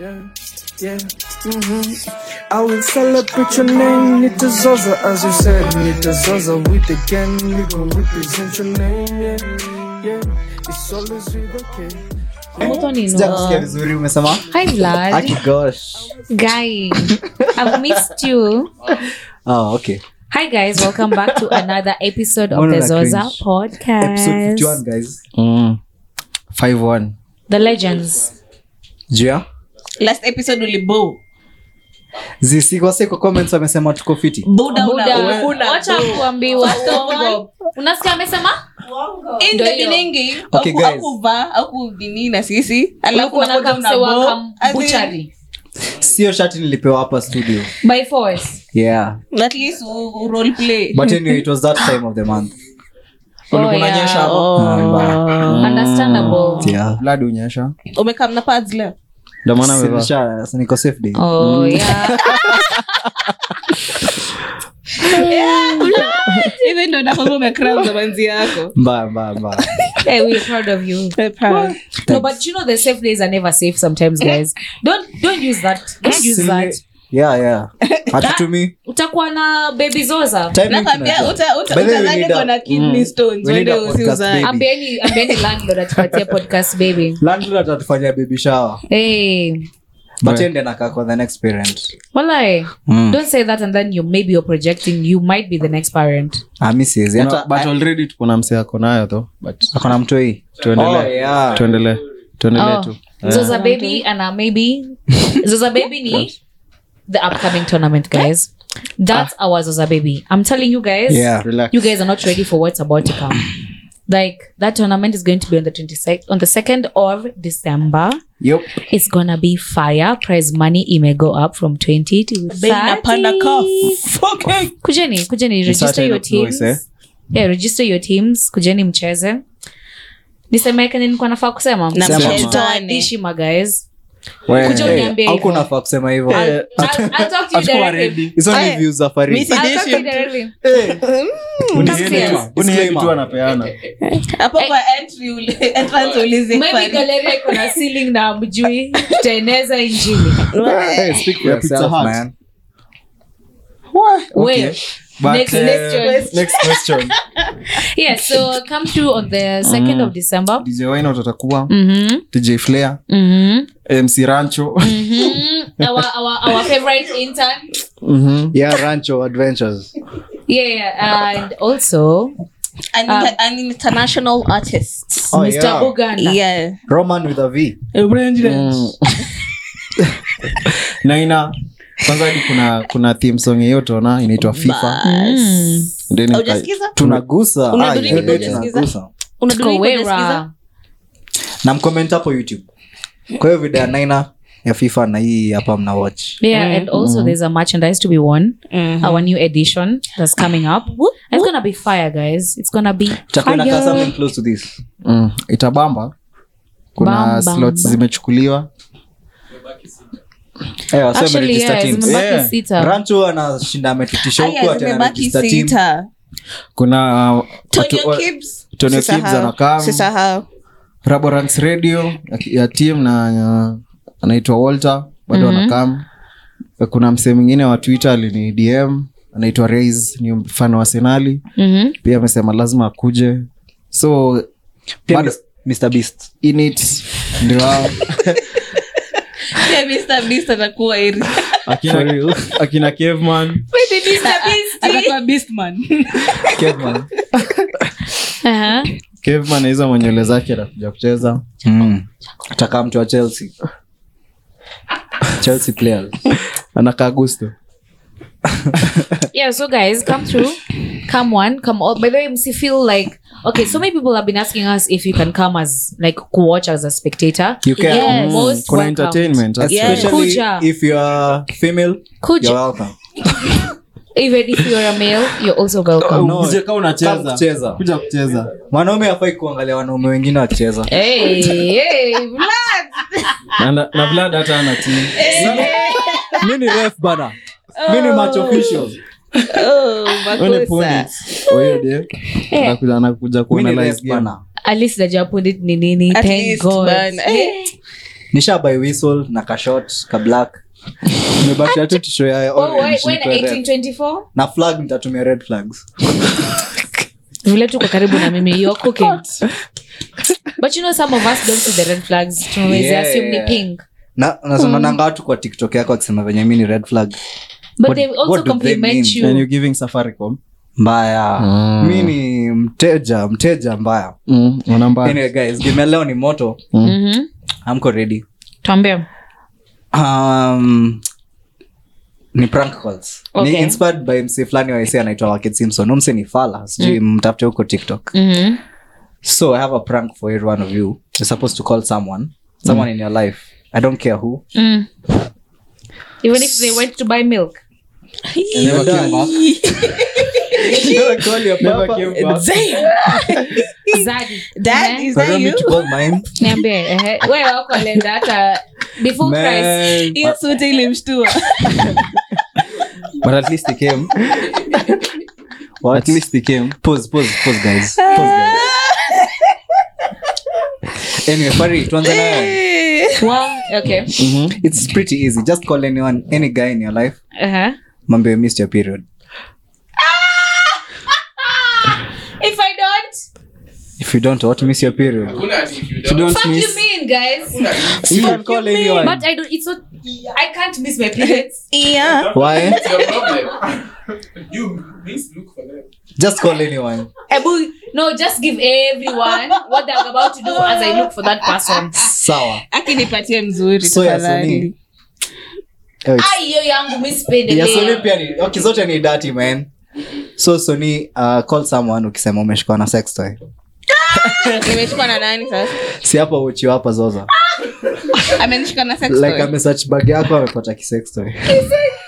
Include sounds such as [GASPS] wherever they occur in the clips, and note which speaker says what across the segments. Speaker 1: Yeah, yeah, mm-hmm. I will celebrate your name, Nita Zaza, as you said, Nita Zaza, with the gang, we gon' represent your name, yeah, yeah, it's always with okay.
Speaker 2: moto
Speaker 3: sijakusikia
Speaker 2: ninoa
Speaker 3: vizuri umesema
Speaker 2: hi vlad
Speaker 3: akigosh
Speaker 2: guy i've missed you
Speaker 3: oh, okay
Speaker 2: hi guys welcome back to another episode of
Speaker 3: Mbona
Speaker 2: the
Speaker 3: una
Speaker 2: zoza
Speaker 3: cringe? episode 51
Speaker 2: podcast
Speaker 3: guys mm. 51
Speaker 2: the legends
Speaker 3: juu ya
Speaker 4: last episode ulibo
Speaker 3: zisikwase kwa comments wamesema tuko fiti
Speaker 4: buda
Speaker 2: buda wacha kuambiwa
Speaker 4: Uongo.
Speaker 2: unasikia amesema Ndio hiyo.
Speaker 4: indobinengi
Speaker 3: Okay, guys.
Speaker 4: akuvaa akudini na sisi alafu
Speaker 2: ulikuwa
Speaker 4: unakuja
Speaker 2: unakaa mse
Speaker 4: una bow.
Speaker 2: wa
Speaker 4: As in,
Speaker 2: kambuchari
Speaker 3: sio shati nilipewa hapa studio
Speaker 2: by force
Speaker 3: yeah
Speaker 4: at least u- u- role play.
Speaker 3: but anyway it was that time of the month
Speaker 2: Oh, yeah.
Speaker 3: Ah,
Speaker 4: Oh.
Speaker 3: mbaya.
Speaker 2: understandable
Speaker 3: Mm. yeah
Speaker 5: lad unyesha
Speaker 4: umekaa mna pads leo
Speaker 5: ndo maana amevaa
Speaker 3: Sinisha- so niko safe day
Speaker 2: oh yeah
Speaker 4: hivi ndo nakwambia umecram [LAUGHS] za [LAUGHS] manzi yako
Speaker 3: mbaya mbaya
Speaker 2: [LAUGHS]
Speaker 3: mbaya
Speaker 2: hey, we're proud of you
Speaker 4: Eh, proud.
Speaker 2: no but you know the safe days are never safe sometimes guys don't don't use that don't use that
Speaker 3: Sili- yeah yeah hatutumi
Speaker 2: utakuwa na baby zoza
Speaker 3: Timing
Speaker 4: nakwambia
Speaker 3: tunajua.
Speaker 4: uta- uta-
Speaker 3: By the way, we
Speaker 4: utadhani
Speaker 3: need a-
Speaker 4: uko na
Speaker 2: Mm.
Speaker 4: kidney stones
Speaker 3: we need
Speaker 4: wende
Speaker 3: a podcast
Speaker 4: usiuzae
Speaker 3: baby.
Speaker 2: ambieni ambieni landlord atupatie podcast baby
Speaker 3: landlord atatufanyia baby shower
Speaker 2: hey
Speaker 3: but
Speaker 5: Right.
Speaker 3: yeye ndiye anakaa kwa the next parent
Speaker 2: walai
Speaker 3: Mm.
Speaker 2: don't say that and then you maybe you're projecting you might be the next parent
Speaker 3: Ah, mi siwezi
Speaker 5: No, but
Speaker 3: hata
Speaker 5: already tuko na mse ako nayo tho but
Speaker 3: akona mtoi Oh,
Speaker 5: tuendelee. tuendelee tuendelee
Speaker 2: oh.
Speaker 5: tu
Speaker 2: zoza baby ana maybe zoza baby ni the upcoming tournament guys that's our zoza baby i'm telling you guys
Speaker 3: Yeah.
Speaker 5: Relax.
Speaker 2: you guys are not ready for what's about to come like that tournament is going to be on the 22nd on the 2nd of december
Speaker 3: Yup.
Speaker 2: it's gonna be fire prize money it may go up from 20 to
Speaker 4: Bei inapanda ka
Speaker 2: 30
Speaker 4: fucking-
Speaker 2: kujeni kujeni register
Speaker 5: Started
Speaker 2: your
Speaker 5: up noise,
Speaker 2: teams
Speaker 5: eh?
Speaker 2: yeah register your teams kujeni mcheze niseme kani nilikuwa nafaa kusema
Speaker 4: Na
Speaker 3: Sema.
Speaker 2: Mcheze
Speaker 3: mcheze.
Speaker 2: tawadi heshima guys
Speaker 5: Wewe.
Speaker 2: kuja
Speaker 3: Hey,
Speaker 2: uniambie
Speaker 3: haukuwa
Speaker 2: hivyo.
Speaker 3: unafaa kusema hivyo.
Speaker 2: I'll, [LAUGHS] I'll, I'll talk to you
Speaker 5: Hatukuwa
Speaker 2: directly
Speaker 5: ready. It's only
Speaker 4: Aye.
Speaker 5: views za Farid.
Speaker 4: Mi si-
Speaker 2: I'll talk to you directly
Speaker 5: Uniende tu-
Speaker 2: Yes.
Speaker 5: uniende
Speaker 3: Disclaimer.
Speaker 5: tu anapeana
Speaker 2: Eh,
Speaker 4: hapo kwa entry uli- entrance ulize
Speaker 2: maybe
Speaker 4: pale.
Speaker 2: galeria iko na ceiling na hamjui
Speaker 4: [LAUGHS]
Speaker 2: tutaeneza injili eh.
Speaker 3: Hey, speak for
Speaker 5: Yeah, Pizza
Speaker 3: yourself,
Speaker 5: Hut.
Speaker 3: man.
Speaker 2: Wait.
Speaker 5: But,
Speaker 2: next,
Speaker 5: eh,
Speaker 2: next choice.
Speaker 5: next question
Speaker 3: [LAUGHS]
Speaker 2: yeah so come through on the 2nd of december
Speaker 5: dj wainot atakuwa
Speaker 2: mm-hmm.
Speaker 5: dj flair
Speaker 2: Mm-hmm.
Speaker 5: mc rancho
Speaker 2: Mm-hmm. our, our, our favorite intern
Speaker 3: Yeah, Rancho Adventures.
Speaker 2: yeah, yeah. and also
Speaker 4: An
Speaker 2: Um,
Speaker 4: inter- an international artist
Speaker 3: Oh,
Speaker 2: mr
Speaker 3: yeah.
Speaker 2: uganda
Speaker 4: yeah
Speaker 3: Roman with a V.
Speaker 4: Eh,
Speaker 5: Mm, naina kwanza hadi kuna kuna theme song yeyote ona inaitwa fifa
Speaker 2: Mm.
Speaker 5: Then nika-
Speaker 4: Haujasikiza?
Speaker 3: tunagusa
Speaker 4: Una
Speaker 3: Ah,
Speaker 4: drink,
Speaker 3: yeah,
Speaker 4: unajisikiza?
Speaker 3: tunagusa.
Speaker 4: Unadhani
Speaker 2: Kowera.
Speaker 4: hujasikiza?
Speaker 3: na mcomment hapo youtube kwa hiyo video ya naina ya fifa na hii hapa mna watch
Speaker 2: Yeah, and also there's a merchandise to be won.
Speaker 4: Mm-hmm.
Speaker 2: Our new edition that's coming up. And It's gonna be fire, guys. It's gonna be
Speaker 3: Chakula inakaa
Speaker 2: fire.
Speaker 3: something close to this.
Speaker 5: mm, itabamba kuna
Speaker 2: Bamba.
Speaker 5: slots zimechukuliwa
Speaker 3: Eh, wasema
Speaker 2: Actually,
Speaker 3: register
Speaker 2: yeah,
Speaker 3: teams.
Speaker 2: zimebaki
Speaker 5: Yeah.
Speaker 2: sita.
Speaker 3: Rancho anashinda ametutisha
Speaker 4: Aya,
Speaker 3: huku ati
Speaker 4: zimebaki
Speaker 3: anaregister team.
Speaker 4: sita.
Speaker 5: kuna uh,
Speaker 4: Tonyo
Speaker 5: watu- wa-
Speaker 4: Gibbs.
Speaker 5: Tonyo
Speaker 4: Sisahau.
Speaker 5: Gibbs anakaa.
Speaker 4: Sisahau.
Speaker 5: Raborance radio ya- ya team na na- anaitwa walter bado
Speaker 2: Mhm.
Speaker 5: mm-hmm. anakam kuna msee mwingine wa twitter alini dm anaitwa rais ni mfano wa senali
Speaker 2: Mhm.
Speaker 5: pia amesema lazima akuje so
Speaker 3: Pia
Speaker 5: bado-
Speaker 3: Mis- Mr. Beast.
Speaker 5: init ndio hao.
Speaker 4: Pia Mr. Beast atakuwa heri.
Speaker 5: Akina- akina caveman
Speaker 4: Atakuwa Beastman.
Speaker 3: Caveman.
Speaker 2: Uh-huh.
Speaker 5: caveman na hizo manywele zake atakuja kucheza
Speaker 3: Mm. Atakaa mtu wa chelsea chelsea players
Speaker 5: anakaa gusto
Speaker 2: yeah so guys come through come one come all by the way msi feel like okay so many people have been asking us if you can come as like co watch as a spectator
Speaker 3: You can.
Speaker 2: yes.
Speaker 3: Mm.
Speaker 2: most
Speaker 5: kuna
Speaker 2: welcome.
Speaker 5: entertainment that's
Speaker 4: Yeah.
Speaker 2: [LAUGHS] Yes.
Speaker 5: right.
Speaker 3: especially
Speaker 2: Kuja.
Speaker 3: if you are female
Speaker 2: Kuja.
Speaker 3: you're welcome
Speaker 2: even if you're a male you're also welcome
Speaker 3: Oh, No.
Speaker 5: Uje kaa unacheza.
Speaker 3: Kaa kucheza.
Speaker 5: Kuja kucheza
Speaker 3: mwanaume afai kuangalia wanaume wengine wakicheza
Speaker 2: Eh. hey hey
Speaker 5: Na- na na vlad hata ana timu
Speaker 3: mi ni ref bana mi ni match official
Speaker 4: Oh,
Speaker 5: Wewe ni
Speaker 4: makosa.
Speaker 5: pundit. Kwa hiyo ndiye,
Speaker 6: Eh.
Speaker 5: anakuja- anakuja
Speaker 3: mi ni
Speaker 5: kuanalyze
Speaker 3: ref
Speaker 5: game.
Speaker 3: bana
Speaker 2: at least the japundit ni nini
Speaker 4: At
Speaker 2: thank
Speaker 4: least,
Speaker 2: god
Speaker 4: bana. Eh.
Speaker 3: nisha by whistle na kashot kablack nimebakisha tu tisho ya
Speaker 2: Oh,
Speaker 3: orange
Speaker 2: we- we na
Speaker 3: nitoe red.
Speaker 2: 1824?
Speaker 3: na flag nitatumia red flags
Speaker 2: vile tuko karibu na mimi you're cooking but you know some of us don't see the red flags tunaweza
Speaker 3: Yeah.
Speaker 2: assume ni pink
Speaker 3: Na-
Speaker 2: Hmm.
Speaker 3: nasemwananga watu kwa tiktok yako akisema venye mi ni red flag
Speaker 2: but
Speaker 3: What-
Speaker 2: they also
Speaker 3: what do they mean?
Speaker 2: compliment
Speaker 5: and
Speaker 2: you
Speaker 5: you're giving safaricom
Speaker 3: mbaya
Speaker 5: Mm.
Speaker 3: mi ni mteja mteja mbaya
Speaker 5: mm, wanambari
Speaker 3: anyway, guys game ya leo ni moto
Speaker 2: Mhm.
Speaker 3: amko ready
Speaker 2: tuambie
Speaker 3: um, ni prank calls
Speaker 2: Okay.
Speaker 3: ni inspired by msi fulani waise anaitwa wakid simpson umse ni fala sijui mtafute huko tiktok
Speaker 2: Mhm.
Speaker 3: so i have a prank for every one of you you're supposed to call someone someone in your life i don't care who
Speaker 2: Mm. even if they went to buy milk
Speaker 3: Never came back. Never call your papa.
Speaker 2: [LAUGHS] Zadi,
Speaker 4: Dad,
Speaker 2: eh?
Speaker 4: is
Speaker 3: I
Speaker 4: that
Speaker 3: don't need
Speaker 4: you?
Speaker 3: to call mine.
Speaker 2: niambie ehe. wewe wako lenda hata before Oh, Christ.
Speaker 3: Man.
Speaker 4: hiyo suti ilimshtua
Speaker 3: but at least he came. What? At least he came. Pause, pause, pause, guys. Pause, guys. anyway, Fari, tuanze
Speaker 4: [LAUGHS]
Speaker 3: nayo.
Speaker 2: Wow, okay
Speaker 3: It's pretty easy. Just call anyone, any guy in your life.
Speaker 2: Uh-huh.
Speaker 3: Mambo, you missed your period.
Speaker 2: if i don't
Speaker 3: If you don't what, miss your period. If you don't
Speaker 2: fuck you
Speaker 3: miss,
Speaker 2: mean guys
Speaker 3: you can call anyone.
Speaker 2: but i don't it's not i can't miss my periods
Speaker 4: yeah
Speaker 3: Why?
Speaker 6: your problem. you please look for them.
Speaker 3: Just call anyone.
Speaker 2: [LAUGHS] Ebu, no, just give everyone what they're about to do as I look for that person.
Speaker 3: Sawa.
Speaker 4: akinipatie mzuri
Speaker 3: So, yeah,
Speaker 4: tafadhali.
Speaker 3: Oh, it's-
Speaker 2: Ah, hiyo yangu mi
Speaker 3: Yeah, Sony
Speaker 2: sipendelei.
Speaker 3: pia ni okay, zote ni dirty man. So Sony uh, call someone ukisema umeshikwa na sex toy.
Speaker 4: nimeshikwa na nani sasa
Speaker 3: Si hapa uchi hapa zoza.
Speaker 4: amenishika na sex
Speaker 3: Like
Speaker 4: toy.
Speaker 3: amesearch bag yako amepata ki sex toy.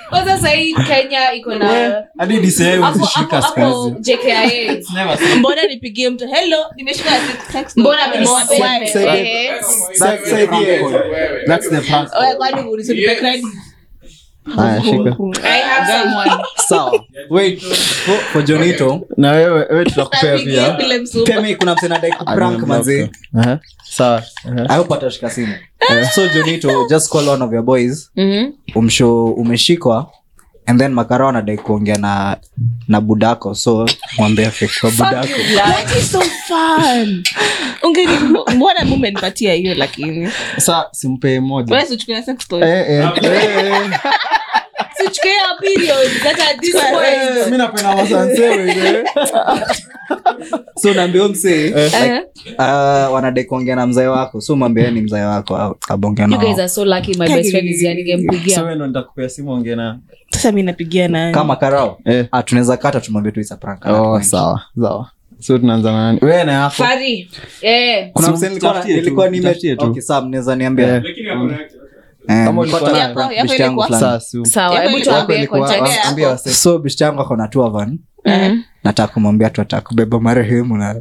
Speaker 2: Kwa sasa hii Kenya iko na
Speaker 3: Hadi ni sehemu
Speaker 2: hapo hapo hapo JKIA.
Speaker 4: mbona nipigie mtu hello nimeshika na sex- sex toy.
Speaker 2: Mbona amenishika?
Speaker 4: Why?
Speaker 3: Sex-
Speaker 4: Eh.
Speaker 3: That's the
Speaker 6: Wewe.
Speaker 5: That's the prank.
Speaker 4: Oya, kwani ulisema
Speaker 6: Yes.
Speaker 4: credit?
Speaker 5: Haya, shika.
Speaker 2: I have someone.
Speaker 3: Sawa. Wait. For, for Jonito.
Speaker 5: na wewe wewe tutakupea
Speaker 4: Napigia
Speaker 5: pia
Speaker 4: kule msupa.
Speaker 3: Pia mimi kuna msena dai prank manzi.
Speaker 5: Aha, sawa Aha.
Speaker 3: I hope atashika simu. So Jonito just call one of your boys.
Speaker 4: Mm-hmm.
Speaker 2: Mhm.
Speaker 3: Umsho umeshikwa and then Makara anadai kuongea na na budako so mwambie fake kwa budako.
Speaker 4: That is so fun. Ungeni- mbona mume nipatia hiyo lakini
Speaker 5: Sa, simpe moja
Speaker 4: Wewe si uchukulia sex toy.
Speaker 5: Eh, eh, eh, eh.
Speaker 4: Si uchukulia your period, that at this point.
Speaker 5: Eh, mi napenda wasansewe eh.
Speaker 3: so naambia msee
Speaker 2: Eh.
Speaker 3: uh, wanadai kuongea na mzae wako so mwambie ni mzae wako au- abongea
Speaker 2: You guys
Speaker 3: nao
Speaker 2: are so lucky my best friend is here
Speaker 5: So
Speaker 2: ningempigia.
Speaker 5: wewe ndo nitakupea simu ongee naye.
Speaker 4: sasa mi napigia nani?
Speaker 3: kama karao
Speaker 5: Eh.
Speaker 3: Ah, tunaweza kata tumwambie tu isa prank
Speaker 5: Oh, sawa sawa so tunaanza na nani wewe na yako
Speaker 2: Fari. Eh.
Speaker 3: kuna
Speaker 5: Simu
Speaker 3: msee nilikuwa na-
Speaker 5: mtafutie tu,
Speaker 3: nilikuwa nime-
Speaker 5: mtafutie tu.
Speaker 3: Okay, sawa, mnaweza niambia
Speaker 5: Eh.
Speaker 6: Lakini hapo na-
Speaker 3: Eh,
Speaker 5: Kama ulikuwa
Speaker 3: nilipata
Speaker 5: nayo.
Speaker 3: prank
Speaker 4: Yako- yako
Speaker 3: bishti yangu
Speaker 4: ilikuwa-
Speaker 3: fulani.
Speaker 5: Sawa, simu.
Speaker 2: Sawa,
Speaker 4: Yako
Speaker 2: hebu
Speaker 4: ilikuwa-
Speaker 5: Yako
Speaker 2: tuambie
Speaker 5: ilikuwa-
Speaker 2: contact.
Speaker 4: yako.
Speaker 5: ambia wase-
Speaker 3: so bishti yangu ako na tour van
Speaker 4: Mm-hmm.
Speaker 2: Mhm.
Speaker 3: nataka kumwambia tu atakubeba marehemu na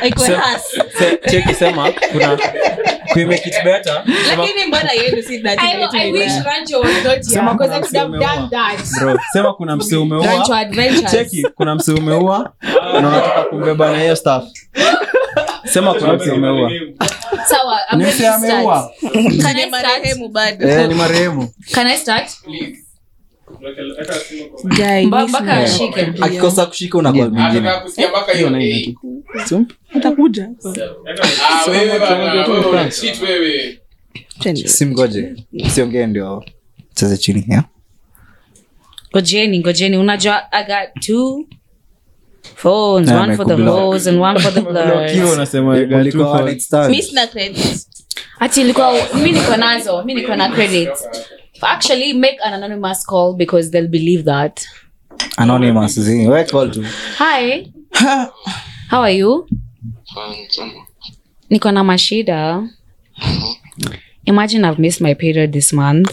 Speaker 4: Haikuwa hasi.
Speaker 5: Se- cheki sema kuna kuime kitu beta sema,
Speaker 4: Lakini mbona yenu si that
Speaker 2: I
Speaker 4: that
Speaker 2: I
Speaker 4: that
Speaker 2: wish
Speaker 4: that.
Speaker 2: Rancho was not here
Speaker 5: Sema
Speaker 2: because I
Speaker 5: kuna
Speaker 2: could have
Speaker 5: mseme
Speaker 2: done
Speaker 5: uma.
Speaker 2: that.
Speaker 5: bro sema kuna msee
Speaker 2: Rancho
Speaker 5: umeua
Speaker 2: Adventures.
Speaker 5: cheki kuna msee umeua na unataka kumbeba na hiyo staff sema kuna msee umeua
Speaker 2: Sawa, I'm
Speaker 5: Ni
Speaker 2: ready
Speaker 5: msee
Speaker 2: to start.
Speaker 5: ameua
Speaker 2: Can I
Speaker 4: Ni
Speaker 2: start?
Speaker 4: marehemu bado.
Speaker 5: Eh, ni marehemu
Speaker 2: Can I start?
Speaker 6: Weka- weka simu kwa-
Speaker 4: Guy,
Speaker 2: Mba-
Speaker 4: this
Speaker 2: mpaka
Speaker 4: man.
Speaker 2: ashike.
Speaker 3: akikosa kushika una call mwingine
Speaker 6: Nataka kusikia mpaka
Speaker 5: hiyo
Speaker 6: hiyo.
Speaker 5: nayo
Speaker 6: Eh,
Speaker 5: tu Simu.
Speaker 4: Atakuja.
Speaker 6: ah, wewe
Speaker 5: kama
Speaker 6: bana,
Speaker 5: tunajua tu
Speaker 6: wewe
Speaker 5: prank.
Speaker 6: shit wewe.
Speaker 3: simgoje siongee ndio cheze chini yeah?
Speaker 2: ngojeni ngojeni unajua i got two phones
Speaker 3: Na
Speaker 2: one for the
Speaker 3: amekublock.
Speaker 2: rose and one for
Speaker 3: [LAUGHS]
Speaker 2: the
Speaker 5: Ukiwa
Speaker 2: blurs
Speaker 3: Oh
Speaker 5: unasema you got two
Speaker 3: Ulikuwa one
Speaker 5: phones.
Speaker 3: night stand.
Speaker 4: Mi sina credit.
Speaker 2: ati ilikuwa mi niko nazo mi niko na credits actually make an anonymous call because they'll believe that
Speaker 3: Anonymous, zii. Wewe call tu
Speaker 2: hi how are you niko na mashida imagine i've missed my period this month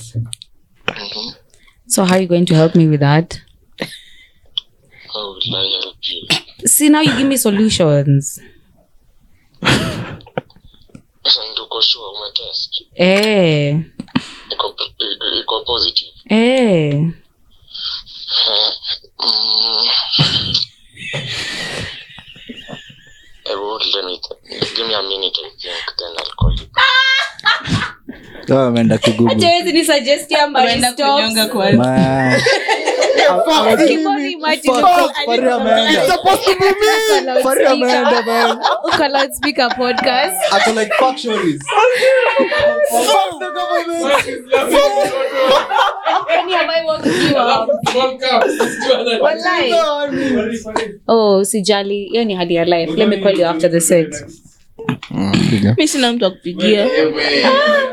Speaker 2: so how are you going to help me with that
Speaker 7: How would I help you?
Speaker 2: see now you give me solutions
Speaker 7: Sasa nduko sure umetest.
Speaker 2: eh
Speaker 7: Iko i- iko positive.
Speaker 2: eh
Speaker 7: Eh, mm. I would let me th- give me a minute. I think then I'll call you.
Speaker 3: Kama ameenda kugugu.
Speaker 2: hawezi ni suggest ya my
Speaker 4: Unaenda
Speaker 2: stops.
Speaker 4: kunyonga kwa-
Speaker 3: Ma-
Speaker 2: Kibodi imagine
Speaker 3: Fuck,
Speaker 2: uko-
Speaker 3: Faria ameenda.
Speaker 2: It's supposed to be me.
Speaker 3: Faria ameenda, man.
Speaker 2: uko loudspeaker [LAUGHS] podcast
Speaker 3: Ako like factories. Fuck the government.
Speaker 2: Any am Yaani, I walking you up?
Speaker 6: World Cup.
Speaker 2: Wallahi.
Speaker 6: Sorry, sorry.
Speaker 2: oh usijali hiyo ni hadi ya life let me call you after the sex
Speaker 4: mi sina mtu akupigia
Speaker 2: Ah.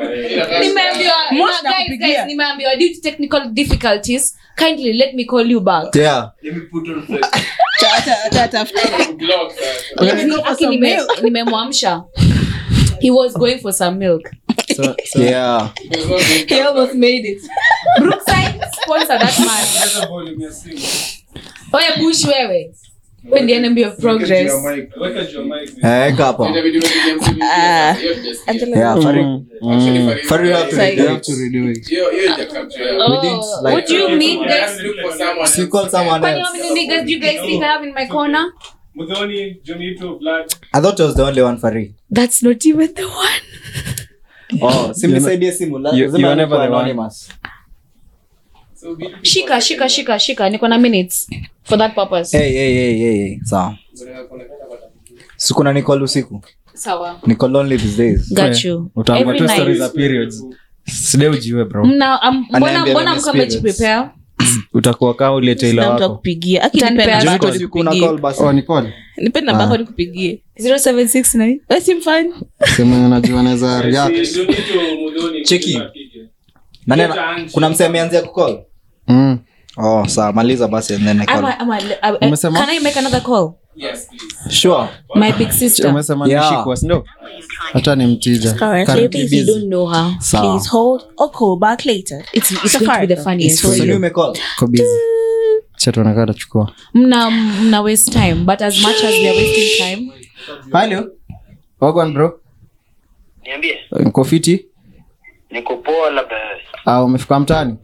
Speaker 2: Nimeambiwa-
Speaker 4: Mwash na
Speaker 2: guys,
Speaker 4: kupigia.
Speaker 2: guys, nimeambiwa due to technical difficulties kindly let me call you back
Speaker 3: Yeah.
Speaker 6: Let me put on first.
Speaker 4: tatafuta
Speaker 6: Block that.
Speaker 2: Lakini Aki nime-
Speaker 4: [LAUGHS]
Speaker 2: nimemwamsha he was going for some milk
Speaker 3: Yeah.
Speaker 4: he almost made it
Speaker 2: brookside sponsor that man
Speaker 6: Ongeza volume ya simu.
Speaker 2: oya bush wewe we the enemy of progress
Speaker 6: Weka juu ya mic.
Speaker 3: Eh, eka hapa.
Speaker 4: Ah.
Speaker 3: Yeah, Faria.
Speaker 5: Mm,
Speaker 2: Mm.
Speaker 3: Faria have to
Speaker 4: Sorry.
Speaker 3: redirect.
Speaker 2: Ah. oh,
Speaker 3: like-
Speaker 2: what do you mean guys
Speaker 3: She called someone
Speaker 2: Kwani
Speaker 3: else.
Speaker 2: how many niggas do you guys think I have in my corner?
Speaker 6: Mudhoni, Jonito, Vlad.
Speaker 3: I thought I was the only one Faria.
Speaker 2: That's not even the one.
Speaker 3: Oh, si mnisaidie simu, la-
Speaker 5: You-
Speaker 3: lazima
Speaker 5: you are never
Speaker 3: nikuwe
Speaker 5: the one.
Speaker 3: anonymous.
Speaker 6: So we-
Speaker 2: Shika, shika, shika, shika. Niko na minutes for that purpose.
Speaker 5: Eh.
Speaker 3: Hey, hey, hey, hey, hey. Sawa. sikuna nikol usiku
Speaker 2: Sawa.
Speaker 3: niko lonely these days
Speaker 2: Got you.
Speaker 5: utaambiwa
Speaker 2: Every
Speaker 5: tu
Speaker 2: night.
Speaker 5: stories za periods side ujiwe bro
Speaker 2: Mna, um, mbona
Speaker 3: Anaambia
Speaker 2: mbona
Speaker 3: mimi
Speaker 2: mko mmeji
Speaker 3: spirits.
Speaker 2: prepare?
Speaker 5: utakuwa kaa ulete ila
Speaker 4: sina mtu
Speaker 5: wako
Speaker 4: akupigia
Speaker 2: Utanipea
Speaker 4: akinipenda
Speaker 2: Jonito,
Speaker 4: bako
Speaker 3: Kuna
Speaker 4: nikupigie
Speaker 3: call basi.
Speaker 5: Oh, Nicole.
Speaker 4: nipe namba yako nikupigie
Speaker 2: 0769.
Speaker 4: We si mfani
Speaker 5: Sema unajua naweza react.
Speaker 6: Jonito, Mudhoni,
Speaker 3: Cheki.
Speaker 6: Mudhoni apige.
Speaker 3: Nani
Speaker 6: Leta
Speaker 3: ana-
Speaker 6: Angie.
Speaker 3: kuna msee ameanzia kukol
Speaker 5: Mm.
Speaker 3: oh sawa maliza basi and then I call.
Speaker 2: Ama, ama, uh,
Speaker 5: Umesema?
Speaker 2: can I make another call?
Speaker 6: Yes, please.
Speaker 3: sure
Speaker 2: My big sister.
Speaker 5: umesema
Speaker 3: Yeah.
Speaker 5: nishikwa sindo hata ni mtija Currently
Speaker 4: Currently
Speaker 5: busy.
Speaker 4: you don't know her.
Speaker 3: Sawa.
Speaker 4: Please hold or call back later.
Speaker 2: It's, it's
Speaker 4: Safari.
Speaker 2: going to be the funniest.
Speaker 3: So ni umecall?
Speaker 5: Uko busy. Acha tuonakaa atachukua
Speaker 2: Mna, mna waste time. But as much as we are wasting time,
Speaker 5: halo wagwan bro
Speaker 8: niambie
Speaker 5: niko fiti
Speaker 8: niko poa labda
Speaker 5: Ah, umefika mtaani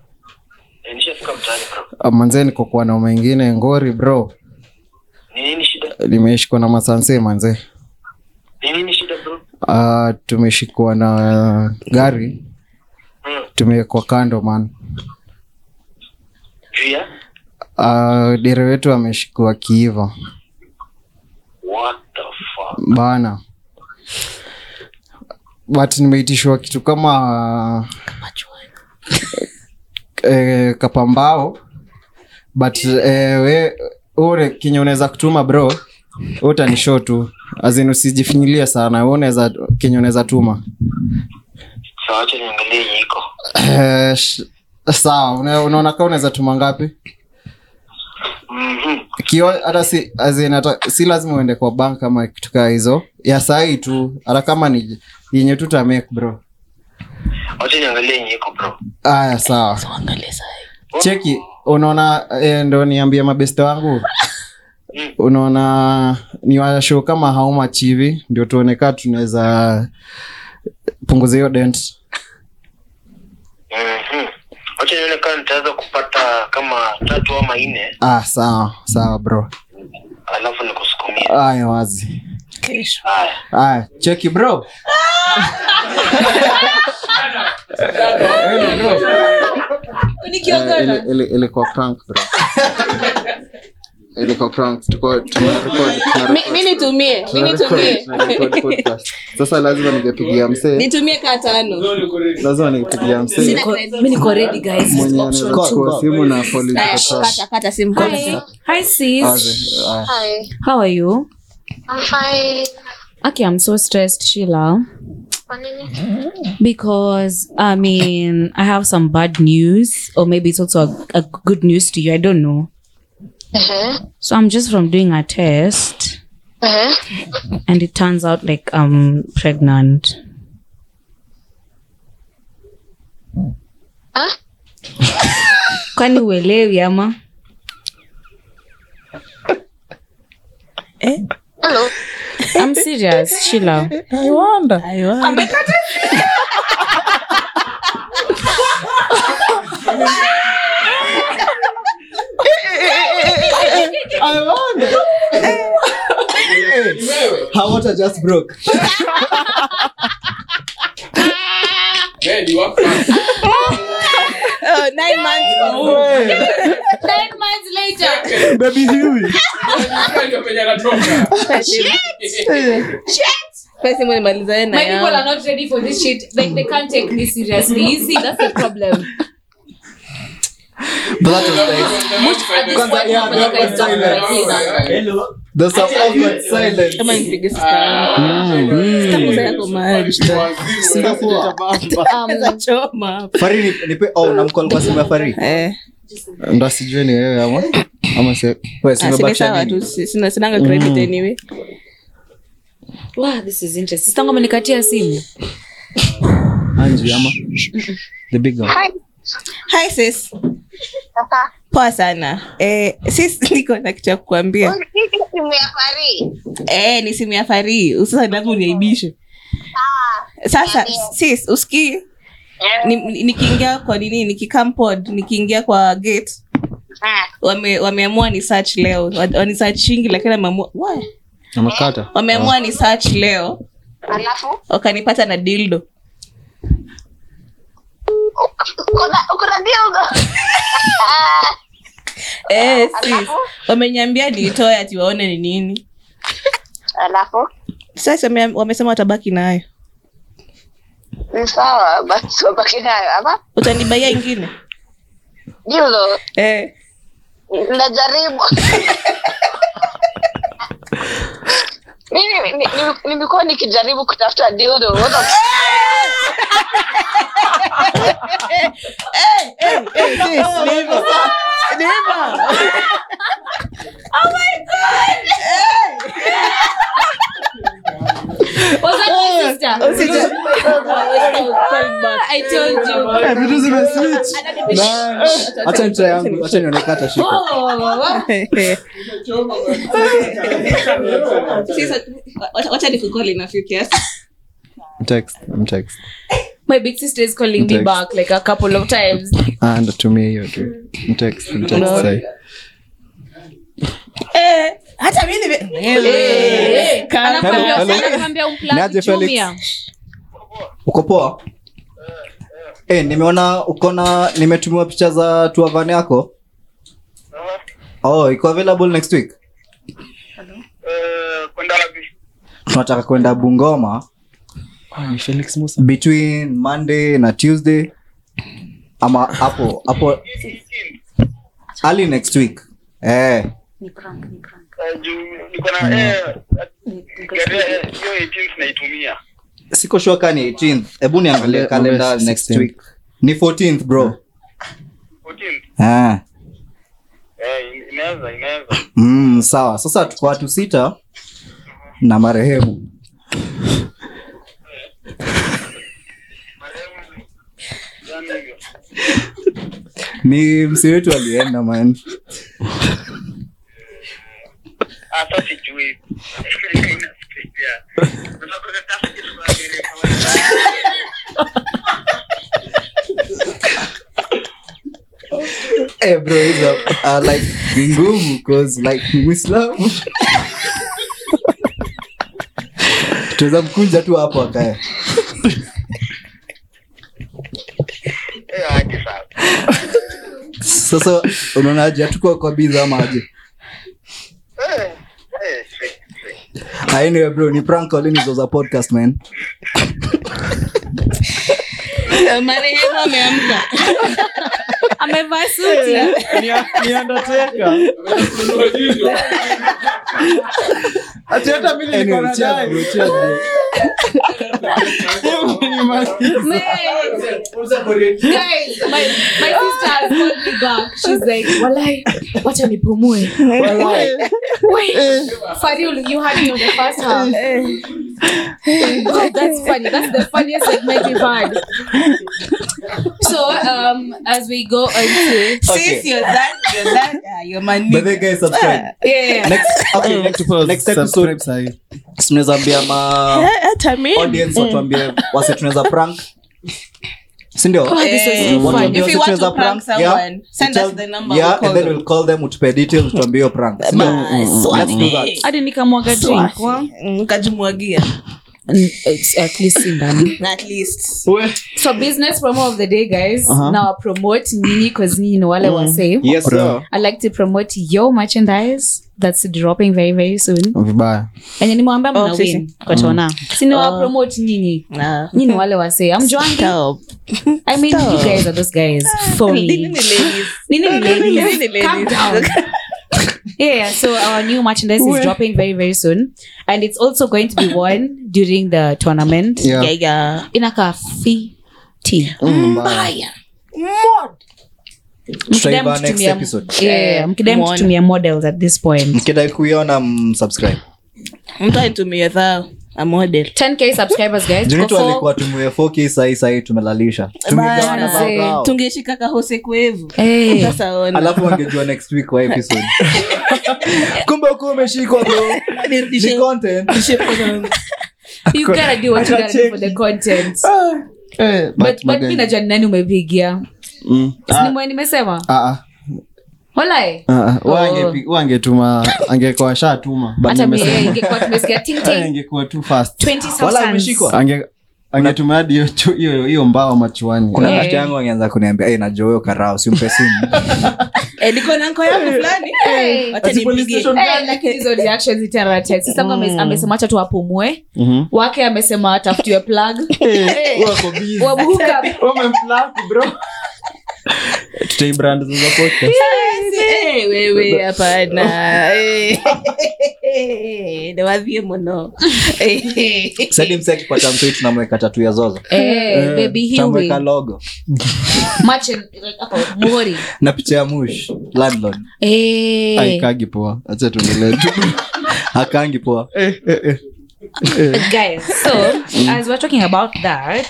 Speaker 8: eh, nishafika mtaani bro
Speaker 5: Ah, manze niko kwa naume ingine ngori bro
Speaker 8: ni nini shida
Speaker 5: limeshikwa na masanse manze
Speaker 8: ni nini shida bro
Speaker 5: Ah, tumeshikwa na gari
Speaker 8: mm.
Speaker 5: tumewekwa kando man
Speaker 8: juu ya
Speaker 5: Ah, dere wetu ameshikwa kiiva
Speaker 8: what the fuck
Speaker 5: bana but nimeitishwa kitu kama eh, kapambao but eh, we ure kenye unaweza kutuma bro utanisho tu azin usijifinyilia sana we unaweza kenye unaweza tuma
Speaker 8: sawa acha niangalie yenye iko
Speaker 5: Eh, sh- sawa una- unaona kaa unaweza tuma ngapi
Speaker 8: Mhm.
Speaker 5: kio hata si, as in hata, si lazima uende kwa bank ama kitu kaa hizo ya sahii tu hata kama ni yenye tu tamek bro
Speaker 8: acha niangalie yenye iko bro
Speaker 5: aya sawa cheki unaona eh, ndo niambie mabeste wangu unaona ni washow kama hauma chivi ndio tuonekaa tunaweza punguza hiyo dent
Speaker 8: Mhm. acha nione kama nitaweza kupata kama tatu ama nne
Speaker 5: ah, sawa sawa bro
Speaker 8: alafu nikusukumia
Speaker 5: aya wazi
Speaker 8: haya
Speaker 5: aya cheki bro Hey, bro. Eh, ili- ili- ilikuwa prank bro ilikuwa prank tuko tuna record tuna
Speaker 4: Mi- mi nitumie mi nitumie
Speaker 5: tuna eh, record podcast sasa lazima ningepigia msee
Speaker 4: [LAUGHS] nitumie kaa tano
Speaker 6: Mudhoni, uko ready?
Speaker 5: lazima ningepigia msee
Speaker 4: Sina credit.
Speaker 2: mimi niko ready guys.
Speaker 5: mwenye anaweza kuwa simu na
Speaker 4: Aya,
Speaker 5: police
Speaker 4: kata, kata simu.
Speaker 2: Hi. Hi sis.
Speaker 9: Hi,
Speaker 2: How are you?
Speaker 9: I'm fine.
Speaker 2: Okay, I'm so stressed, Sheila.
Speaker 9: Kwa nini?
Speaker 2: because I mean I have some bad news, or maybe it's also a, a good news to you. I don't know.
Speaker 9: Uh-huh.
Speaker 2: So I'm just from doing a test,
Speaker 9: Uh-huh.
Speaker 2: and it turns out like I'm pregnant.
Speaker 9: Huh?
Speaker 2: kwani uelewi ama
Speaker 9: Hello.
Speaker 2: i'm serious shila
Speaker 6: Wewe.
Speaker 2: [LAUGHS]
Speaker 5: just broke
Speaker 6: Man, you work fast.
Speaker 4: Uh, nine months.
Speaker 2: Nine months later.
Speaker 5: baby huey
Speaker 6: Ndio penye anatoka.
Speaker 2: [LAUGHS]
Speaker 4: Pesa mwenimalizae na
Speaker 2: My people are
Speaker 4: yangu.
Speaker 2: not ready for this shit. Like they can't take this seriously. You see, that's the problem.
Speaker 5: but that was like
Speaker 2: At this point,
Speaker 5: yeah,
Speaker 2: nobody can
Speaker 5: that's
Speaker 2: stop them, please.
Speaker 5: why I- there's some awkward silence
Speaker 4: Kama nipige star.
Speaker 10: Mm.
Speaker 11: Mm.
Speaker 4: Sitakuza yako maji.
Speaker 2: Um,
Speaker 4: Pesa choma.
Speaker 3: fari ni- nipe oh, namcall kwa simu ya fari
Speaker 4: Eh,
Speaker 5: ndo asijue ni wewe ama ama se
Speaker 3: Wewe,
Speaker 4: ah,
Speaker 3: simebakisha
Speaker 4: simesawa
Speaker 3: nini?
Speaker 4: tu, si- sina- sinanga credit anyway.
Speaker 2: wow, this is interesting. Sister ngoma nikatia simu.
Speaker 3: Angie, ama the big one.
Speaker 4: Hi, sis. poa sana eh, sis [LAUGHS] niko na kitu ya kukuambia eh, ni simu ya farii usasa lazima uniaibishe sasa sis usikii Ni- nikiingia kwa nini nikikampod nikiingia kwa gate wame- wameamua ni search leo Wa- ni search nyingi lakini wameamua- Why?
Speaker 5: amekata
Speaker 4: wameamua ni search leo wakanipata na dildo [LAUGHS] eh, sis wameniambia niitoe ati waone ni nini
Speaker 9: alafu
Speaker 4: sasa wame- wamesema watabaki nayo
Speaker 9: ni sawa basi wabaki nayo ama
Speaker 4: utanibaia ingine
Speaker 9: dilo
Speaker 4: eh. [LAUGHS]
Speaker 9: najaribu mimi ni- ni- nimekuwa nikijaribu kutafuta dildo What the-
Speaker 2: Was that my oh, sister? I told
Speaker 4: [LAUGHS]
Speaker 2: you.
Speaker 5: vitu zimeswitch acha nita yangu acha nionekata
Speaker 2: Wow, wow, wow, wow.
Speaker 4: wacha nikukoli nafikia
Speaker 5: text I'm text
Speaker 2: My big sister is calling me
Speaker 5: Text.
Speaker 2: back like a couple of times.
Speaker 5: ah ndo tumie hiyo tu I'm text I'm text sorry
Speaker 4: [LAUGHS] Eh, hata mi nime- Eh, kama-
Speaker 2: Anakuambia-
Speaker 5: hello.
Speaker 2: anakuambia unplug
Speaker 3: Niaje, Felix?
Speaker 2: Jumia.
Speaker 3: uko poa Eh, nimeona ukona nimetumiwa picha za tuavan yako oh, iko available next week
Speaker 8: Eh, kwenda wapi
Speaker 3: tunataka kwenda bungoma between monday na tuesday ama hapo hapo early next week eh,
Speaker 8: Eh, juu niko na eh, gari ya- eh, hiyo 18 naitumia
Speaker 3: siko sure ka ni 18th hebu niangalie
Speaker 5: Ale-
Speaker 3: kalenda
Speaker 5: ale-
Speaker 3: next
Speaker 5: 16th.
Speaker 3: week ni 14th bro
Speaker 8: 14
Speaker 3: ah.
Speaker 8: eh, inaweza inaweza
Speaker 3: mm, sawa sasa tuko watu sita na marehemu
Speaker 8: Yaani hivyo.
Speaker 3: ni msi wetu alienda man
Speaker 8: hata Ah, sijui [LAUGHS] Inafikiria. Unataka kutafuta kitu kwa ajili ya kawaida.
Speaker 3: Eh, bro, hizo, uh, like, ni ngumu 'cause, like, ni Muislamu. tuweza mkunja tu hapo akae
Speaker 8: Eh, aje sawa.
Speaker 3: sasa unaonaje hatuko kwa biza ama aje
Speaker 8: Eh, eh, sweet, sweet.
Speaker 3: Ah, anyway bro ni prank call, hizi za podcast man
Speaker 4: marehemu [LAUGHS] ameamka
Speaker 2: Amevaa suti.
Speaker 4: Eh.
Speaker 6: Amefunua jizo.
Speaker 3: Anyway, cheers, bro, cheers, bro.
Speaker 2: Man. Guys, my, my sister has called me back. She's like, Walai, wacha nipumue. Wait,
Speaker 5: Eh.
Speaker 2: wait. Fadil, you had me on the first half. oh, that's funny. That's the funniest segment we've had. So, um, as we go on to.
Speaker 4: Sis, you're that- you're that- ah, you're my
Speaker 3: By the way,
Speaker 4: nigga.
Speaker 3: guys,
Speaker 4: [LAUGHS]
Speaker 3: subscribe.
Speaker 2: Yeah.
Speaker 3: Next- okay, next- next episode,
Speaker 5: subscribe sahi
Speaker 3: tunaweza ambia ma
Speaker 4: Eh, hata mimi.
Speaker 3: audience watuambie wase tunaweza prank sindio
Speaker 2: this was
Speaker 4: Eh,
Speaker 2: too
Speaker 3: Want to
Speaker 2: fun.
Speaker 3: do
Speaker 4: If you
Speaker 3: a
Speaker 4: want to
Speaker 3: Twitter
Speaker 4: prank
Speaker 3: prank?
Speaker 4: someone,
Speaker 3: Yeah.
Speaker 4: send
Speaker 3: Tell-
Speaker 4: us the number, we'll
Speaker 3: yeah
Speaker 4: call
Speaker 3: and then
Speaker 4: them.
Speaker 3: we'll call them utupe details tuambie hiyo prank Sindio? Let's do that.
Speaker 2: hadi nikamwaga drink
Speaker 4: ukajimwagia
Speaker 2: Mm, it's at least sindano
Speaker 4: at least
Speaker 2: so business promo of the day guys
Speaker 3: Uh-huh.
Speaker 2: now promote nyinyi cause nyinyi ni wale wasee
Speaker 5: Yes, sir.
Speaker 2: i like to promote your merchandise that's dropping very very soon
Speaker 5: vibaya
Speaker 2: enye nimwambia
Speaker 4: Oh, sisi.
Speaker 2: mnawin kwatona
Speaker 4: Oh.
Speaker 2: siniwapromote nyinyi
Speaker 4: Nah.
Speaker 2: nyinyi ni wale wasee amjwangi
Speaker 4: Stop.
Speaker 2: i mean you guys are those guys for
Speaker 4: Nini
Speaker 2: me
Speaker 4: ni ladies?
Speaker 2: Nini ni
Speaker 4: Nini ni
Speaker 2: ladies? Calm
Speaker 4: ladies?
Speaker 2: down. yeah, yeah, so our new merchandise is dropping very, very soon. And it's also going to [COUGHS] be worn during the tournament.
Speaker 5: Yeah. Mm,
Speaker 4: Yeah, yeah.
Speaker 2: In a cafe tea.
Speaker 4: Mm,
Speaker 5: Mbaya.
Speaker 3: Tutaivaa
Speaker 2: Mkidai
Speaker 3: next
Speaker 2: mkitumia-
Speaker 3: episode.
Speaker 2: Yeah, mkidai
Speaker 4: Mwone.
Speaker 2: mkitumia models at this [LAUGHS] point.
Speaker 3: mkidai kuiona mm, msubscribe
Speaker 4: mtu aitumie dhao a model
Speaker 2: 10k subscribers, guys. Go
Speaker 3: junitu
Speaker 2: for-
Speaker 3: alikuwa tumue 4k sahii sahii tumelalisha Tungegawana
Speaker 4: Bana.
Speaker 3: bao bao.
Speaker 4: tungeshika kahose kwevu
Speaker 2: Hey.
Speaker 4: [LAUGHS] sasaona
Speaker 3: alafu wangejua next week kwa
Speaker 4: [LAUGHS]
Speaker 3: episode kumbe ukuwa umeshikwa bro ni content
Speaker 2: You gotta do what you gotta do for the content. Eh, But- but mi najua ni nani umepigia sinimwe
Speaker 5: Ah,
Speaker 2: nimesema walae
Speaker 5: wangetuma angekuwa shatuma Oh. but
Speaker 2: hata mi-
Speaker 5: nimesema.
Speaker 2: ingekuwa tumesikia ting
Speaker 5: Eh, [LAUGHS]
Speaker 2: ting
Speaker 5: ingekuwa tu fast
Speaker 2: 20
Speaker 3: wala
Speaker 2: substance.
Speaker 3: ameshikwa
Speaker 5: Ange- angetuma hadi hiyo chu- hiyo hiyo mbao machuani
Speaker 3: kuna
Speaker 2: Yeah.
Speaker 3: rafiki yangu angeanza kuniambia hey, najua huyo karao simpe simu
Speaker 4: niko na nko yangu fulani
Speaker 2: Hey.
Speaker 4: wacha nipigie
Speaker 2: Eh, lakini hizo reactions zitaenda text. Sasa kama ame- amesema acha tuwapumue
Speaker 5: Mhm.
Speaker 2: wake amesema atafutiwe plug
Speaker 5: Eh, wako busy.
Speaker 2: Wa hookup.
Speaker 5: Wamemflaki, bro.
Speaker 3: tutaibrand za podcast
Speaker 4: Eh, wewe hapana Eh. niwadhie mono Eh.
Speaker 3: sadi msi akipata mtoi tunamweka tatu ya zozo
Speaker 2: Eh, baby Huey.
Speaker 3: tamweka logo
Speaker 2: Macho, like, hapo, mori.
Speaker 3: na picha ya mush landlord
Speaker 2: Eh,
Speaker 5: Haikagi poa acha tuendelee tu
Speaker 3: [LAUGHS]
Speaker 5: Eh.
Speaker 3: hakangi poa
Speaker 2: guys, so, as we're talking about that,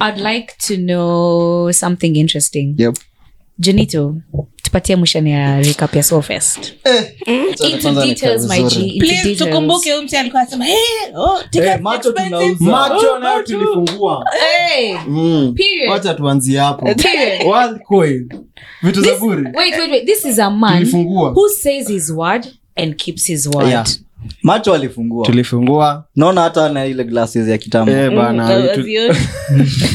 Speaker 2: I'd like to know something interesting.
Speaker 5: Yep.
Speaker 2: Junito, tupatie mwishani ya recap ya Solfest. Into
Speaker 5: kwanza nikae
Speaker 2: details, my
Speaker 5: vizuri.
Speaker 2: G, into
Speaker 4: Please,
Speaker 2: details.
Speaker 4: tukumbuke huyu msi alikuwa asema "Eh, oh, tickets
Speaker 3: Eh, macho
Speaker 4: expensive."
Speaker 3: tunauza.
Speaker 5: macho nayo tulifungua
Speaker 2: Eh,
Speaker 5: Mm.
Speaker 2: Period.
Speaker 5: wacha tuanzie hapo
Speaker 2: Period.
Speaker 5: Worldcoin. vitu za bure
Speaker 2: Wait, wait, wait. This is a man
Speaker 5: Tulifungua.
Speaker 2: who says his word and keeps his word.
Speaker 5: Yeah.
Speaker 3: macho alifungua
Speaker 5: tulifungua
Speaker 3: naona hata na ile glasses ya kitambo
Speaker 5: eh, bana
Speaker 2: uh,
Speaker 4: Mm,
Speaker 5: tu-
Speaker 4: hazioni.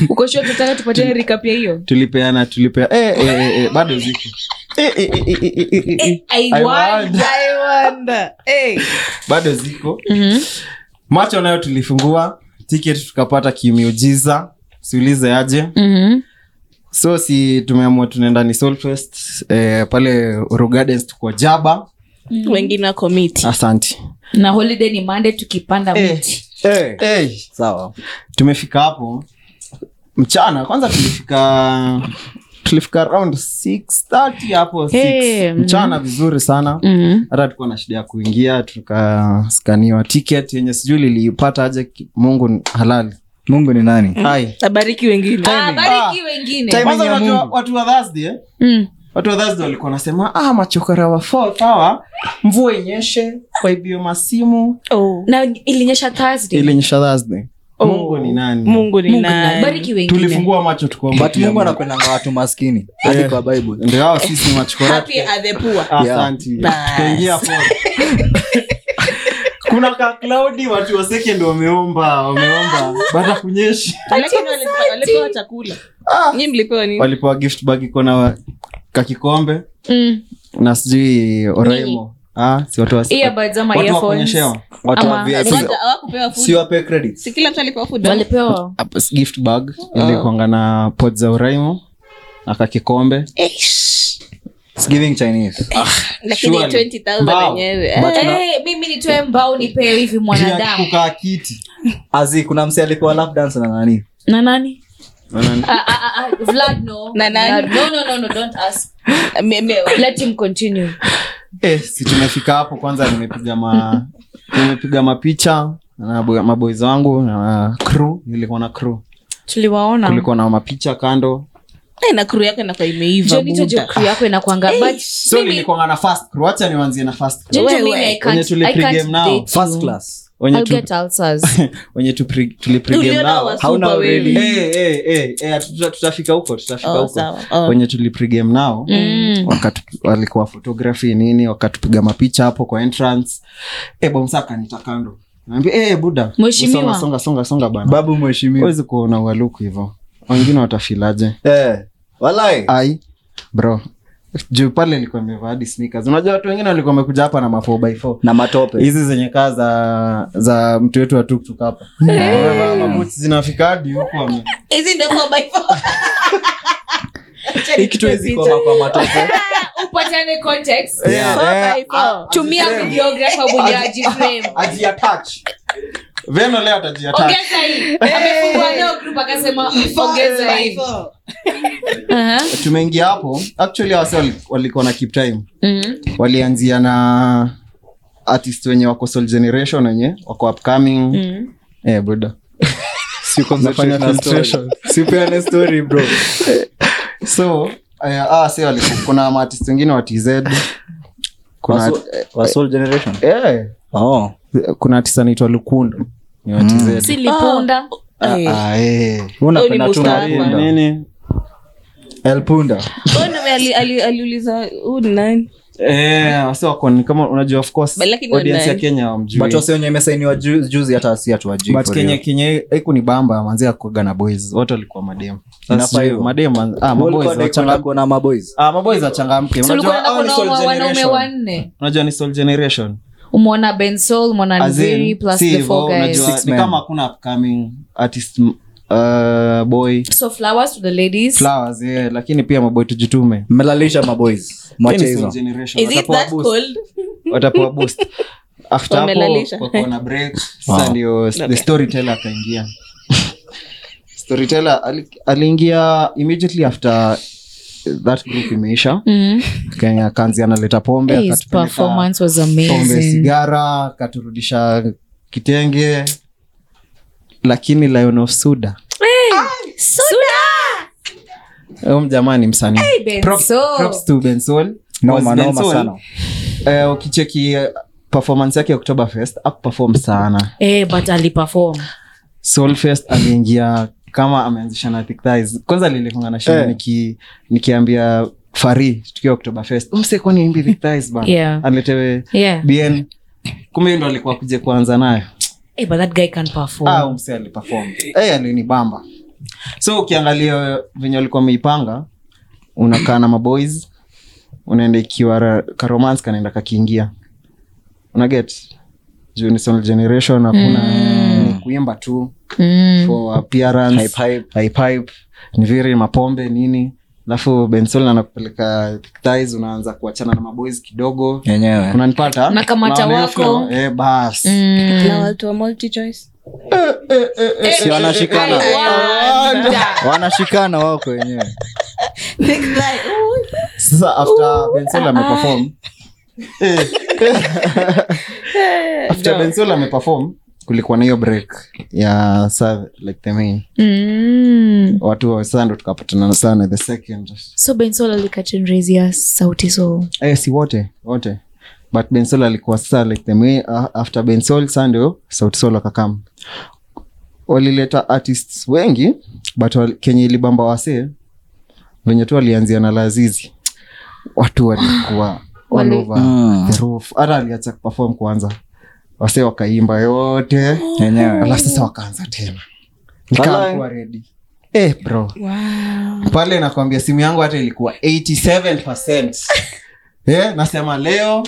Speaker 2: uko sure tutaka tupatie recap ya hiyo
Speaker 5: tulipeana tulipea eh, eh, eh, eh, bado ziko eh, eh, eh, eh, eh, eh, eh, eh.
Speaker 2: I
Speaker 5: I
Speaker 2: want-
Speaker 5: wonder.
Speaker 4: Eh,
Speaker 5: bado ziko
Speaker 2: Mm-hmm.
Speaker 5: macho nayo tulifungua tiketi tukapata kimiujiza siulize aje
Speaker 2: Mhm.
Speaker 5: so si tumeamua tunaenda ni Solfest, eh, pale Uru Gardens tuko jaba
Speaker 4: wengine wako miti
Speaker 5: asante
Speaker 2: na holiday ni mande tukipanda mti
Speaker 5: eh. Eh.
Speaker 3: sawa
Speaker 5: tumefika hapo mchana kwanza tulifika tulifika around 6:30 hapo
Speaker 2: Eh,
Speaker 5: 6. mchana vizuri sana
Speaker 2: Mhm.
Speaker 5: hata tukuwa na shida ya kuingia tukaskaniwa ticket yenye sijui liliipata aje ki- mungu ni halali
Speaker 3: mungu ni nani
Speaker 5: Ai.
Speaker 4: tabariki wengine
Speaker 2: Ah, bariki
Speaker 5: Ah.
Speaker 2: wengine
Speaker 5: Kwanza
Speaker 3: ya
Speaker 5: unajua
Speaker 3: Mungu.
Speaker 5: watu wa Thursday, eh?
Speaker 2: Mm.
Speaker 5: watu wa Thursday walikuwa wanasema ah, machokora wa four power mvua inyeshe waibio masimu
Speaker 4: Oh.
Speaker 2: na ilinyesha Thursday.
Speaker 5: ilinyesha Thursday Oh, mungu ni nani
Speaker 4: mungu ni
Speaker 2: Mungu na-
Speaker 4: nani
Speaker 2: bariki wengine
Speaker 5: tulifungua macho tukuwa
Speaker 3: but mungu anapendanga watu maskini
Speaker 5: Eh.
Speaker 3: hadi kwa bible
Speaker 5: ndio hao sisi machokora
Speaker 4: Happy are the poor.
Speaker 5: Ah. Asante.
Speaker 4: Bas.
Speaker 5: Tukaingia
Speaker 4: [LAUGHS]
Speaker 5: form. kuna kaklaudi watu wa second wameomba wameomba baada kunyeshi
Speaker 4: Lakini walipewa- walipewa chakula Nyinyi mlipewa nini?
Speaker 5: walipewa gift bag iko na kakikombe
Speaker 2: Mm.
Speaker 5: na sijui oraimo ah, si watu wa-
Speaker 2: Earbuds ama
Speaker 5: watu wa
Speaker 2: earphones.
Speaker 5: kuonyeshewa.
Speaker 3: watu wa
Speaker 2: Ama-
Speaker 3: VIP.
Speaker 4: Kwanza hawakupewa food.
Speaker 3: si wape credits
Speaker 4: Si kila mtu alipewa food.
Speaker 2: walipewa
Speaker 5: Hapo si uh, gift bag ilikuanga na pod za uraimo na kakikombe
Speaker 4: Eh,
Speaker 3: It's giving chinese
Speaker 4: Lakini
Speaker 5: Surely.
Speaker 4: 20,000
Speaker 5: Mbao.
Speaker 4: wenyewe.
Speaker 5: But
Speaker 4: Eh,
Speaker 5: tuna-
Speaker 2: Eh, mimi nitoe mbao nipewe hivi
Speaker 5: Juu ya
Speaker 2: mwanadamu
Speaker 5: kukaa kiti
Speaker 3: azi kuna msi alipewa lap dance na nani
Speaker 2: na nani
Speaker 5: Unaona?
Speaker 2: Ah, ah, ah, ah, Vlad no
Speaker 4: Na nani?
Speaker 2: Vlad, no no no no don't ask
Speaker 4: me- me-
Speaker 2: let him continue
Speaker 5: eh, si tumefika hapo kwanza nimepiga ma nimepiga mapicha na bo- maboys wangu na crew nilikuwa na crew
Speaker 2: tuliwaona
Speaker 5: kulikuwa na mapicha kando
Speaker 4: Eh, na crew yako inakuwa imeiva Oh,
Speaker 2: Jonito
Speaker 4: buda.
Speaker 2: jokri yako inakwanga but
Speaker 5: so nilikuwanga na first crew wacha niwanzie na first crew
Speaker 2: Jonito
Speaker 4: Wewe,
Speaker 2: mimi I
Speaker 5: wenye
Speaker 2: can't I
Speaker 5: tulipigame
Speaker 2: can't
Speaker 5: nao
Speaker 2: date
Speaker 3: first class
Speaker 5: wenye
Speaker 2: I'll
Speaker 5: tu-
Speaker 2: get ulcers. [LAUGHS]
Speaker 5: wenye tu pre- tuliprigame
Speaker 4: Uliona
Speaker 5: nao
Speaker 4: wasupa
Speaker 5: hauna
Speaker 4: wewe.
Speaker 5: already. Eh, eh, eh, eh, tuta- tutafika huko tutafika
Speaker 4: Oh,
Speaker 5: huko
Speaker 4: sawa. Oh.
Speaker 5: wenye tuliprigame nao
Speaker 2: Mm.
Speaker 5: wakatu- walikuwa photography nini wakatupiga mapicha hapo kwa entrance e, bomsa akanita kando naambia e, buda
Speaker 2: Mheshimiwa.
Speaker 5: songa, songa, songa, songa bana
Speaker 3: babu mheshimiwa
Speaker 5: huwezi kuona ualuku hivo wengine watafilaje
Speaker 3: eh, walai
Speaker 5: ai bro juu pale ilikuwa imevaa hadi sneakers unajua watu wengine walikuwa wamekuja hapa na ma 4x4
Speaker 3: na matope
Speaker 5: hizi zenye kaa za za mtu wetu wa tuktuk hapa Wamevaa mabuti zinafika hadi huku wame-
Speaker 4: hizi ndio four by four. Acha
Speaker 3: Hii kitu
Speaker 4: nipige
Speaker 3: hizi
Speaker 4: picha.
Speaker 3: kwa kwa [LAUGHS] matope
Speaker 2: upatane context
Speaker 5: Yeah.
Speaker 4: Four
Speaker 5: Eh,
Speaker 4: by
Speaker 2: Ah,
Speaker 4: four.
Speaker 2: tumia videographer mwenye ajiframe
Speaker 5: ajiatach veno leo atajiatach
Speaker 2: ongeza hii amefungua leo group akasema ongeza Eh. hii Aha.
Speaker 5: tumeingia hapo actually hawase wali- walikuwa na keep time
Speaker 2: Mhm.
Speaker 5: walianzia na artist wenye wako soul generation wenye wako upcoming
Speaker 2: Mhm.
Speaker 3: [LAUGHS]
Speaker 5: eh, buda
Speaker 3: Nafanya filtration.
Speaker 5: Sipeane story, bro. so eh, ah, si waliku- kuna maartist wengine wa tz kuna
Speaker 3: Waso- wa soul generation
Speaker 5: eh,
Speaker 3: oh
Speaker 5: kuna artist anaitwa lukundo ni wa tz
Speaker 2: si lipunda
Speaker 3: Mm.
Speaker 4: Eh.
Speaker 5: Ah, eh.
Speaker 3: unapenda tu
Speaker 4: Mustafa.
Speaker 5: Punda.
Speaker 3: mapunda
Speaker 5: Nini? elpunda
Speaker 4: Bwana ali- ali- aliuliza huu ni nani
Speaker 5: Eh, wasi wako ni kama unajua of course
Speaker 4: But lakini
Speaker 5: audience ya
Speaker 4: online.
Speaker 5: kenya wamjui
Speaker 3: but wase wenye imesainiwa ju- juzi hata si hatuwajui
Speaker 5: but
Speaker 3: for
Speaker 5: kenya
Speaker 3: real.
Speaker 5: kenya haiku ni bamba manzi akuaga na boys wote walikuwa mademu Sasa
Speaker 3: Inafaa
Speaker 5: sijui,
Speaker 3: hivyo.
Speaker 5: mademu man- ah,
Speaker 3: Walikuwa
Speaker 5: maboys
Speaker 3: wanataka
Speaker 5: wachanga-
Speaker 3: kuona maboys
Speaker 5: ah, maboys wachangamke
Speaker 2: tulikuwa
Speaker 5: unajua hao ni soul
Speaker 2: naona wanaume
Speaker 5: generation.
Speaker 2: wanne
Speaker 5: unajua ni soul generation
Speaker 2: umwona bensol mwona
Speaker 5: As in,
Speaker 2: nziri plus
Speaker 5: si
Speaker 2: the
Speaker 5: hivyo,
Speaker 2: four guys
Speaker 5: unajua,
Speaker 3: Six
Speaker 5: ni
Speaker 3: men.
Speaker 5: kama hakuna upcoming artist uh, boy
Speaker 2: so flowers to the ladies
Speaker 5: flowers yeah, lakini pia maboy tujitume
Speaker 3: mmelalisha maboys
Speaker 5: Hii
Speaker 3: mwache
Speaker 5: ni soul
Speaker 3: hizo
Speaker 5: generation.
Speaker 4: is it
Speaker 5: Watapewa
Speaker 4: that
Speaker 5: boost.
Speaker 4: cold
Speaker 5: watapewa boost after hapo
Speaker 4: Wamelalisha.
Speaker 5: kwa kuona break sasa
Speaker 3: Wow.
Speaker 5: ndio the storyteller akaingia [LAUGHS] storyteller ali- aliingia immediately after that group imeisha
Speaker 2: Mhm.
Speaker 5: Kenya akaanzia analeta pombe
Speaker 2: His
Speaker 5: akatupeleka
Speaker 2: performance was
Speaker 5: pombe
Speaker 2: amazing
Speaker 5: sigara akaturudisha kitenge lakini lion of suda Eh, huyu mjamaa ni msanii Props-
Speaker 2: Bensol.
Speaker 5: props to Bensol.
Speaker 3: noma
Speaker 5: Was
Speaker 3: noma
Speaker 5: Bensol,
Speaker 3: sana
Speaker 5: eh, ukicheki eh, performance yake ya oktoberfest akupefom sana
Speaker 2: Eh, but aliperform
Speaker 5: soulfest aliingia kama ameanzisha na Thick Thighs. kwanza lilikunga na shida
Speaker 3: Eh.
Speaker 5: niki, nikiambia fari tukiwa oktoberfest mse kwani imbi Thick Thighs bana
Speaker 2: Yeah.
Speaker 5: aletewe
Speaker 2: yeah
Speaker 5: bn kumbe ndo alikuwa kuja kuanza nayo
Speaker 2: eh, but that guy can perform
Speaker 5: Ah, huyu mse aliperform eh alini bamba so ukiangalia venye walikuwa wameipanga unakaa na maboys unaenda ikiwa ra- karomance kanaenda kakiingia unaget juu ni sound generation hakuna ni kuimba tu
Speaker 2: mm.
Speaker 5: for appearance
Speaker 3: Hype, hype.
Speaker 5: Hype, hype. ni viri mapombe nini alafu bensol anakupeleka Thick Thighs, unaanza kuachana na maboys kidogo
Speaker 3: yenyewe
Speaker 5: unanipata
Speaker 2: Unakamata
Speaker 5: Unaona hiyo
Speaker 2: wako. Mm.
Speaker 5: flow? eh, bas
Speaker 2: Mm-hmm.
Speaker 5: Mm.
Speaker 4: na watu wa multi choice
Speaker 3: si wanashikana
Speaker 4: Wanda.
Speaker 3: wanashikana wako wenyewe
Speaker 4: Think that- Ooh.
Speaker 5: sasa after bensola ameperform after bensola ameperform kulikuwa na hiyo break ya serve, like the main
Speaker 2: Mm.
Speaker 5: watu wa sasa ndo tukapatana sana the second
Speaker 2: so bensol alikachenrezia sauti so
Speaker 5: eh, si wote wote but bensol alikuwa sasa like the main uh, after bensol sasa ndio sauti sol akakam walileta artists wengi but wal- kenya ilibamba wasee venye tu walianzia na lazizi watu walikuwa all
Speaker 2: Wali-
Speaker 5: over
Speaker 3: Mm.
Speaker 5: the roof. hata aliacha kuperform kwanza wasee wakaimba yote [LAUGHS]
Speaker 3: yenyewe
Speaker 5: alafu sasa wakaanza tena
Speaker 3: Walai.
Speaker 5: nikakuwa redi eh, bro pale nakwambia simu yangu hata ilikuwa 87 eh, nasema leo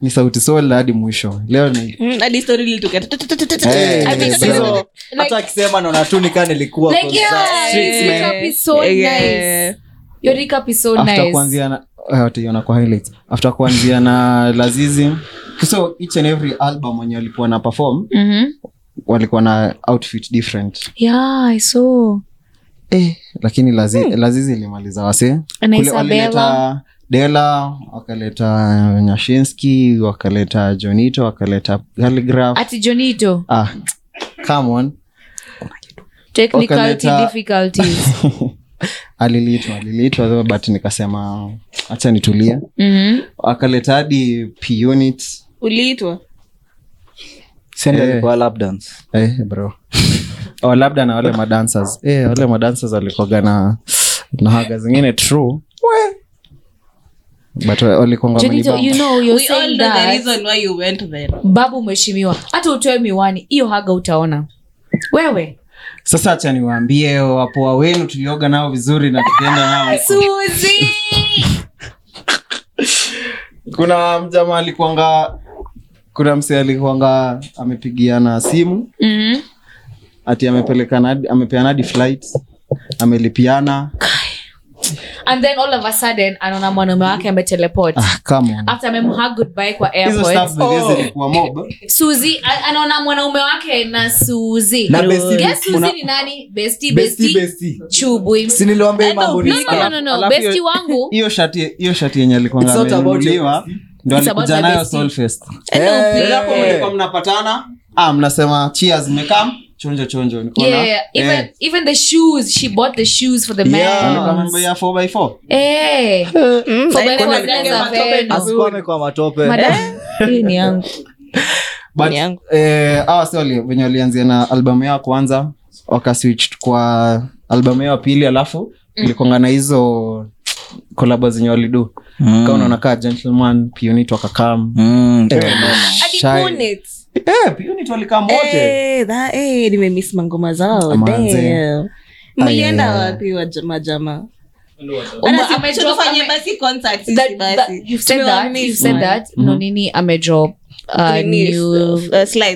Speaker 5: ni sauti sol hadi mwisho leo ni
Speaker 4: Mm, hadi story ilitokea.
Speaker 5: Eh,
Speaker 4: I think
Speaker 5: eh,
Speaker 4: so.
Speaker 5: bro.
Speaker 3: hata akisema naona tu nikaa nilikuwa
Speaker 2: Like, yeah,
Speaker 4: Streets,
Speaker 2: your
Speaker 4: man.
Speaker 2: recap is so
Speaker 4: Yeah.
Speaker 2: nice. Your recap is so
Speaker 5: after
Speaker 2: Oh, nice.
Speaker 5: kuanzia na eh, wataiona kwa highlights after kuanzia na [LAUGHS] lazizi so each and every album wenye walikuwa na perform
Speaker 2: Mhm.
Speaker 5: walikuwa na outfit different
Speaker 2: Yeah, I saw.
Speaker 5: eh, lakini lazi,
Speaker 2: Hmm.
Speaker 5: lazizi ilimaliza wase
Speaker 2: Na
Speaker 5: Kule
Speaker 2: Isabella.
Speaker 5: walileta dela wakaleta uh, nyashinski wakaleta jonito wakaleta Galligraph.
Speaker 2: Ati Jonito,
Speaker 5: ah, come on
Speaker 2: technicality
Speaker 5: Wakaleta- [LAUGHS]
Speaker 2: difficulties.
Speaker 5: aliliitwa aliliitwa but nikasema hacha nitulie
Speaker 2: Mhm.
Speaker 5: akaleta hadi punit
Speaker 4: uliitwa
Speaker 3: Sende
Speaker 5: Eh.
Speaker 3: alikuwa lap dance.
Speaker 5: eh, bro Au labda na wale madancers eh, wale madancers walikuwaga na na haga zingine true but walikuwa
Speaker 2: Jonito, you know, you're
Speaker 4: We all
Speaker 2: saying
Speaker 4: know the
Speaker 2: that.
Speaker 4: reason why you went there.
Speaker 2: babu mheshimiwa hata utoe miwani hiyo haga utaona wewe
Speaker 12: sasa acha niwaambie wapoa wenu tulioga nao vizuri na tukienda
Speaker 2: [LAUGHS]
Speaker 12: nao huko.
Speaker 2: suzi
Speaker 5: kuna mjamaa alikuanga kuna msee alikuanga amepigiana simu
Speaker 2: mm.
Speaker 5: ati amepelekana hadi- amepeana hadi flight amelipiana
Speaker 2: and then all of a sudden anaona mwanaume wake ameteleport
Speaker 5: ah, come on.
Speaker 2: after amemha goodbye kwa
Speaker 5: hizo staff
Speaker 2: airport
Speaker 5: zenyewe zilikuwa mob
Speaker 2: suzi a- anaona mwanaume wake na suzi
Speaker 3: Na bestie,
Speaker 2: Guess suzi
Speaker 3: una-
Speaker 2: ni nani besti
Speaker 3: Besti,
Speaker 2: besti
Speaker 3: besti.
Speaker 2: chubwi
Speaker 3: Si niliwaambia hii mambo ni
Speaker 2: No, no, no,
Speaker 3: scam.
Speaker 2: no, no.
Speaker 5: Alafu
Speaker 2: Besti
Speaker 5: hiyo-
Speaker 2: wangu-
Speaker 5: [LAUGHS] hiyo shati hiyo shati yenye
Speaker 3: It's
Speaker 5: alikuwa
Speaker 3: not about
Speaker 5: amenunuliwa ndo
Speaker 2: It's about
Speaker 5: alikuja
Speaker 2: my
Speaker 5: nayo
Speaker 2: bestie.
Speaker 5: Solfest
Speaker 3: Eh,
Speaker 12: Mlikuwa mnapatana
Speaker 5: ah mnasema cheers mmekam
Speaker 12: chonjo chonjo niko na-
Speaker 2: yeah even
Speaker 12: Eh.
Speaker 2: even the shoes she bought the shoes for the man
Speaker 5: Eh. alikuwa mambo ya 4x4
Speaker 2: Eh. For my
Speaker 4: Kwani
Speaker 2: father's
Speaker 4: alikuwa
Speaker 2: affair.
Speaker 3: asikuwa amekuwa matope.
Speaker 2: Madam, hii ni yangu
Speaker 5: but
Speaker 4: Ni yangu.
Speaker 5: eh, hawa si wali- wenye walianzia na albamu yao kwanza wakaswitch kwa albamu yao pili
Speaker 4: Mm.
Speaker 5: alafu ilikuanga na hizo kolaba zenye walidu
Speaker 3: Mm.
Speaker 5: kaa unaona kaa gentleman pionit wakakam
Speaker 3: Mm.
Speaker 5: Eh, Pionit walikaa wote
Speaker 4: Eh, that- eh, nimemiss mangoma zao
Speaker 5: Manze.
Speaker 4: damn.
Speaker 5: Aya.
Speaker 4: mlienda wapi wajamajama
Speaker 2: Ume- ame drop- ame- that- that- you've said that, you've said that. No, nini amedrop uh, new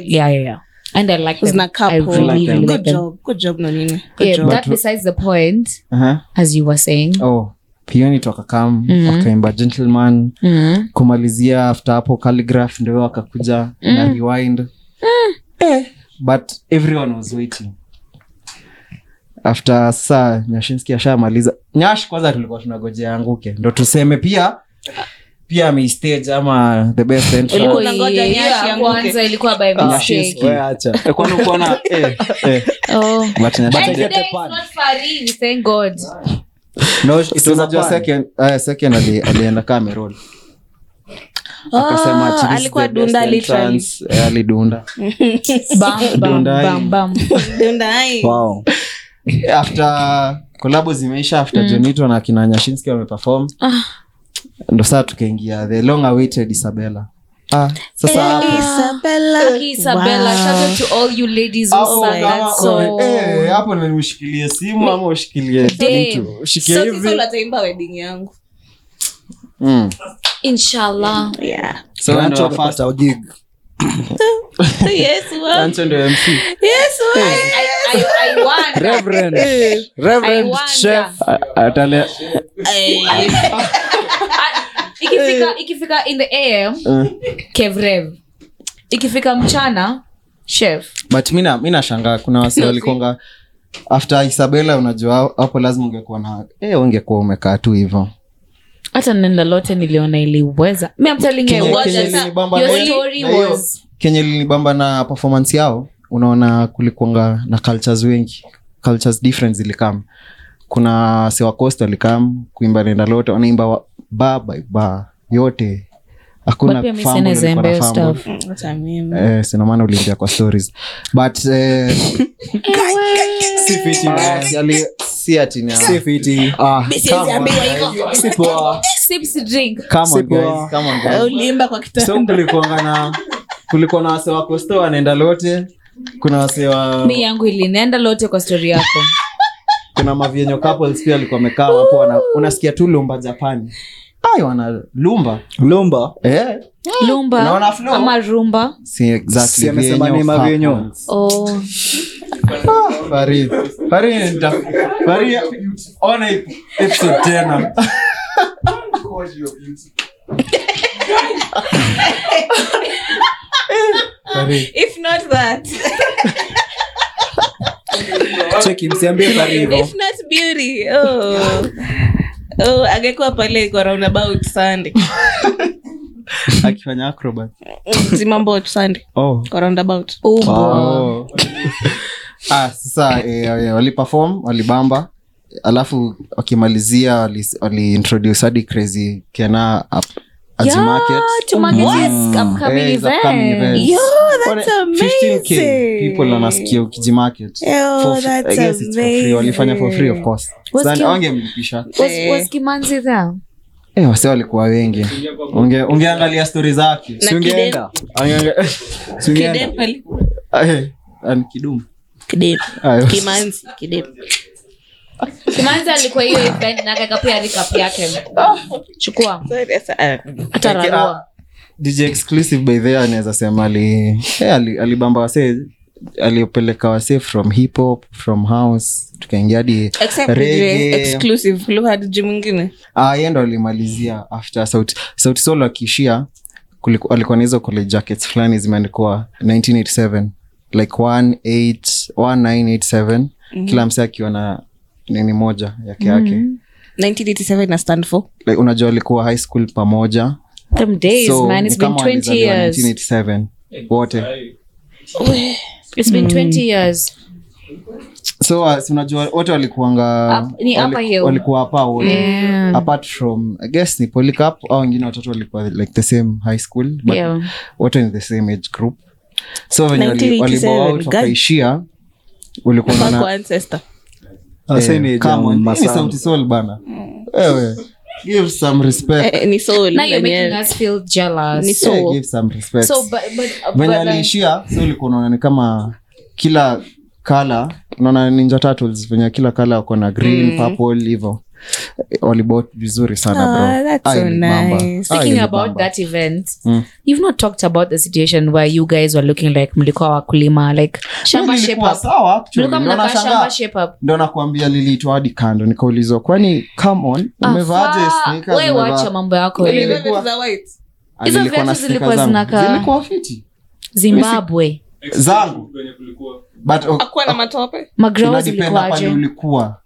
Speaker 2: yeah yeah yeah and i like them
Speaker 4: zina
Speaker 2: i
Speaker 4: couple.
Speaker 2: really really like
Speaker 4: Good
Speaker 2: them
Speaker 4: job, good job, Nonini. Good
Speaker 2: yeah
Speaker 4: job.
Speaker 2: that besides the point
Speaker 5: uh-huh.
Speaker 2: as you were saying
Speaker 5: oh pionit wakakam
Speaker 2: Mhm.
Speaker 5: wakaimba gentleman
Speaker 2: mm.
Speaker 5: kumalizia after hapo calligraph ndio wakakuja na
Speaker 4: Mm.
Speaker 5: rewind eh, but everyone was waiting after saa nyashinski ashamaliza nyash kwanza tulikuwa tunagojea anguke ndo tuseme pia pia ameistage ama the best entrance.
Speaker 4: Ulikuwa unangoja nyashi
Speaker 2: Yeah,
Speaker 4: yanguke.
Speaker 2: kwanza ilikuwa by
Speaker 5: Ah,
Speaker 2: mistake
Speaker 5: Nyashinski.
Speaker 3: Wewe acha.
Speaker 5: Kwani uko na- eh, eh,
Speaker 2: oh
Speaker 5: but Nyash-
Speaker 2: And
Speaker 3: get
Speaker 2: today
Speaker 3: the
Speaker 2: is
Speaker 3: pun.
Speaker 2: not Farid, thank God.
Speaker 5: No, it was
Speaker 3: Japan.
Speaker 5: a second- eh, second ali- alienda kaa amerol akasema
Speaker 4: Ah,
Speaker 5: "This is
Speaker 4: alikuwa
Speaker 5: the best
Speaker 4: dunda literally.
Speaker 5: entrance." Eh, alidunda
Speaker 2: Bam, bam,
Speaker 5: Don't die.
Speaker 2: bam, bam.
Speaker 4: Dunda, ai.
Speaker 3: Wow.
Speaker 5: after kolabo zimeisha after mm. jonito na kina nyashinski wameperform ndo saa tukaingia the long awaited isabela ah, sasa hapo-
Speaker 4: Eh, Isabella.
Speaker 2: Lucky Eh, Isabella,
Speaker 4: Wow.
Speaker 2: shout out to all you ladies who
Speaker 5: hapo
Speaker 2: sang
Speaker 5: kama-
Speaker 2: that song.
Speaker 5: eh, hapo nani ushikilie simu ama ushikilie
Speaker 2: Damn.
Speaker 5: mtu? ushikie
Speaker 4: So, sisi
Speaker 5: hivi
Speaker 4: wataimba wedding yangu.
Speaker 5: Mm.
Speaker 2: Inshallah. [LAUGHS]
Speaker 4: Yeah.
Speaker 5: So
Speaker 3: Rancho
Speaker 5: ndo first-
Speaker 3: amepata gig.
Speaker 4: Yes, wow.
Speaker 5: Rancho ndo MC.
Speaker 4: Yes, wow.
Speaker 2: I, I, I won.
Speaker 3: Reverend.
Speaker 2: I
Speaker 3: Reverend
Speaker 2: wonder.
Speaker 3: Chef.
Speaker 5: A- atale-
Speaker 4: Eh,
Speaker 2: Ah, ikifika ikifika in the am
Speaker 5: eh.
Speaker 2: kevrev ikifika mchana chef
Speaker 5: but mina mi nashangaa kuna wasi walikonga after isabela unajua hapo lazima ungekuwa na eh, ungekuwa umekaa tu hivo
Speaker 2: hata nenda lote niliona iliweza mi
Speaker 5: Kenya- Kenya ilinibamba na hiyo- na hiyo- kenya linibamba na performance yao unaona kulikuanga na cultures wengi cultures different zilikam kuna sewacost walikam kuimba nenda lote wanaimba wa- ba by ba yote
Speaker 2: But pia
Speaker 5: hakuna
Speaker 2: mi
Speaker 5: fumble
Speaker 2: sina
Speaker 5: walikuwa na
Speaker 2: zembe hiyo
Speaker 5: fumble.
Speaker 2: stuff.
Speaker 4: wacha mimi.
Speaker 5: Eh, sina maana uliingia kwa stories but eh, si fiti na- yali- si ati na-
Speaker 3: Si fiti.
Speaker 5: Ah,
Speaker 4: Mimi
Speaker 5: come
Speaker 4: siwezi
Speaker 5: on,
Speaker 4: ambiwa
Speaker 5: guys.
Speaker 4: hivyo.
Speaker 3: Si poa.
Speaker 2: sips drink
Speaker 5: Come on,
Speaker 3: Si poa.
Speaker 5: guys. Come on, guys.
Speaker 4: Eh, uliimba kwa kitanda.
Speaker 5: so kulikuanga na kulikuwa na wase wa kosto wanaenda lote kuna wase wa
Speaker 2: mi yangu ilinenda lote kwa stori yako
Speaker 5: kuna mavyenyo couples pia walikuwa wamekaa hapo wana, unasikia tu lumba japani ai wana lumba
Speaker 3: Lumba.
Speaker 5: eh,
Speaker 2: [GASPS] lumba
Speaker 5: Unaona flow?
Speaker 2: ama rumba
Speaker 5: si exactly
Speaker 3: Si amesema
Speaker 5: vyenyo
Speaker 3: ni mavyenyo.
Speaker 5: couples.
Speaker 2: oh.
Speaker 5: Ah, Fari. Fari nita- Fari, ona hii episode tena
Speaker 6: God, you're beautiful.
Speaker 5: Fari.
Speaker 4: If not that,
Speaker 3: Cheki msiambie Fari hivyo.
Speaker 4: if not beauty, oh. Oh, angekuwa pale kwa roundabout Sunday.
Speaker 5: akifanya acrobat
Speaker 4: Eh, Zimabout Sunday,
Speaker 5: oh.
Speaker 4: kwa roundabout.
Speaker 5: Oh. [LAUGHS] ah, sasa eh, eh, waliperform walibamba alafu wakimalizia waliintroduce wali waliintroduce hadi crazy kena up, azimarket
Speaker 2: to
Speaker 5: Mm.
Speaker 2: market is upcoming
Speaker 5: Eh,
Speaker 2: event.
Speaker 4: Yo, that's amazing.
Speaker 5: people wanasikia ukijimarket
Speaker 4: Yo,
Speaker 5: For f-
Speaker 4: that's
Speaker 5: I guess it's for free.
Speaker 4: amazing.
Speaker 5: walifanya for free of course
Speaker 2: Was
Speaker 5: Then
Speaker 2: Kim-
Speaker 5: wangemlipisha
Speaker 2: Was,
Speaker 4: Eh.
Speaker 2: was Kimanzi there?
Speaker 5: eh wase walikuwa wengi unge ungeangalia story zake
Speaker 4: Na
Speaker 5: si ungeenda Angeanga- [LAUGHS] si ungeenda
Speaker 4: Kidepe ali-
Speaker 5: Eh, and kidumu
Speaker 4: Kidepe.
Speaker 5: Ayo.
Speaker 4: Kimanzi, Kidepe.
Speaker 2: Kimanzi alikuwa hiyo event na kaka pia recap yake. Oh, Chukua hata
Speaker 5: Like,
Speaker 2: rarua.
Speaker 5: ah, dj exclusive by the way anaweza sema ali eh, ali- alibamba wasee alipeleka wasee from hip hop from house tukaingia hadi
Speaker 4: Except
Speaker 5: reggae.
Speaker 4: the exclusive lugha DJ mwingine
Speaker 5: Ah, yeye ndo alimalizia after sauti sauti solo akiishia kuliku- alikuwa na hizo college jackets fulani zimeandikwa 1987 like 18 1987
Speaker 2: Mhm.
Speaker 5: kila msee akiwa na nini moja yake yake
Speaker 4: 1987 na stand for
Speaker 5: like, unajua alikuwa high school pamoja
Speaker 2: Them days,
Speaker 5: so
Speaker 2: man, it's
Speaker 5: ni kama
Speaker 2: been 20
Speaker 5: walizaliwa
Speaker 2: years.
Speaker 5: 1987 wote
Speaker 2: It's
Speaker 5: Mm.
Speaker 2: been 20 years.
Speaker 5: so uh, si unajua wote walikuanga
Speaker 2: Up- ni
Speaker 5: wali-
Speaker 2: upper hill. Mm.
Speaker 5: walikuwa hapa wote
Speaker 2: Yeah.
Speaker 5: apart from i guess ni polycap au wengine watoto walikuwa like the same high school but
Speaker 2: Yeah.
Speaker 5: wote ni the same age group so venye wali-
Speaker 4: 1987,
Speaker 5: waliboa out
Speaker 4: guys.
Speaker 5: wakaishia ulikuwa
Speaker 4: Fuck
Speaker 5: unaona,
Speaker 4: our ancestor
Speaker 5: eh,
Speaker 3: Sasa Ah, ni
Speaker 5: come
Speaker 3: jamu,
Speaker 5: on, mimi
Speaker 3: masana.
Speaker 5: Sauti Sol bana
Speaker 2: Mm.
Speaker 5: wewe give some respect
Speaker 4: Eh, eh, ni soul
Speaker 2: Now you're
Speaker 4: yenyewe.
Speaker 2: making us feel jealous.
Speaker 4: Ni
Speaker 5: Yeah,
Speaker 4: soul
Speaker 5: give some respect
Speaker 2: So, but, but, but uh,
Speaker 5: venye
Speaker 2: like,
Speaker 5: aliishia so ulikuwa unaona ni kama kila kala unaona ninja turtles venye kila kala wako na green
Speaker 2: Mm.
Speaker 5: purple hivo Eh, walibot vizuri sana bro.
Speaker 4: Ah, that's
Speaker 5: Ah,
Speaker 4: so
Speaker 5: ilibamba.
Speaker 4: nice.
Speaker 5: Ah,
Speaker 2: speaking
Speaker 5: ilibamba.
Speaker 2: about that event
Speaker 5: Mm.
Speaker 2: you've not talked about the situation where you guys were looking like mlikuwa wakulima like shamba
Speaker 5: Mimi
Speaker 2: shape
Speaker 5: nilikuwa
Speaker 2: up
Speaker 5: sawa actually.
Speaker 2: mlikuwa
Speaker 5: Ndio
Speaker 2: mnakaa
Speaker 5: nashangaa.
Speaker 2: shamba shape up
Speaker 5: ndo nakuambia liliitwa hadi kando nikaulizwa kwani come on umevaaje
Speaker 2: Afaa,
Speaker 5: sneakers,
Speaker 2: we
Speaker 5: umevaa-
Speaker 2: wacha mambo yako
Speaker 5: Nilikuwa-
Speaker 2: wewe.
Speaker 5: Ilikuwa-
Speaker 4: Za white.
Speaker 5: Ah,
Speaker 2: hizo
Speaker 5: nilikuwa na
Speaker 2: viatu zilikuwa
Speaker 5: sneakers zangu.
Speaker 2: zinakaa-
Speaker 5: Zilikuwa fiti
Speaker 2: zimbabwe
Speaker 5: zangu but oh,
Speaker 4: Hakuwa na matope
Speaker 2: magrao
Speaker 5: inadependa pale
Speaker 2: zilikuwaje
Speaker 5: ulikuwa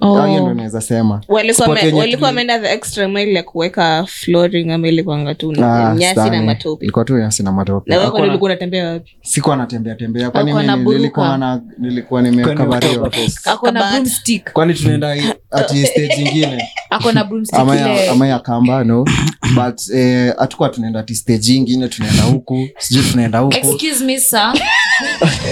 Speaker 2: Oh.
Speaker 5: Ah, hiyo ndo naweza sema
Speaker 4: Walikuwa
Speaker 5: Spot
Speaker 4: wame-
Speaker 5: yenye tuli-
Speaker 4: walikuwa wameenda the extra mile ya kuweka flooring ama ilikwanga tu na
Speaker 5: Ah,
Speaker 4: nyasi na
Speaker 5: stani.
Speaker 4: matope
Speaker 5: Ilikuwa tu nyasi na matope
Speaker 4: na wewe
Speaker 5: Hakuwa
Speaker 4: kwani
Speaker 5: na-
Speaker 4: ulikuwa unatembea wapi
Speaker 5: sikuwa natembea tembea kwani
Speaker 2: Hakuwa
Speaker 5: mimi
Speaker 2: na buruka.
Speaker 5: nilikuwa na nilikuwa nimekabariwa
Speaker 2: ako na
Speaker 4: Kabati.
Speaker 2: broomstick
Speaker 5: kwani tunaenda hii- ati
Speaker 4: [LAUGHS]
Speaker 5: stage ingine
Speaker 2: ako na broomstick
Speaker 5: ama ya,
Speaker 2: ile
Speaker 5: ama ya kambano but eh, hatukuwa tunaenda ati stage ingine tunaenda huku sijui tunaenda huku
Speaker 2: excuse me
Speaker 5: [LAUGHS]
Speaker 2: sir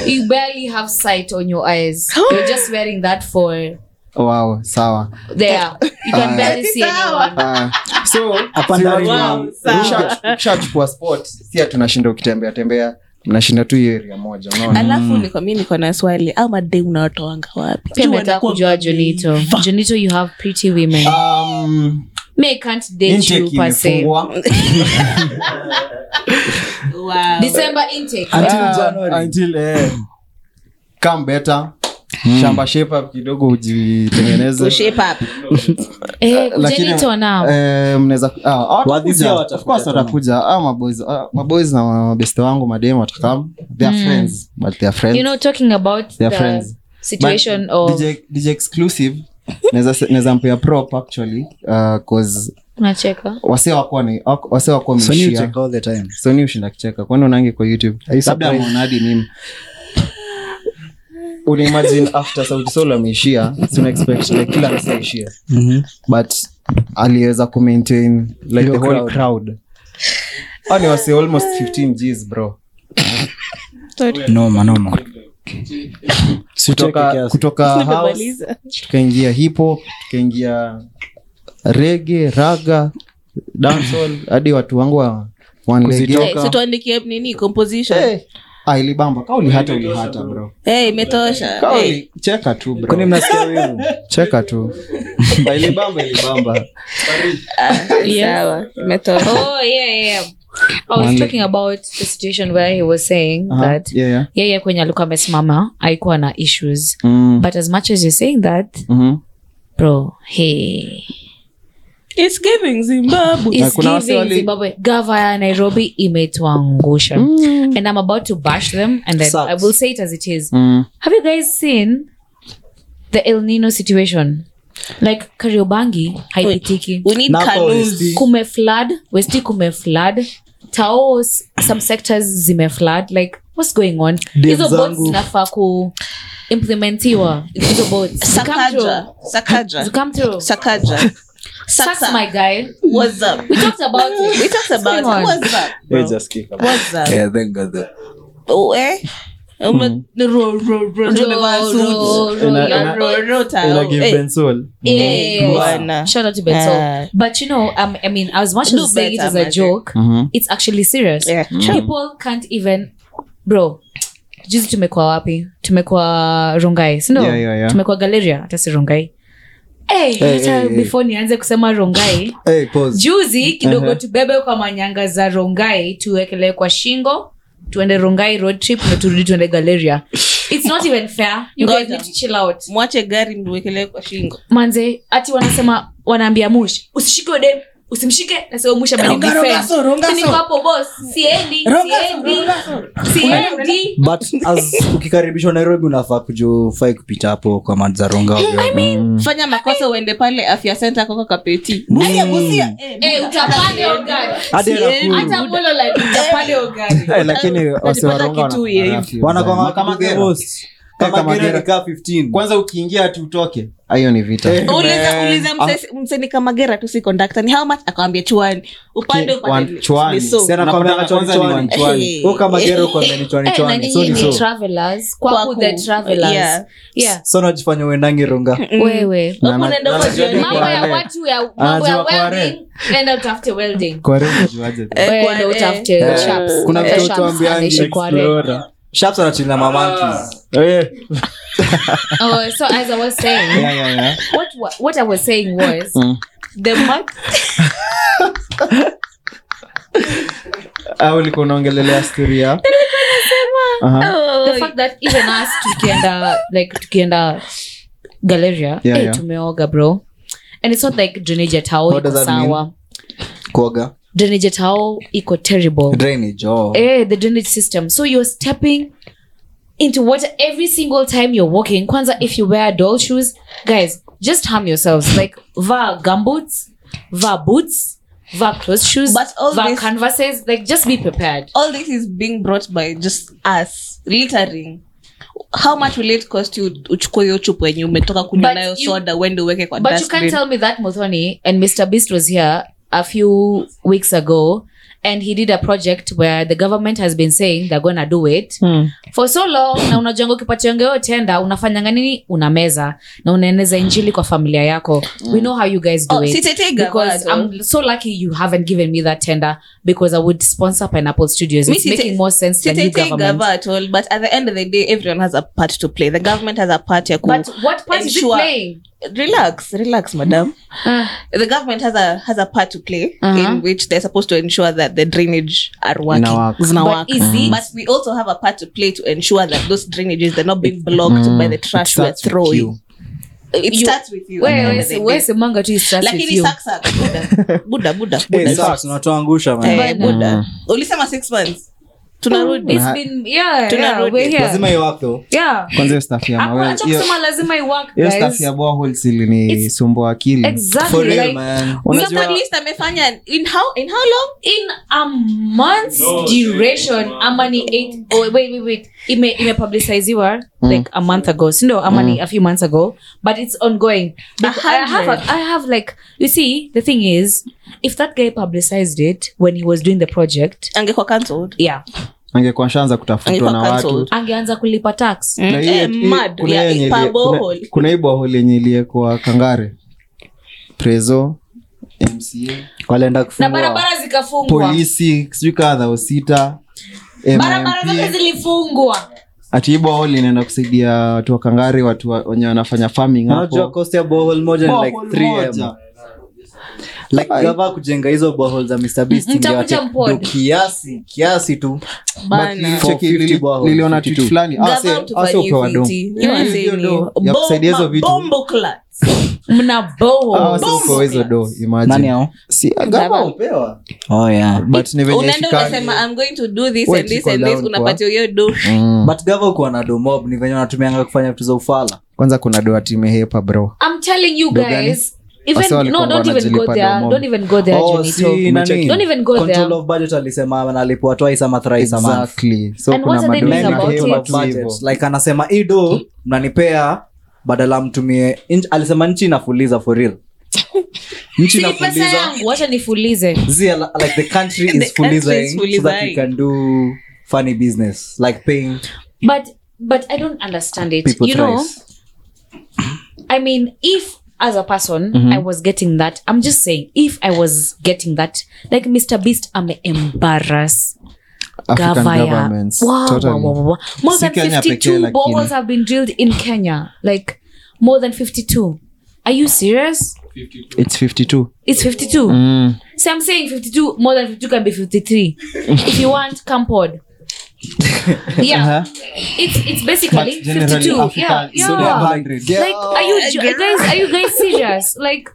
Speaker 2: you barely have sight on your eyes you're just wearing that for
Speaker 5: wow sawa
Speaker 2: there you can
Speaker 5: Ah.
Speaker 2: barely see anyone
Speaker 5: Ah, so
Speaker 3: Hapa
Speaker 5: si
Speaker 3: ndani
Speaker 5: unajua,
Speaker 3: ni-
Speaker 4: sawa.
Speaker 5: ukisha- ukishachukua spot sia tunashinda ukitembea tembea mnashinda tu hiyo area moja unaona
Speaker 4: alafu niko mi niko na swali au made unawatoanga wapi
Speaker 2: pia
Speaker 4: Juu
Speaker 2: nataka
Speaker 4: wanakuwa
Speaker 2: kujua
Speaker 4: made.
Speaker 2: jonito jonito you have pretty women
Speaker 5: um,
Speaker 3: Mm,
Speaker 2: me I can't date
Speaker 5: intake
Speaker 2: you per se
Speaker 5: imefungwa
Speaker 4: Wow.
Speaker 2: december intake
Speaker 3: Until
Speaker 5: Ah,
Speaker 3: January.
Speaker 5: until, eh, come better
Speaker 2: Hmm.
Speaker 5: shamba shape up kidogo
Speaker 4: To
Speaker 5: ujitengeneze
Speaker 4: shape up.
Speaker 2: eh,
Speaker 5: lakini-
Speaker 2: kujanito now
Speaker 5: Eh, mnaweza ah, watakuja.
Speaker 3: Wadhisia watakuja
Speaker 5: Of course
Speaker 3: tena.
Speaker 5: watakuja ah, maboys ah, maboys na mabeste wangu mademu watakam they are
Speaker 2: Mm.
Speaker 5: friends but they are friends
Speaker 2: you know talking about
Speaker 5: They are
Speaker 2: the
Speaker 5: friends.
Speaker 2: situation
Speaker 5: But
Speaker 2: of
Speaker 5: DJ, DJ exclusive naweza se- naweza mpea prop actually uh, cause
Speaker 2: unacheka
Speaker 5: wase wakuwa ni wak- wase wakuwa
Speaker 3: So you
Speaker 5: mshia
Speaker 3: check all the time.
Speaker 5: so ni ushinda kicheka kwani unaangi kwa youtube labda
Speaker 3: surprised?
Speaker 5: mwanadi mimi unaimagine after sauti solo ameishia si una expect like kila mtu aishia
Speaker 3: Mm-hmm.
Speaker 5: but aliweza kumaintain like
Speaker 3: Hiyo
Speaker 5: the whole
Speaker 3: crowd.
Speaker 5: crowd Hao ni wase almost 15 gs bro
Speaker 3: Noma, noma. Si ucheke
Speaker 5: kutoka,
Speaker 3: kiasi.
Speaker 5: kutoka Ah, house
Speaker 4: Nimemaliza.
Speaker 5: tukaingia hipo tukaingia rege raga dancehall hadi watu wangu wa
Speaker 4: Eh, si
Speaker 5: wanlegeka
Speaker 4: tuandikie nini composition
Speaker 5: Eh, ah, ilibamba ka ulihata ulihata bro
Speaker 4: Eh, imetosha
Speaker 5: Ka
Speaker 4: Eh,
Speaker 5: uli- cheka tu
Speaker 3: Kwani
Speaker 5: bro
Speaker 3: mnasikia wivu?
Speaker 5: [LAUGHS] cheka tu Uh-huh. Ba, ilibamba ilibamba
Speaker 4: sawa imetosha
Speaker 2: oh yeah yeah I was talking about the situation where he was saying
Speaker 5: Aha,
Speaker 2: that
Speaker 5: yeah, yeah.
Speaker 2: yeye kwenye alikuwa amesimama aikuwa na issues
Speaker 5: Mm,
Speaker 2: but as much as you're saying that
Speaker 5: mhm.
Speaker 2: bro he
Speaker 4: It's giving Zimbabwe.
Speaker 5: Na
Speaker 2: is
Speaker 5: kuna wase
Speaker 2: giving
Speaker 5: wali-
Speaker 2: zimbabwe gava ya nairobi imetuangusha and i'm about to bash them and then
Speaker 3: Sucks.
Speaker 2: i will say it as it is
Speaker 5: Mm.
Speaker 2: Have you guys seen the El Nino situation? Like Kariobangi haipitiki.
Speaker 4: We need
Speaker 3: Napa
Speaker 4: canoes.
Speaker 3: Westi.
Speaker 2: Kume flood, Westi kume flood, Tao s- some sectors zime flood. Like what's going on? Hizo boats
Speaker 3: zangu.
Speaker 2: zinafaa ku implementiwa. Hizo boats. Zikam
Speaker 4: Sakaja.
Speaker 2: through.
Speaker 4: Sakaja.
Speaker 2: Zikam through.
Speaker 4: Sakaja.
Speaker 2: Sucks,
Speaker 4: Sasa.
Speaker 2: my guy.
Speaker 4: What's up?
Speaker 2: We talked about
Speaker 4: [LAUGHS]
Speaker 2: it.
Speaker 4: We
Speaker 2: What's
Speaker 4: talked about it.
Speaker 2: going on?
Speaker 4: What's up?
Speaker 13: Let's just kick up.
Speaker 4: What's up?
Speaker 13: Yeah, thank God. though.
Speaker 4: Oh, eh?
Speaker 5: Hmm.
Speaker 4: Ume- ro- ro- ro-
Speaker 2: Ro-
Speaker 4: umevaa
Speaker 2: ro-
Speaker 4: suit.
Speaker 2: ro-
Speaker 13: Ina-
Speaker 4: Ya
Speaker 13: ina-
Speaker 4: ro- ro- tao.
Speaker 13: Ina give
Speaker 4: Eh,
Speaker 13: Bensoul.
Speaker 2: Eh,
Speaker 4: Bwana.
Speaker 2: Shout out to Benzo.
Speaker 4: Ah.
Speaker 2: But you know, um, I mean, as much
Speaker 4: Do
Speaker 2: as saying it
Speaker 4: better,
Speaker 2: is a
Speaker 4: Magic.
Speaker 2: joke,
Speaker 13: Mhm.
Speaker 2: it's actually serious.
Speaker 4: Yeah.
Speaker 5: Hmm.
Speaker 2: Mm. People can't even, bro. Juzi tumekuwa wapi? Tumekuwa Rongai, si ndio?
Speaker 5: Yeah, yeah, yeah.
Speaker 2: Tumekuwa Galeria, hata si Rongai. Hey,
Speaker 5: Hey,
Speaker 2: hata
Speaker 5: hey, hey.
Speaker 2: before nianze kusema
Speaker 5: [LAUGHS]
Speaker 2: Rongai,
Speaker 5: Hey, pause.
Speaker 2: juzi kidogo
Speaker 5: Aha.
Speaker 2: tubebe kwa manyanga za Rongai, tuwekelee kwa shingo, tuende Rongai road trip na turudi tuende Galeria. It's not even fair. You guys
Speaker 4: Ngoja.
Speaker 2: need to chill out
Speaker 4: mwache gari mwekelee kwa shingo
Speaker 2: manze ati wanasema wanaambia mush usishike udem usimshike nasema mush
Speaker 4: Ronga, ronga, so, ronga, so.
Speaker 2: hapo bos Yaani siendi siendi siendi
Speaker 3: but
Speaker 4: [LAUGHS]
Speaker 3: as ukikaribishwa nairobi unafaa kujufai kupita hapo kwa madzaronga
Speaker 5: Hmm.
Speaker 4: fanya makosa uende pale afya center kwako kapeti
Speaker 3: Mm.
Speaker 2: Eh, utapande hiyo gari. Eh,
Speaker 3: Hadi
Speaker 2: Siendi.
Speaker 3: nakuru.
Speaker 2: Hata mulo la- utapande hiyo gari.
Speaker 5: Eh, lakini wasiwaronga
Speaker 12: kwanza ukiingia tu utoke
Speaker 5: hiyo ni
Speaker 2: eh,
Speaker 5: vita
Speaker 4: uliza uliza mse-
Speaker 5: Ah.
Speaker 4: mseni kama gera tu si kondakta ni how much akawambia chuani upande
Speaker 5: Ki- wan-
Speaker 4: upande
Speaker 5: chuani.
Speaker 4: ni so.
Speaker 5: Sena
Speaker 4: Na-
Speaker 5: kwamba-
Speaker 2: Eh, na nyinyi ni travelers, kwaku
Speaker 4: Kwaku.
Speaker 2: the travelers.
Speaker 4: Yeah.
Speaker 2: Yeah. Mm.
Speaker 3: sonajifanya uendangi
Speaker 4: [LAUGHS]
Speaker 3: ronga
Speaker 2: Wewe.
Speaker 5: Na- na-
Speaker 4: Unaenda huko jioni.
Speaker 2: mambo ya watu ya mambo ya
Speaker 5: Anajua Ah, kwa
Speaker 2: welding enda utafute welding
Speaker 5: kwa real unajuaje?
Speaker 4: Eh, kwa-
Speaker 2: Wewe ndo
Speaker 4: eh.
Speaker 2: utafute shops.
Speaker 3: kuna
Speaker 2: Eh, shops
Speaker 3: vitoto
Speaker 2: anaishi kwa rent.
Speaker 3: shaps anachilina mamankies
Speaker 2: Oh, so as I was saying,
Speaker 5: [LAUGHS] Yeah, yeah, yeah.
Speaker 2: what wa- what I was saying was
Speaker 3: Hmm.
Speaker 5: Mm.
Speaker 2: the month.
Speaker 5: Ah, ulikuwa unaongelelea stori ya Aha.
Speaker 4: Oh.
Speaker 2: The fact that even us tukienda like tukienda Galeria,
Speaker 5: Yeah,
Speaker 2: eh,
Speaker 5: yeah.
Speaker 2: tumeoga bro, and it's not like drainage at all.
Speaker 3: What
Speaker 2: iko
Speaker 3: does that mean?
Speaker 2: sawa.
Speaker 3: kuoga
Speaker 2: Drainage at all iko terrible.
Speaker 3: drainage oh.
Speaker 2: eh, the drainage system. So you're stepping into water every single time you're walking. Kwanza, if you wear doll shoes, guys, just harm yourselves. Like, va gumboots, va boots, va closed shoes,
Speaker 4: But all
Speaker 2: va
Speaker 4: this-
Speaker 2: canvases. Like, just be prepared.
Speaker 4: all this is being brought by just us littering how much will it cost you uchukue hiyo chupa yenye umetoka kunywa
Speaker 2: But
Speaker 4: nayo
Speaker 2: you-
Speaker 4: soda uende uweke kwa
Speaker 2: But you can't
Speaker 4: dustbin?
Speaker 2: tell me that Mothoni and Mr. Beast was here a few weeks ago. And he did a project where the government has been saying they're gonna do it.
Speaker 4: Hmm.
Speaker 2: for so long na unajanga ukipatiangeo tenda unafanyanga nini unameza na unaeneza injili kwa familia yako we know how you guys do
Speaker 4: Hmm. Oh,
Speaker 2: it
Speaker 4: sitetei
Speaker 2: because um,
Speaker 4: gavazo.
Speaker 2: i'm so lucky you haven't given me that tender because i would sponsor pineapple studios
Speaker 4: Mi
Speaker 2: it's
Speaker 4: site-
Speaker 2: making more sense than you
Speaker 4: sitetei
Speaker 2: government
Speaker 4: gava at all but at the end of the day everyone has a part to play the government has a part ya ku
Speaker 2: but what part is it
Speaker 4: ensure-
Speaker 2: playing
Speaker 4: relax relax
Speaker 2: Mm-hmm.
Speaker 4: madam the government has a has a part to play
Speaker 2: Uh-huh.
Speaker 4: in which they're supposed to ensure that the drainage are working
Speaker 5: Inawaka.
Speaker 4: Zina
Speaker 2: But
Speaker 4: waka.
Speaker 2: is it-
Speaker 4: but we also have a part to play to ensure that those drainages they're not being blocked
Speaker 2: Mm-hmm.
Speaker 4: by the trash we're
Speaker 3: starts with you.
Speaker 4: throwing it
Speaker 2: You-
Speaker 4: starts with you
Speaker 2: Wewe,
Speaker 4: at the end
Speaker 2: wewe,
Speaker 4: of the
Speaker 2: si- wewe
Speaker 4: day.
Speaker 2: semanga tu it starts with
Speaker 4: lakini
Speaker 2: you.
Speaker 4: saksa buda buda buda
Speaker 3: Eh,
Speaker 4: buda
Speaker 3: sasa tunatuangusha man.
Speaker 4: Eh, buda ulisema six months tunarudi
Speaker 2: It's been- yeah, yeah,
Speaker 4: Tunarudi.
Speaker 2: we're here.
Speaker 3: lazima iwako
Speaker 2: Yeah.
Speaker 5: kwanza hiyo staff ya
Speaker 2: Hakuna
Speaker 5: mawe
Speaker 2: cha
Speaker 5: hiyo-
Speaker 2: kusema lazima iwork,
Speaker 5: hiyo
Speaker 2: guys.
Speaker 5: staff ya boreholes ilinisumbua akili
Speaker 2: Exactly,
Speaker 3: for real
Speaker 2: like,
Speaker 3: man
Speaker 5: Unajua-
Speaker 4: Somebody list amefanya in how in how long
Speaker 2: in a month's
Speaker 6: No,
Speaker 2: duration
Speaker 6: six
Speaker 2: ama ni eight oh, wait wait wait ime imepubliciziwa
Speaker 3: Mm.
Speaker 2: like a month ago sindo ama ni a few months ago but it's ongoing Bec- I have a, I have like you see the thing is if that guy publicized it when he was doing the project
Speaker 4: angekuwa cancelled
Speaker 2: yeah
Speaker 5: angekuwa shaanza kutafutwa na
Speaker 4: Angekuwa
Speaker 5: watu
Speaker 4: cancelled.
Speaker 2: angeanza kulipa
Speaker 3: Mm.
Speaker 2: tax
Speaker 5: Na hiyo-
Speaker 4: Eh,
Speaker 5: hiyo-
Speaker 4: mad.
Speaker 5: Mm. kuna
Speaker 4: Yeah,
Speaker 5: hiyo yenye
Speaker 4: per
Speaker 5: ile- kuna-
Speaker 4: borehole.
Speaker 5: kuna hii bohol yenye iliyekwa kangare prezo mca
Speaker 3: walienda
Speaker 2: na
Speaker 3: kufungua
Speaker 2: barabara zikafungwa
Speaker 5: polisi sijui kadha usita
Speaker 2: barabara zote zilifungwa
Speaker 5: ati hii bohol inaenda kusaidia watu wa kangare watu wa- wenye wanafanya farming
Speaker 3: unajua
Speaker 5: hapo
Speaker 3: cost ya bohol moja ni like
Speaker 5: Borehole
Speaker 3: 3m
Speaker 5: moja.
Speaker 3: like gava kujenga hizo bohol za Mr. Beast
Speaker 2: Mtakuja
Speaker 3: ingewacha
Speaker 2: mpod.
Speaker 3: do kiasi kiasi tu
Speaker 5: But
Speaker 4: bana
Speaker 5: nilicheki-
Speaker 3: 450
Speaker 5: nili-
Speaker 3: boreholes,
Speaker 5: niliona
Speaker 3: 52.
Speaker 5: tweet fulani ah, se-
Speaker 4: Gava
Speaker 5: ah, se
Speaker 4: utufanyie
Speaker 5: upewa dom.
Speaker 4: viti. You are saying
Speaker 5: hiyo
Speaker 4: you-
Speaker 5: do ya kusaidia hizo
Speaker 4: Bomba-
Speaker 5: vitu.
Speaker 4: bombo clats.
Speaker 2: mna boho
Speaker 5: Ah, se upewa hizo do imagine.
Speaker 3: nani hao
Speaker 5: Si, ah, gava upewa
Speaker 3: oh yeah
Speaker 5: but ni venye
Speaker 4: unaenda
Speaker 5: ifikani.
Speaker 4: unasema
Speaker 2: ah,
Speaker 4: i'm going to do this
Speaker 5: Wait,
Speaker 4: and this
Speaker 5: iko
Speaker 4: and this
Speaker 5: down kwa-
Speaker 4: unapatia hiyo
Speaker 5: [LAUGHS]
Speaker 4: do
Speaker 5: Mm.
Speaker 3: but gava ukuwa na domob ni venye wanatumianga kufanya vitu za ufala
Speaker 5: kwanza kuna doa timehepa bro
Speaker 2: i'm telling you
Speaker 5: Ndo gani?
Speaker 2: guys even
Speaker 5: Wasa walikuwa
Speaker 2: no don't even go
Speaker 5: wanajilipa
Speaker 2: there
Speaker 5: domo.
Speaker 2: don't even go there
Speaker 3: Oh,
Speaker 2: Junito.
Speaker 3: si, nani?
Speaker 2: Don't even go
Speaker 3: Control
Speaker 2: there.
Speaker 3: of budget alisema nalipwa twice ama thrice a month.
Speaker 5: exactly so
Speaker 2: And
Speaker 5: kuna
Speaker 2: what are they doing
Speaker 5: madoa
Speaker 2: about it?
Speaker 5: inahepa
Speaker 3: Budget.
Speaker 5: tu hivo
Speaker 2: [LAUGHS]
Speaker 3: like anasema ido mnanipea badala mtumie in- alisema nchi inafuliza for real nchi
Speaker 2: Si pesa
Speaker 3: inafuliza
Speaker 2: yangu wacha nifulize
Speaker 3: Zia, li- like the country
Speaker 2: The
Speaker 3: is
Speaker 2: country is
Speaker 3: fulizing so that
Speaker 2: fulizing.
Speaker 3: you can do funny business like paying
Speaker 2: but but i don't understand it
Speaker 3: people
Speaker 2: you know
Speaker 3: thrice.
Speaker 2: i mean if as a person
Speaker 5: Mm-hmm.
Speaker 3: Mhm.
Speaker 2: i was getting that i'm just saying if i was getting that like mr beast ameembarrass
Speaker 5: African
Speaker 2: gava ya
Speaker 5: governments,
Speaker 2: Wow,
Speaker 5: totally.
Speaker 2: wow, wow, wow. more
Speaker 5: Si
Speaker 2: than
Speaker 5: Kenya pekee,
Speaker 2: 52
Speaker 5: lakini.
Speaker 2: boreholes have been drilled in kenya like more than 52 are you serious
Speaker 5: It's 52.
Speaker 2: it's 52
Speaker 5: Mm.
Speaker 2: so i'm saying 52 more than 52 can be 53 if you want come pod yeah it's it's basically
Speaker 12: But generally
Speaker 2: 52
Speaker 12: Africa
Speaker 2: yeah
Speaker 12: is
Speaker 2: yeah
Speaker 12: only 100.
Speaker 2: like are you ju- guys are you guys serious like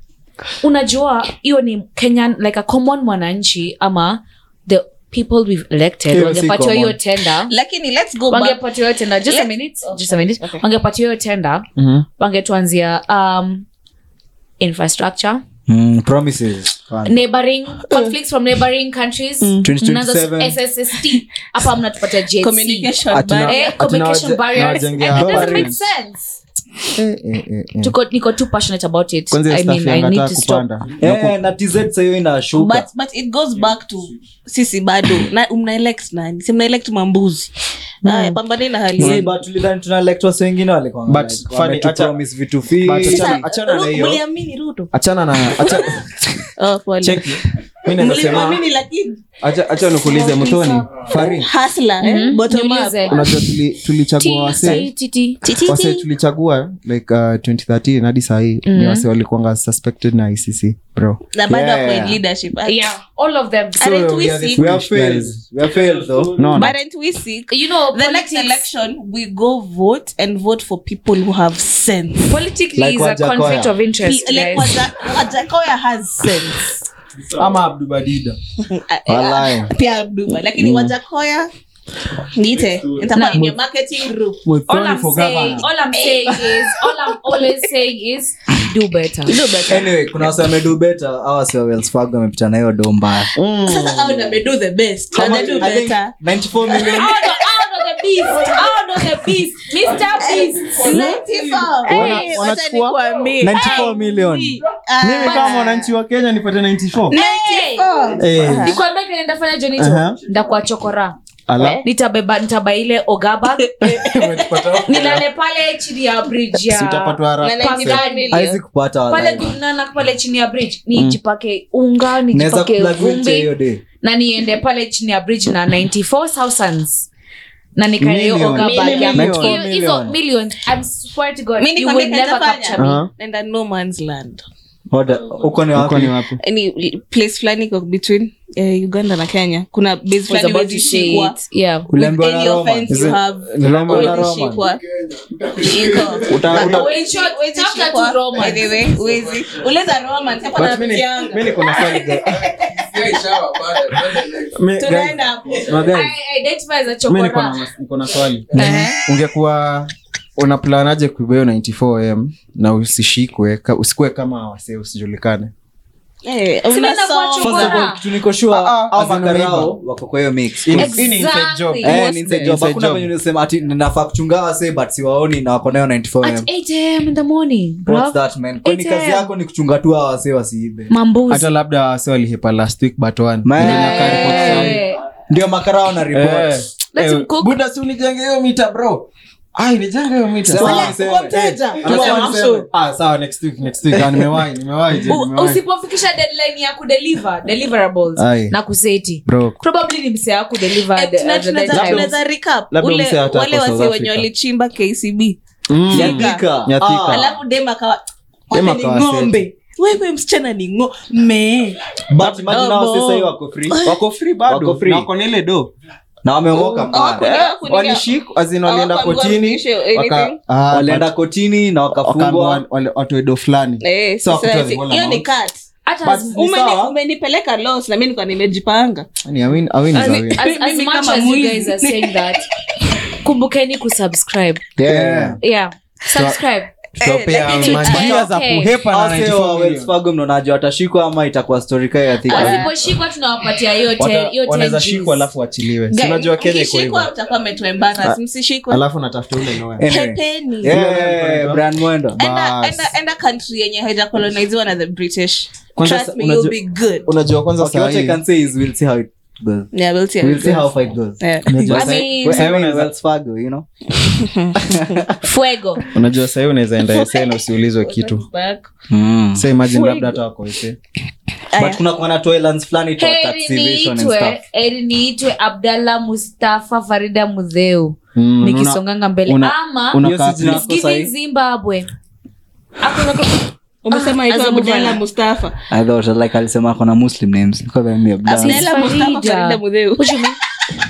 Speaker 2: unajua hiyo ni kenyan like a common mwananchi ama the people we've elected
Speaker 4: Hiyo si
Speaker 2: wangepatiwa hiyo
Speaker 4: common.
Speaker 2: tenda
Speaker 4: lakini let's go back.
Speaker 2: wangepatiwa hiyo tenda just a
Speaker 4: Let's-
Speaker 2: minute just a minute wangepatiwa hiyo tenda wangetuanzia um infrastructure
Speaker 3: Mm, promises
Speaker 2: neighboring conflicts from neighboring countries mnaanza
Speaker 3: 2027.
Speaker 2: SSST hapa mnatupatia JC.
Speaker 4: Communication
Speaker 5: Ah,
Speaker 2: Eh,
Speaker 4: barrier.
Speaker 2: communication
Speaker 3: Hatuna waje-
Speaker 2: barriers.
Speaker 3: tunawajengea
Speaker 2: Eh, it doesn't
Speaker 3: barriers.
Speaker 2: make sense. Eh, Tuko- niko too passionate about it
Speaker 3: Mm. Kwanza hiyo
Speaker 2: I mean,
Speaker 3: staff
Speaker 2: I
Speaker 3: yangu
Speaker 2: need to
Speaker 3: anataka
Speaker 2: stop
Speaker 3: kupanda. Eh, na tz sahiyo inashuka
Speaker 4: but, but it goes back to sisi bado na, mnaelect nani si mnaelect mambuzi Haya, pambaneni na hali
Speaker 3: Si,
Speaker 4: yenu.
Speaker 3: but tulidhani tunaelect wasi wengine walikuwa
Speaker 5: But,
Speaker 3: like,
Speaker 5: funny,
Speaker 3: wametu
Speaker 5: acha-
Speaker 3: promise vitu fi-
Speaker 5: but acha-
Speaker 4: Sasa,
Speaker 3: achana na
Speaker 4: Ru-
Speaker 3: hiyo.
Speaker 4: mliamini ruto
Speaker 5: achana na acha,
Speaker 2: [LAUGHS]
Speaker 4: Oh, pole.
Speaker 5: check. Mi naweza sema
Speaker 4: mliamini lakini
Speaker 5: acha, acha nikuulize mtoni fari
Speaker 4: hasla eh? bottom up
Speaker 2: Niulize.
Speaker 5: unajua tuli- tulichagua wasee
Speaker 2: Ti, ti, ti.
Speaker 5: wase tulichagua like uh, 2013 hadi sahii
Speaker 2: Mhm.
Speaker 5: ni wase walikuanga suspected na icc bro
Speaker 4: na bado
Speaker 3: Yeah.
Speaker 4: wako in leadership
Speaker 2: Yeah, all of them.
Speaker 4: Aren't
Speaker 3: So,
Speaker 4: we
Speaker 3: we are the-
Speaker 4: sick?
Speaker 3: we are failed. We are failed, though.
Speaker 5: no, no.
Speaker 4: But aren't we sick?
Speaker 2: You know,
Speaker 4: the next
Speaker 2: politics-
Speaker 4: election we go vote and vote for people who have sense
Speaker 2: politically
Speaker 3: Like
Speaker 2: is a
Speaker 3: Wajakoya.
Speaker 2: conflict of interest,
Speaker 4: Pe- like
Speaker 2: guys.
Speaker 4: Waja- wajakoya has sense
Speaker 3: ama
Speaker 4: [LAUGHS]
Speaker 3: abdubadida
Speaker 4: Ah, ah,
Speaker 3: Walai.
Speaker 4: pia
Speaker 5: Mm.
Speaker 4: Abdullah. lakini wajakoya niite nitakuwa in your marketing group
Speaker 2: All I'm saying, all I'm saying is, all I'm always saying is, do [LAUGHS] better.
Speaker 3: [LAUGHS] anyway kuna wase wamedu beta awa si wa Wells Fargo wamepita na hiyo do mbaya
Speaker 2: Mm.
Speaker 4: sasa au na medu the best
Speaker 3: Kama-
Speaker 4: na do
Speaker 3: I think
Speaker 4: better
Speaker 3: 94 million
Speaker 2: Out of, out of the beast, out of the beast, Mr. Beast.
Speaker 4: 94.
Speaker 5: Wana-
Speaker 4: Hey,
Speaker 5: wanachukua-
Speaker 4: wacha nikuambie.
Speaker 3: 94 million.
Speaker 4: Ah,
Speaker 5: mimi kama mwananchi wa kenya nipate 94
Speaker 2: Hey!
Speaker 4: 94.
Speaker 3: Eh, [LAUGHS]
Speaker 2: Nikwambie kenye nitafanya jonito
Speaker 5: Aha.
Speaker 2: ndakuwachokora
Speaker 5: ala
Speaker 2: Eh? nitabeba nitaba ile
Speaker 3: [LAUGHS]
Speaker 2: ogaba
Speaker 3: umepata-
Speaker 2: nilale pale chini ya bridge
Speaker 5: si utapatwa
Speaker 2: ya
Speaker 5: haraka.
Speaker 4: Na 94
Speaker 3: haizi
Speaker 4: million.
Speaker 3: kupata
Speaker 2: pale
Speaker 3: walai.
Speaker 2: gudnana pale chini ya bridge nijipake unga
Speaker 3: Naweza
Speaker 2: nijipake
Speaker 3: Mm. kula wheelchair hiyo
Speaker 2: vumbi
Speaker 3: day.
Speaker 2: na niende pale chini ya bridge na 94000 na nikae
Speaker 5: Million.
Speaker 2: oga bag ya-
Speaker 3: Million.
Speaker 2: Hiyo- hizo
Speaker 3: Million.
Speaker 2: millions i'm swear to god
Speaker 4: Mimi
Speaker 2: you will
Speaker 4: nikwambie
Speaker 2: never
Speaker 4: kinachofanya.
Speaker 2: capture me
Speaker 5: Aha.
Speaker 4: Nenda no man's land
Speaker 3: Oda, huko ni
Speaker 5: Huko
Speaker 3: wapi
Speaker 5: ni wapi
Speaker 4: Any place fulani iko between eh, uganda na kenya kuna base
Speaker 2: I was
Speaker 4: fulani
Speaker 2: about to
Speaker 4: huwezi
Speaker 2: say
Speaker 4: shikwa.
Speaker 2: it. Yeah.
Speaker 3: Uliambiwa
Speaker 4: With
Speaker 3: na
Speaker 4: any
Speaker 3: Roma.
Speaker 4: offense
Speaker 5: Is
Speaker 4: you
Speaker 5: it-
Speaker 4: have,
Speaker 5: Roma na
Speaker 4: huwezi
Speaker 5: Roma.
Speaker 4: shikwa. Iko.
Speaker 5: Uta- uta-
Speaker 2: In short, chapter two Romans.
Speaker 5: but mi ni- mi niko na swali ga- mi- guys, no, guys,
Speaker 2: I identify as a
Speaker 5: mi niko
Speaker 2: chokora.
Speaker 5: na- niko na swali
Speaker 4: Eh?
Speaker 5: ungekuwa unaplanaje kuiba hiyo 94 m na usishikwe ka- usikue kama wasee usijulikane
Speaker 3: First of all, kitu niko sure,
Speaker 5: Ah, ah,
Speaker 3: hao
Speaker 5: as in
Speaker 3: makarao
Speaker 5: ameiba.
Speaker 3: wako kwa hiyo mix.
Speaker 5: In-
Speaker 2: Exactly.
Speaker 5: hii ni inside job.
Speaker 2: Eh,
Speaker 3: Eh,
Speaker 5: Almost
Speaker 3: ni inside
Speaker 5: there.
Speaker 3: job.
Speaker 5: Inside
Speaker 3: Hakuna
Speaker 5: job.
Speaker 3: mwenye unasema ati ninafaa kuchunga wase but siwaoni na wako nayo 94
Speaker 2: At
Speaker 3: M.
Speaker 2: 8 a.m. in the morning,
Speaker 3: What's
Speaker 2: bruv.
Speaker 3: that, man? Kwani
Speaker 2: 8
Speaker 3: kazi
Speaker 2: a.m.
Speaker 3: yako ni kuchunga tu hawa wase wasiibe
Speaker 2: Mambuzi.
Speaker 5: hata labda wase walihepa last week but one.
Speaker 3: Man.
Speaker 5: Ndio inakaa report sawa.
Speaker 2: Eh,
Speaker 3: ndio makarao na report.
Speaker 5: Eh,
Speaker 2: Let
Speaker 5: eh,
Speaker 2: him cook.
Speaker 5: buda si unijenge hiyo mita bro Ah, nijenga hiyo mita.
Speaker 3: Sema
Speaker 5: Sawa.
Speaker 3: niseme. Eh,
Speaker 5: Anasema
Speaker 3: sema
Speaker 5: niseme.
Speaker 3: niseme.
Speaker 5: Ah, sawa next week next week Ah, nimewahi nimewahi je,
Speaker 2: U-
Speaker 5: nimewahi.
Speaker 2: usipofikisha deadline ya kudeliver deliverables
Speaker 5: Aye.
Speaker 2: na kuseti
Speaker 5: Bro,
Speaker 2: probably ni msea ya
Speaker 4: Eh,
Speaker 2: kudeliver the- the deadline.
Speaker 3: labda mzee
Speaker 4: ule
Speaker 3: hata
Speaker 4: wale
Speaker 3: kwa
Speaker 4: wazee
Speaker 3: South
Speaker 4: wenye
Speaker 3: Africa.
Speaker 4: walichimba kcb
Speaker 5: mm,
Speaker 3: Nyathika.
Speaker 5: Nyathika.
Speaker 3: Ah.
Speaker 4: alafu dem akawa
Speaker 5: Dem
Speaker 4: "Wewe ni
Speaker 5: akawa seti."
Speaker 4: ng'ombe wewe msichana ni ngo me
Speaker 3: But imagine hao
Speaker 4: Double.
Speaker 3: sasa hiyo wako
Speaker 2: [LAUGHS]
Speaker 3: free.
Speaker 5: wako free bado
Speaker 3: Wako free.
Speaker 5: na wako na ile do
Speaker 3: na Eh? wameomoka
Speaker 2: Mm,
Speaker 4: Hawako-
Speaker 3: pale.
Speaker 4: hawakuniga-
Speaker 5: walishik azin walienda
Speaker 4: hawakuambiwa
Speaker 5: kotini
Speaker 4: mpishe anything.
Speaker 5: waka- ah,
Speaker 3: walienda
Speaker 5: but-
Speaker 3: kotini na
Speaker 5: wakaambiwa
Speaker 3: wakafungwa Ah,
Speaker 5: wale- wale- watoe do fulani
Speaker 4: Eh,
Speaker 5: So
Speaker 4: sasa
Speaker 5: hakutoi
Speaker 4: si-
Speaker 5: wala
Speaker 4: hiyo ni
Speaker 5: amount.
Speaker 4: cut.
Speaker 2: Hata
Speaker 5: But
Speaker 2: as-
Speaker 5: ni
Speaker 4: Umeni-
Speaker 5: sawa.
Speaker 4: umenipeleka loss na mi nikuwa nimejipanga
Speaker 5: Yaani, awin- awin is awin.
Speaker 2: as- as
Speaker 4: Mimi
Speaker 2: much
Speaker 4: kama
Speaker 2: as you
Speaker 4: mwizi.
Speaker 2: guys are saying that, kumbukeni kusubscribe
Speaker 5: Yeah.
Speaker 2: yeah subscribe
Speaker 12: tutawapea
Speaker 3: lakini
Speaker 12: manjia
Speaker 3: tuta-
Speaker 12: za
Speaker 2: okay.
Speaker 12: kuhepa na
Speaker 3: Ase
Speaker 12: 94
Speaker 3: wa
Speaker 12: million.
Speaker 3: Wells Fargo mnaonaje watashikwa ama itakuwa story kaa ya thika?
Speaker 2: wasiposhikwa tunawapatia hiyo te-
Speaker 12: Wata-
Speaker 2: hiyo
Speaker 12: wanaweza
Speaker 2: ten
Speaker 12: shikwa
Speaker 2: juice.
Speaker 12: alafu wachiliwe
Speaker 2: Guys,
Speaker 12: Si unajua kenya iko hivyo
Speaker 4: mkishikwa mtakuwa
Speaker 5: Ah,
Speaker 4: mmetuembaras msishikwe
Speaker 5: alafu natafuta ule noe.
Speaker 4: pepeni
Speaker 3: Eh, Brian Mwendo.
Speaker 4: Enda-
Speaker 2: uh,
Speaker 5: Bas.
Speaker 4: enda- enda country yenye haijakoloniziwa na the british
Speaker 5: Kwanza
Speaker 4: trust
Speaker 5: sa-
Speaker 4: me
Speaker 5: unajua-
Speaker 4: you'll be good
Speaker 5: unajua kwanza
Speaker 3: Okay, what I
Speaker 5: sahii
Speaker 3: can say is we'll see how it goes.
Speaker 4: yeah we'll see,
Speaker 3: We'll see how far it goes.
Speaker 4: Yeah.
Speaker 5: unajua
Speaker 2: I
Speaker 5: sahii-
Speaker 2: mean,
Speaker 3: We're aiming Wells Fargo, you know?
Speaker 2: fuego
Speaker 5: unajua sahii unaweza enda ese
Speaker 2: [LAUGHS]
Speaker 5: na usiulizwe kitu
Speaker 4: Back.
Speaker 2: Ah,
Speaker 5: sa imagine labda hata wako ese
Speaker 3: Hmm. But
Speaker 4: Ah,
Speaker 3: kuna kuwa na toilets fulani to
Speaker 2: heri
Speaker 3: taxation and
Speaker 2: niitwe
Speaker 3: stuff.
Speaker 2: heri niitwe abdalla mustafa farida mudheu
Speaker 5: Mm,
Speaker 2: nikisonganga mbele
Speaker 5: una-
Speaker 2: ama
Speaker 5: una-
Speaker 3: Hiyo si jina
Speaker 2: it's
Speaker 3: yako sahi?
Speaker 2: giving zimbabwe
Speaker 4: umesema
Speaker 2: Ah,
Speaker 4: aitwa
Speaker 2: Azamujana.
Speaker 4: Abdalla mustafa
Speaker 3: I thought, like, alisema ako na Muslim names. Nilikuwa nimeambia Brian.
Speaker 2: Asli-
Speaker 4: Abdalla mustafa
Speaker 2: Farida.
Speaker 4: Farida Mudheu.
Speaker 2: What you mean?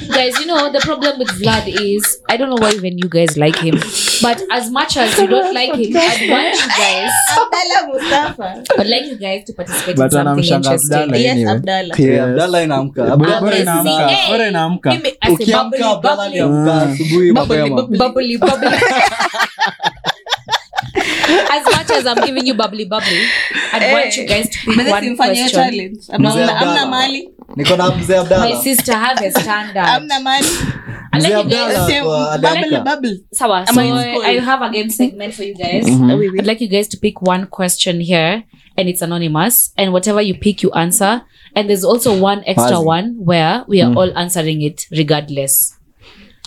Speaker 2: guys, you know the problem with Vlad is I don't know why even you guys like him. But as much as you don't like him, I want you guys
Speaker 4: Abdalla mustafa
Speaker 2: I'd like you guys to participate in
Speaker 5: But
Speaker 2: something
Speaker 5: anamshanga
Speaker 2: interesting.
Speaker 5: Abdalla.
Speaker 4: yes
Speaker 5: Anyway.
Speaker 4: abdalla
Speaker 3: Yeah,
Speaker 5: Yes.
Speaker 3: Abdallah inaamka.
Speaker 5: Bora-
Speaker 3: Abdallah-
Speaker 5: bora inaamka,
Speaker 2: Hey.
Speaker 5: bora inaamka
Speaker 2: Mimi- I say
Speaker 3: Ukiamka,
Speaker 2: bubbly,
Speaker 3: Abdallah
Speaker 2: bubbly,
Speaker 3: aliamka asubuhi mapema.
Speaker 2: bubbly, bubbly. [LAUGHS] As much as I'm giving you bubbly, bubbly, I'd want you guys to pick
Speaker 4: Mzee,
Speaker 2: one
Speaker 4: simfanye hiyo
Speaker 2: question.
Speaker 4: challenge. Amna-
Speaker 3: Mzee
Speaker 4: amna- amna
Speaker 3: Abdalla.
Speaker 4: mali
Speaker 3: Niko na mzee
Speaker 2: My
Speaker 3: Abdallah.
Speaker 2: sister have a standard.
Speaker 4: amna mali
Speaker 2: I'll
Speaker 3: Mzee
Speaker 2: let you guys
Speaker 3: Abdallah
Speaker 4: Same.
Speaker 3: ako
Speaker 4: Bubble,
Speaker 3: aliamka.
Speaker 4: bubble.
Speaker 2: Sawa. So
Speaker 4: Ama it's cool.
Speaker 2: I have a game segment for you guys.
Speaker 5: Mm-hmm.
Speaker 2: I'd like you guys to pick one question here, and it's anonymous. And whatever you pick, you answer. And there's also one extra
Speaker 3: Fuzzy.
Speaker 2: one where we are all answering it regardless.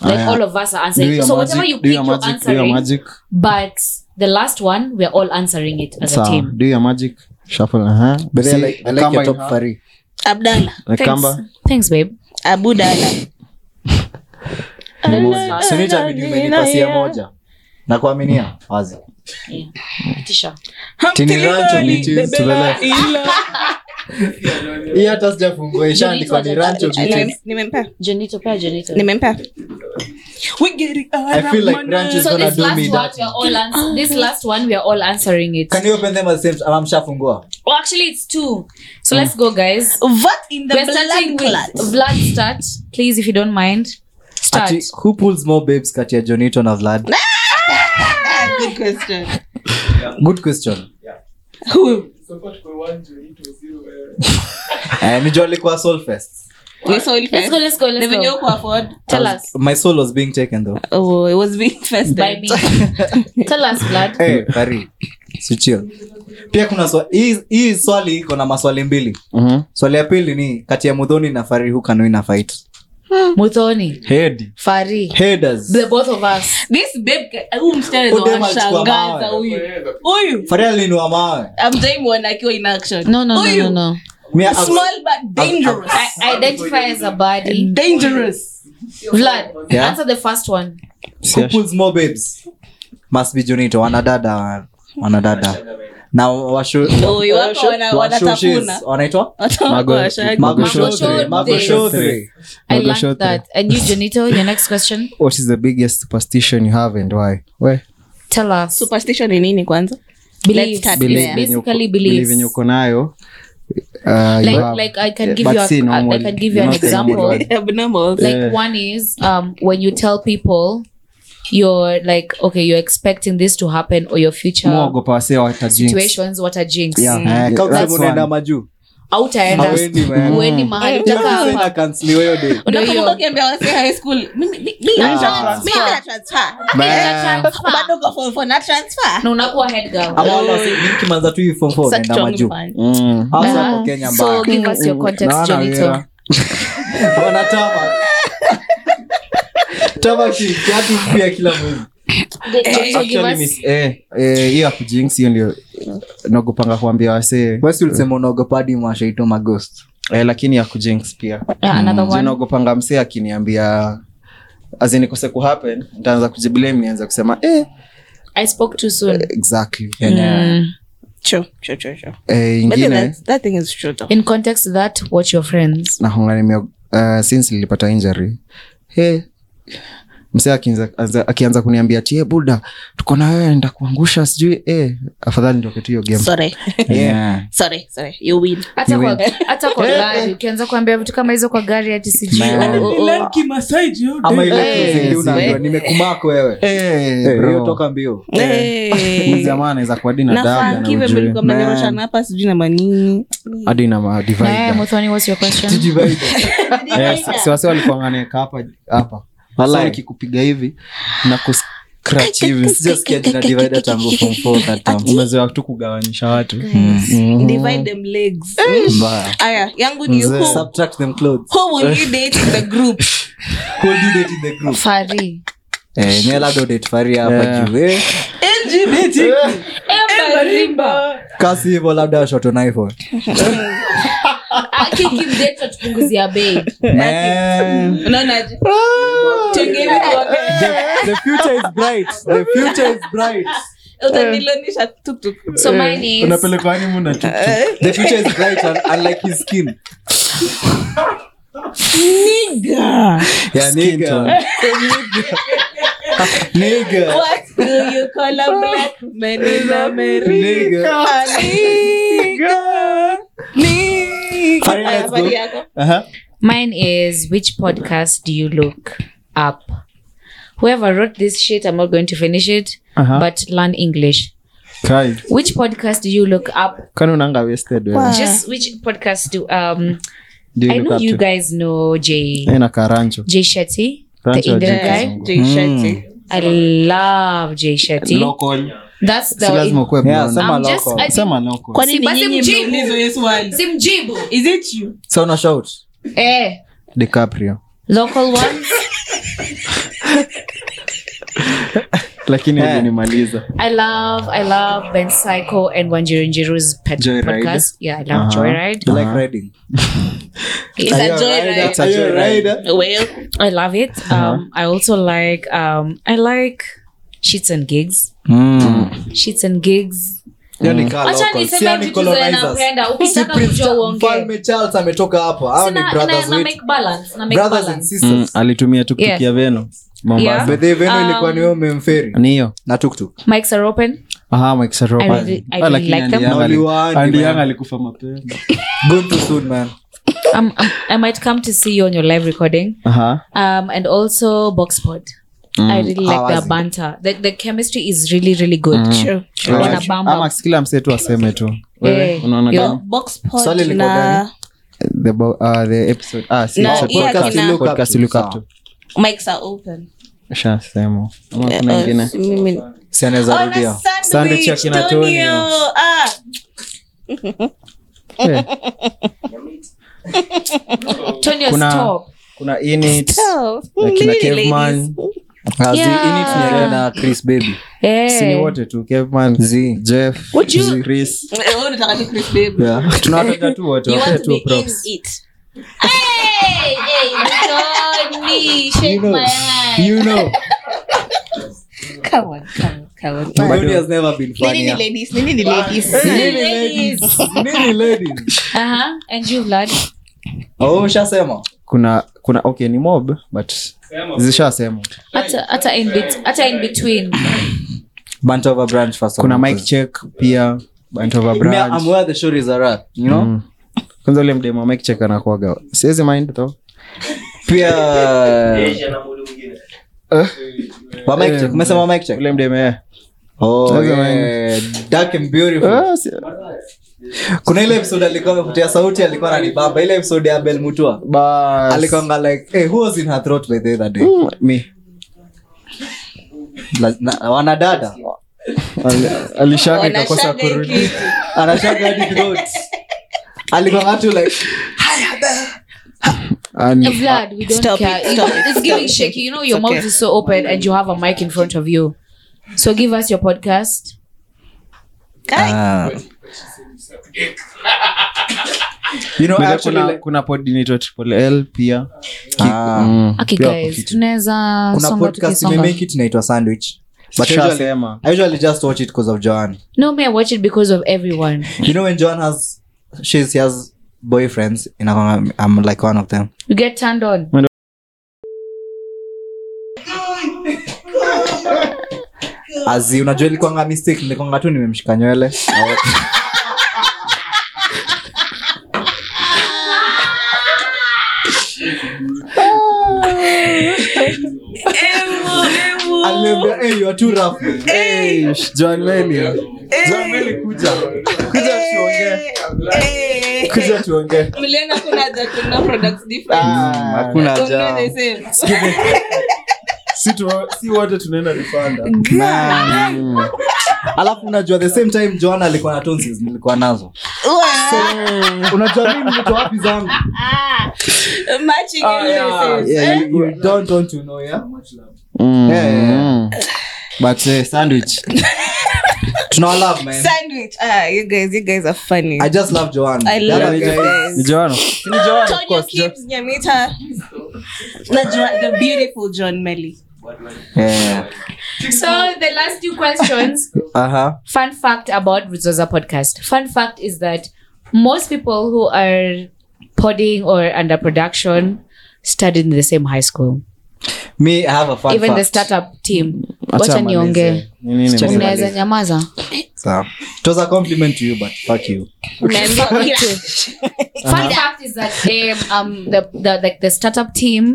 Speaker 2: Like
Speaker 5: Mm. Ah, yeah.
Speaker 2: all of us are
Speaker 5: Do
Speaker 2: answering.
Speaker 5: your
Speaker 2: So
Speaker 5: magic,
Speaker 2: whatever you
Speaker 5: do
Speaker 2: pick,
Speaker 5: your
Speaker 2: you're
Speaker 5: magic, do your
Speaker 2: answering.
Speaker 5: magic.
Speaker 2: But the last one, we're all answering it as a
Speaker 5: Sawa,
Speaker 2: team.
Speaker 5: do your magic, shuffle, aha.
Speaker 3: But I
Speaker 5: See,
Speaker 3: like- I like
Speaker 5: kamba
Speaker 3: your
Speaker 5: in
Speaker 3: top
Speaker 5: her.
Speaker 3: three.
Speaker 4: abdalla
Speaker 5: Like kamba.
Speaker 2: Thanks, babe.
Speaker 4: abudala
Speaker 2: Ah,
Speaker 3: Si ni itabidi umenipasia moja na kuaminia wazi
Speaker 2: Tisha.
Speaker 3: Tini rancho ni choose to the left.
Speaker 2: [LAUGHS]
Speaker 3: hii hata sijafungua
Speaker 2: ishaandikwa
Speaker 3: ishaandikwa
Speaker 2: ni
Speaker 3: ni
Speaker 2: rancho
Speaker 3: rancho
Speaker 4: Nime- nimempa
Speaker 2: Janito, pair Janito.
Speaker 4: nimempa We getting our
Speaker 3: I feel like
Speaker 4: money.
Speaker 3: ranch is
Speaker 2: So
Speaker 3: gonna
Speaker 2: this
Speaker 3: do
Speaker 2: last
Speaker 3: me
Speaker 2: one,
Speaker 3: that.
Speaker 2: we are all ans- this last one, we are all answering it.
Speaker 3: Can you open them at the same time? Ama mshafungua?
Speaker 2: Well, actually, it's two. So let's go, guys.
Speaker 4: vote in the
Speaker 2: We're starting
Speaker 4: blood clot
Speaker 2: with Vlad. Start, please, if you don't mind. Start.
Speaker 3: Ati, who pulls more babes kati ya Jonito na Vlad?
Speaker 4: Ah, good question
Speaker 3: Good question.
Speaker 4: who
Speaker 6: Support kwa one, Johnny, to zero, eh.
Speaker 3: Eh, Nijua alikuwa soul first.
Speaker 4: we saw it
Speaker 2: Let's
Speaker 4: first
Speaker 2: go. Let's go.
Speaker 4: the
Speaker 2: Let's
Speaker 4: venue
Speaker 2: go.
Speaker 4: ku afford
Speaker 2: Tell
Speaker 3: I was-
Speaker 2: us.
Speaker 3: My soul was being taken
Speaker 5: [LAUGHS]
Speaker 3: though.
Speaker 4: oh it was being first
Speaker 2: By
Speaker 3: [LAUGHS]
Speaker 2: me. Tell us, Vlad.
Speaker 3: Eh, Kari. Si chill. Pia kuna swa- hii hii swali iko na maswali mbili.
Speaker 5: Mhm.
Speaker 3: Swali ya pili ni kati ya Mudhoni na Fari who can win a fight?
Speaker 2: Muthoni,
Speaker 5: Head.
Speaker 2: Fari,
Speaker 3: Headers.
Speaker 2: the both of us.
Speaker 4: this babe ka- huyu msichana
Speaker 3: Huyu dem
Speaker 4: anashangaza
Speaker 3: alichukua
Speaker 4: huyu
Speaker 6: Eh, the-
Speaker 4: huyu
Speaker 3: Fari alinua mawe.
Speaker 4: amjaimwona akiwa in action
Speaker 2: No, no, no,
Speaker 4: Huyu.
Speaker 2: no, no.
Speaker 3: Mi- I-
Speaker 4: small but dangerous
Speaker 2: I identify as a body.
Speaker 4: dangerous
Speaker 2: Vlad,
Speaker 3: Yeah.
Speaker 2: answer the first one.
Speaker 3: who pulls more babes must be Junito. Wanadada wanadada
Speaker 2: [LAUGHS]
Speaker 3: na washo
Speaker 4: huyu wako wana- wanatafuna [LAUGHS]
Speaker 3: washoshes wanaitwa
Speaker 4: wako washagi.
Speaker 2: Magoshote.
Speaker 3: magoshotre magoshotre
Speaker 2: I
Speaker 5: Mago
Speaker 2: learned
Speaker 5: Shotre.
Speaker 2: that. And you, Janito, your next question.
Speaker 5: what is the biggest superstition you have and why we
Speaker 2: Tell us.
Speaker 4: superstition ni nini kwanza [LAUGHS]
Speaker 2: Beliefs.
Speaker 4: start
Speaker 5: Believe
Speaker 4: there.
Speaker 5: venye uko-
Speaker 2: Basically,
Speaker 5: believe
Speaker 2: beliefs.
Speaker 5: venye uko nayo uh, you
Speaker 2: Like,
Speaker 5: have-
Speaker 2: like I can
Speaker 5: Yeah,
Speaker 2: give
Speaker 5: but
Speaker 2: you, a,
Speaker 5: see, no
Speaker 2: I
Speaker 5: more-
Speaker 2: can give you an
Speaker 5: not the normal
Speaker 2: example.
Speaker 5: one.
Speaker 4: abnormal
Speaker 2: like
Speaker 5: Yeah.
Speaker 2: one is um when you tell people you're like okay you're expecting this to happen or your future
Speaker 12: muogopa wasee watajinx
Speaker 2: situations what are Mm-hmm. jinx
Speaker 3: Yeah.
Speaker 5: Mm.
Speaker 3: Eh, kama
Speaker 5: That's
Speaker 3: unasema unaenda
Speaker 5: one.
Speaker 3: majuu
Speaker 2: autaenda
Speaker 3: Hawendi, man.
Speaker 2: ueni
Speaker 5: Mm.
Speaker 2: mahali
Speaker 3: Hiyo design
Speaker 2: utakaa
Speaker 3: inacanceliwa hiyo day.
Speaker 2: Ndio hiyo.
Speaker 4: unakumbuka ukiambia wase high school mimi- mi- mi- na trans- mi na transfer. bado uko form four, na transfer.
Speaker 2: na unakuwa head girl.
Speaker 3: Ama wale wase- mimi nikimanza tu hii form four,
Speaker 4: Such
Speaker 3: naenda
Speaker 4: strong
Speaker 3: majuu.
Speaker 4: fun.
Speaker 5: Mm.
Speaker 3: Hasa
Speaker 2: Ah,
Speaker 3: kwa Kenya
Speaker 2: so
Speaker 3: mbaya.
Speaker 2: give us your context
Speaker 12: Naona
Speaker 2: Jonito.
Speaker 12: wewe.
Speaker 3: Wanatama.
Speaker 2: [LAUGHS]
Speaker 3: Tama ki- kiatu pia kila mwezi
Speaker 2: So give
Speaker 12: Actually,
Speaker 2: us-
Speaker 12: miss- eh,
Speaker 5: Eh, hiyo ya kujinx hiyo ndio nagopanga kuambia wasee
Speaker 3: Wesi ulisema unaogopa hadi mashaito maghost
Speaker 5: eh, lakini ya kujinx pia
Speaker 2: Yeah, another
Speaker 5: Juu
Speaker 2: one.
Speaker 5: naogopanga msee akiniambia azinikose kuhappen ntaanza kujiblame nianza kusema eh,
Speaker 2: I spoke too soon.
Speaker 5: exactly
Speaker 2: Mm.
Speaker 4: True, true, true, true.
Speaker 5: eh,
Speaker 4: Maybe
Speaker 5: ingine
Speaker 4: that's- that thing is true though.
Speaker 2: in context to that watch your friends
Speaker 5: eh, nahonga nime uh, since nilipata injury hey, eh, msee akianza- anza- akianza kuniambia tie buda tuko na wewe ndakuangusha sijui eh, afadhali ndio kitu hiyo game
Speaker 4: Sorry.
Speaker 5: Yeah.
Speaker 4: sorry sorry you win
Speaker 2: hata
Speaker 5: Ni
Speaker 2: kwa,
Speaker 5: wewe.
Speaker 2: [LAUGHS] hata kwa gari ukianza kuambia vitu kama hizo kwa gari hati sijui
Speaker 5: Man.
Speaker 2: oh, oh, oh.
Speaker 3: ama ile
Speaker 2: Eh,
Speaker 3: cruising ndio unaambiwa
Speaker 2: eh.
Speaker 3: nimekumako wewe Eh,
Speaker 5: bro. Eh.
Speaker 3: hiyo toka mbio
Speaker 2: Eh.
Speaker 4: Hey.
Speaker 5: jamaa anaweza kuwa dina
Speaker 4: nafaa kive mlikuwa mnanyoshana hapa sijui na manini
Speaker 5: hadi na ma- divide
Speaker 2: Eh,
Speaker 5: down.
Speaker 2: Muthoni, what's your question?
Speaker 5: Eh, si- si wasi walikuwa wanaeka hapa hapa
Speaker 3: Walai.
Speaker 5: Sasa nikikupiga hivi na ku scratch hivi
Speaker 3: sijasikia jina divide tambo from four that
Speaker 2: [LAUGHS]
Speaker 3: time
Speaker 5: umezoea tu kugawanyisha watu
Speaker 4: divide them legs
Speaker 3: mbaya
Speaker 4: aya yangu ni who,
Speaker 3: subtract them clothes
Speaker 4: who will you date in the group
Speaker 3: who do you date in the group
Speaker 2: Fari.
Speaker 3: eh nyo labda date fari hapa
Speaker 5: Yeah.
Speaker 3: juu eh
Speaker 4: [LAUGHS]
Speaker 3: kasi hivyo labda washoto na iphone
Speaker 2: Aki kimdate atupunguzia bei.
Speaker 3: Man.
Speaker 4: unaonaje Ah. tengeni Eh.
Speaker 3: the future is bright the future is bright
Speaker 4: utanilonisha tuktuk
Speaker 2: So
Speaker 5: Eh,
Speaker 2: mine is- Eh,
Speaker 3: the future is bright and, and like his skin yeah nigga [LAUGHS] nigga
Speaker 4: what do you call a black man in
Speaker 3: nigga Fine, let's go.
Speaker 4: america
Speaker 2: Mine is which podcast do you look up? Whoever wrote this shit, I'm not going to finish it,
Speaker 5: Uh-huh.
Speaker 2: but learn English.
Speaker 5: Kai,
Speaker 2: Which podcast do you look up?
Speaker 5: kwani unanga wasted wewe?
Speaker 4: Wow. Ah.
Speaker 2: Just which podcast do um
Speaker 5: Do you
Speaker 2: I
Speaker 5: look
Speaker 2: know
Speaker 5: up
Speaker 2: you
Speaker 5: to-
Speaker 2: guys know Jay
Speaker 5: Eh, na karancho
Speaker 2: Jay Shetty, the
Speaker 5: Rancho
Speaker 2: Indian
Speaker 4: eh,
Speaker 5: Jay
Speaker 2: guy. I love Jay Shetty. That's the
Speaker 5: si lazima ukuwe
Speaker 3: Yeah,
Speaker 5: blonde.
Speaker 3: sema
Speaker 2: I'm just-
Speaker 3: local.
Speaker 2: I think-
Speaker 5: sema local.
Speaker 4: kwani
Speaker 2: Si,
Speaker 4: ni
Speaker 2: basi
Speaker 4: nyinyi
Speaker 2: mjibu.
Speaker 4: mmeulizwa yes one
Speaker 2: Simjibu.
Speaker 4: is it you
Speaker 3: so una shout
Speaker 2: Eh.
Speaker 5: DiCaprio.
Speaker 2: Local ones.
Speaker 5: lakini
Speaker 3: Eh.
Speaker 5: ulinimaliza
Speaker 2: I love I love Ben Psycho and Wanjiru Njiru's pet
Speaker 5: Joyride.
Speaker 2: podcast. Yeah, I love
Speaker 5: Uh-huh.
Speaker 2: Joyride.
Speaker 3: you like riding
Speaker 4: it's
Speaker 3: Are
Speaker 4: a
Speaker 3: you a
Speaker 4: joy
Speaker 3: rider?
Speaker 4: right
Speaker 3: Are you a rider
Speaker 4: well
Speaker 2: I love it.
Speaker 3: Uh-huh.
Speaker 2: Um, I also like um, I like shits and gigs. Shits and gigs.
Speaker 3: Hiyo ni kaa
Speaker 2: Acha
Speaker 3: local. Si
Speaker 2: niseme
Speaker 3: yani
Speaker 2: vitu zenye
Speaker 3: colonizers.
Speaker 2: napenda.
Speaker 3: Si
Speaker 2: Ukitaka
Speaker 3: Prince
Speaker 2: kujua
Speaker 3: Cha-
Speaker 2: uongee.
Speaker 3: Mfalme Charles ametoka hapa hao ni
Speaker 2: Sina-
Speaker 3: brothers
Speaker 2: na- na
Speaker 3: wetu
Speaker 2: make balance, na make
Speaker 3: brothers and
Speaker 2: balance.
Speaker 3: sisters
Speaker 5: Mm, alitumia tuktukia
Speaker 2: Yeah.
Speaker 5: veno
Speaker 2: Yeah.
Speaker 5: mombasa
Speaker 3: By the way, Veno ilikuwa
Speaker 2: Um,
Speaker 3: ni wewe umemferi
Speaker 5: ni hiyo
Speaker 3: na tuktuk
Speaker 2: Mics are open.
Speaker 5: Aha, Mike Saropa.
Speaker 2: I really- I really
Speaker 5: Ah, lakini
Speaker 2: like
Speaker 5: Andy
Speaker 2: them.
Speaker 5: Young
Speaker 3: Na
Speaker 5: ali-
Speaker 3: uliwaandi,
Speaker 5: Andy
Speaker 3: man.
Speaker 5: Young alikufa mapema
Speaker 3: gone too soon man
Speaker 2: Um, um, I might come to see you on your live recording.
Speaker 5: Aha.
Speaker 2: Um, and also Boxpod. I really like their
Speaker 3: Awazi.
Speaker 2: banter. The, the chemistry is really really good. True.
Speaker 5: ama kila msee tu aseme tu Wewe,
Speaker 2: Eh,
Speaker 5: unaona
Speaker 2: yo.
Speaker 5: kama-
Speaker 4: box
Speaker 3: Swali
Speaker 4: pod
Speaker 3: liko
Speaker 4: na
Speaker 3: gani?
Speaker 5: the bo- ah, the episode- ah, si
Speaker 4: Na
Speaker 5: episode,
Speaker 4: hii
Speaker 5: podcast
Speaker 4: akina-
Speaker 5: you look up to. Podcast you look up to.
Speaker 4: mics are open
Speaker 5: Shasema. Ama kuna
Speaker 4: Eh,
Speaker 5: ingine?
Speaker 2: uh,
Speaker 4: si mimi-
Speaker 3: si anaweza
Speaker 4: Oh,
Speaker 3: rudia
Speaker 4: na
Speaker 5: Sandwich
Speaker 4: sandwich,
Speaker 5: ya kina
Speaker 4: Tonio.
Speaker 5: Tonio.
Speaker 4: Ah,
Speaker 5: Eh,
Speaker 2: Tony,
Speaker 5: Kuna-
Speaker 2: stop.
Speaker 5: kuna Init,
Speaker 4: oh,
Speaker 5: na kina
Speaker 4: really,
Speaker 5: Caveman.
Speaker 4: ladies.
Speaker 3: Ah, zi-
Speaker 2: Yeah. Eh.
Speaker 3: ini tunaelewa na Chris baby
Speaker 2: Hey.
Speaker 5: Si ni wote tu Caveman,
Speaker 3: Zi.
Speaker 5: Jeff,
Speaker 4: Would you-
Speaker 5: Chris.
Speaker 4: Eh, wewe unataka ni Chris
Speaker 2: [LAUGHS]
Speaker 4: baby.
Speaker 5: Yeah. tunawataja tu wote
Speaker 4: You
Speaker 5: wapee
Speaker 4: want to
Speaker 5: tu
Speaker 4: be in
Speaker 5: props.
Speaker 4: it.
Speaker 2: Hey, hey, Tony,
Speaker 3: you
Speaker 2: shake
Speaker 3: know
Speaker 2: my hand.
Speaker 3: you know
Speaker 4: Come on, come on, come on.
Speaker 3: Veno has never been
Speaker 4: Nini ni
Speaker 3: funnier
Speaker 4: ladies? Nini ni ladies?
Speaker 3: Nini ladies? Nini ladies?
Speaker 2: Uh-huh. And you, lad.
Speaker 3: Oh, ushasema
Speaker 5: kuna kuna okay ni mob but zishasema
Speaker 2: Ata, ata, in, bet- ata in between.
Speaker 3: Bant over branch first of
Speaker 5: kuna
Speaker 3: all.
Speaker 5: mike check pia bantova
Speaker 3: Me, I'm
Speaker 5: branch
Speaker 3: where the show is a rat, you know?
Speaker 5: Mm. kwanza ule mdemo wa mike check anakuaga siwezi mind though
Speaker 3: [LAUGHS] Pia,
Speaker 5: Eh,
Speaker 3: wa mic check,
Speaker 5: Eh,
Speaker 3: umesema mic check?
Speaker 5: ule mdemo eh.
Speaker 3: Oh,
Speaker 5: Sasa
Speaker 3: yeah. Dark and beautiful.
Speaker 5: Ah, si-
Speaker 3: kuna ile episode alikuwa amepotea sauti alikuwa nanibamba ile episode ya bel mutua
Speaker 5: bas.
Speaker 3: alikwanga like hey, who was in her throat by the other day
Speaker 5: Mm, me.
Speaker 3: La- na- wanadada
Speaker 5: Ali- alishaga ikakosa
Speaker 4: Wanashaga
Speaker 5: kurudi
Speaker 4: hiki.
Speaker 3: anashaga hadi throat alikwanga tu like
Speaker 5: Ani-
Speaker 2: Vlad, we don't
Speaker 4: Stop
Speaker 2: care.
Speaker 4: it,
Speaker 2: You
Speaker 4: stop
Speaker 2: know,
Speaker 4: it,
Speaker 2: it's giving shaky. You know, your
Speaker 4: okay.
Speaker 2: mouth is so open and you have a mic in front of you. So give us your podcast.
Speaker 4: Kai.
Speaker 3: ah. [LAUGHS] you know
Speaker 5: Bila
Speaker 3: actually
Speaker 5: kuna-
Speaker 3: like,
Speaker 5: kuna pod inaitwa Triple L pia
Speaker 3: ah.
Speaker 5: Mm.
Speaker 2: Okay,
Speaker 5: Pia
Speaker 2: guys.
Speaker 5: kuficha.
Speaker 2: Tunaweza
Speaker 3: kuna
Speaker 2: songa
Speaker 3: podcast
Speaker 2: tukisonga.
Speaker 3: imemake it inaitwa sandwich but usually,
Speaker 5: Shasema.
Speaker 3: i usually just watch it because of joan
Speaker 2: No, me, I watch it because of everyone.
Speaker 3: you know when joan has she's she has boyfriends and I'm, i'm like one of them
Speaker 2: You get turned on.
Speaker 3: azi unajua ilikwanga mistake nilikwanga tu nimemshika nywele Aliniambia, "Hey, you are too rough." Hey, John Melly. John Melly, kuja. Kuja tuongee. Kuja tuongee.
Speaker 4: mliona kuna haja kununua products different.
Speaker 3: Ah, hakuna
Speaker 4: Don't do
Speaker 3: haja.
Speaker 4: the same.
Speaker 3: Si tu- si wote tunaenda refanda. Man. alafu unajua the same time joan alikuwa na tonsils nilikuwa nazo [LAUGHS] unajua mi mlito wapi zangu
Speaker 4: Ah, Matching illnesses.
Speaker 3: Oh, Ah, Yeah,
Speaker 4: Eh?
Speaker 3: you- you don't want to know, yeah? Much love.
Speaker 5: Mm. But, eh,
Speaker 2: [LAUGHS]
Speaker 5: sandwich.
Speaker 3: uh, Tuna love, man.
Speaker 4: Sandwich. Ah, you guys, you guys are funny.
Speaker 3: I just love Joanna.
Speaker 4: I
Speaker 3: The
Speaker 4: love
Speaker 3: other
Speaker 4: you
Speaker 3: guy-
Speaker 4: guys.
Speaker 5: Ni Joanna.
Speaker 4: Turn your sleeves, Nyamita. The, Jo- the beautiful John Melly.
Speaker 3: Yeah.
Speaker 2: So the last two questions.
Speaker 3: Aha.
Speaker 2: Fun fact about Ruzoza podcast. Fun fact is that most people who are podding or under production studied in the same high school.
Speaker 3: Me, I have a fun
Speaker 2: Even the
Speaker 3: fact.
Speaker 2: startup team.
Speaker 3: Acha
Speaker 2: Wacha
Speaker 3: amalize. eh.
Speaker 2: niongee.
Speaker 5: Ni nini
Speaker 3: Acha
Speaker 5: mimi?
Speaker 2: Unaweza
Speaker 3: nimalize.
Speaker 2: nyamaza.
Speaker 3: Sawa. It was a compliment to you, but fuck you.
Speaker 2: Unaweza- Fun fact is that um, um, the, the, the, the startup team,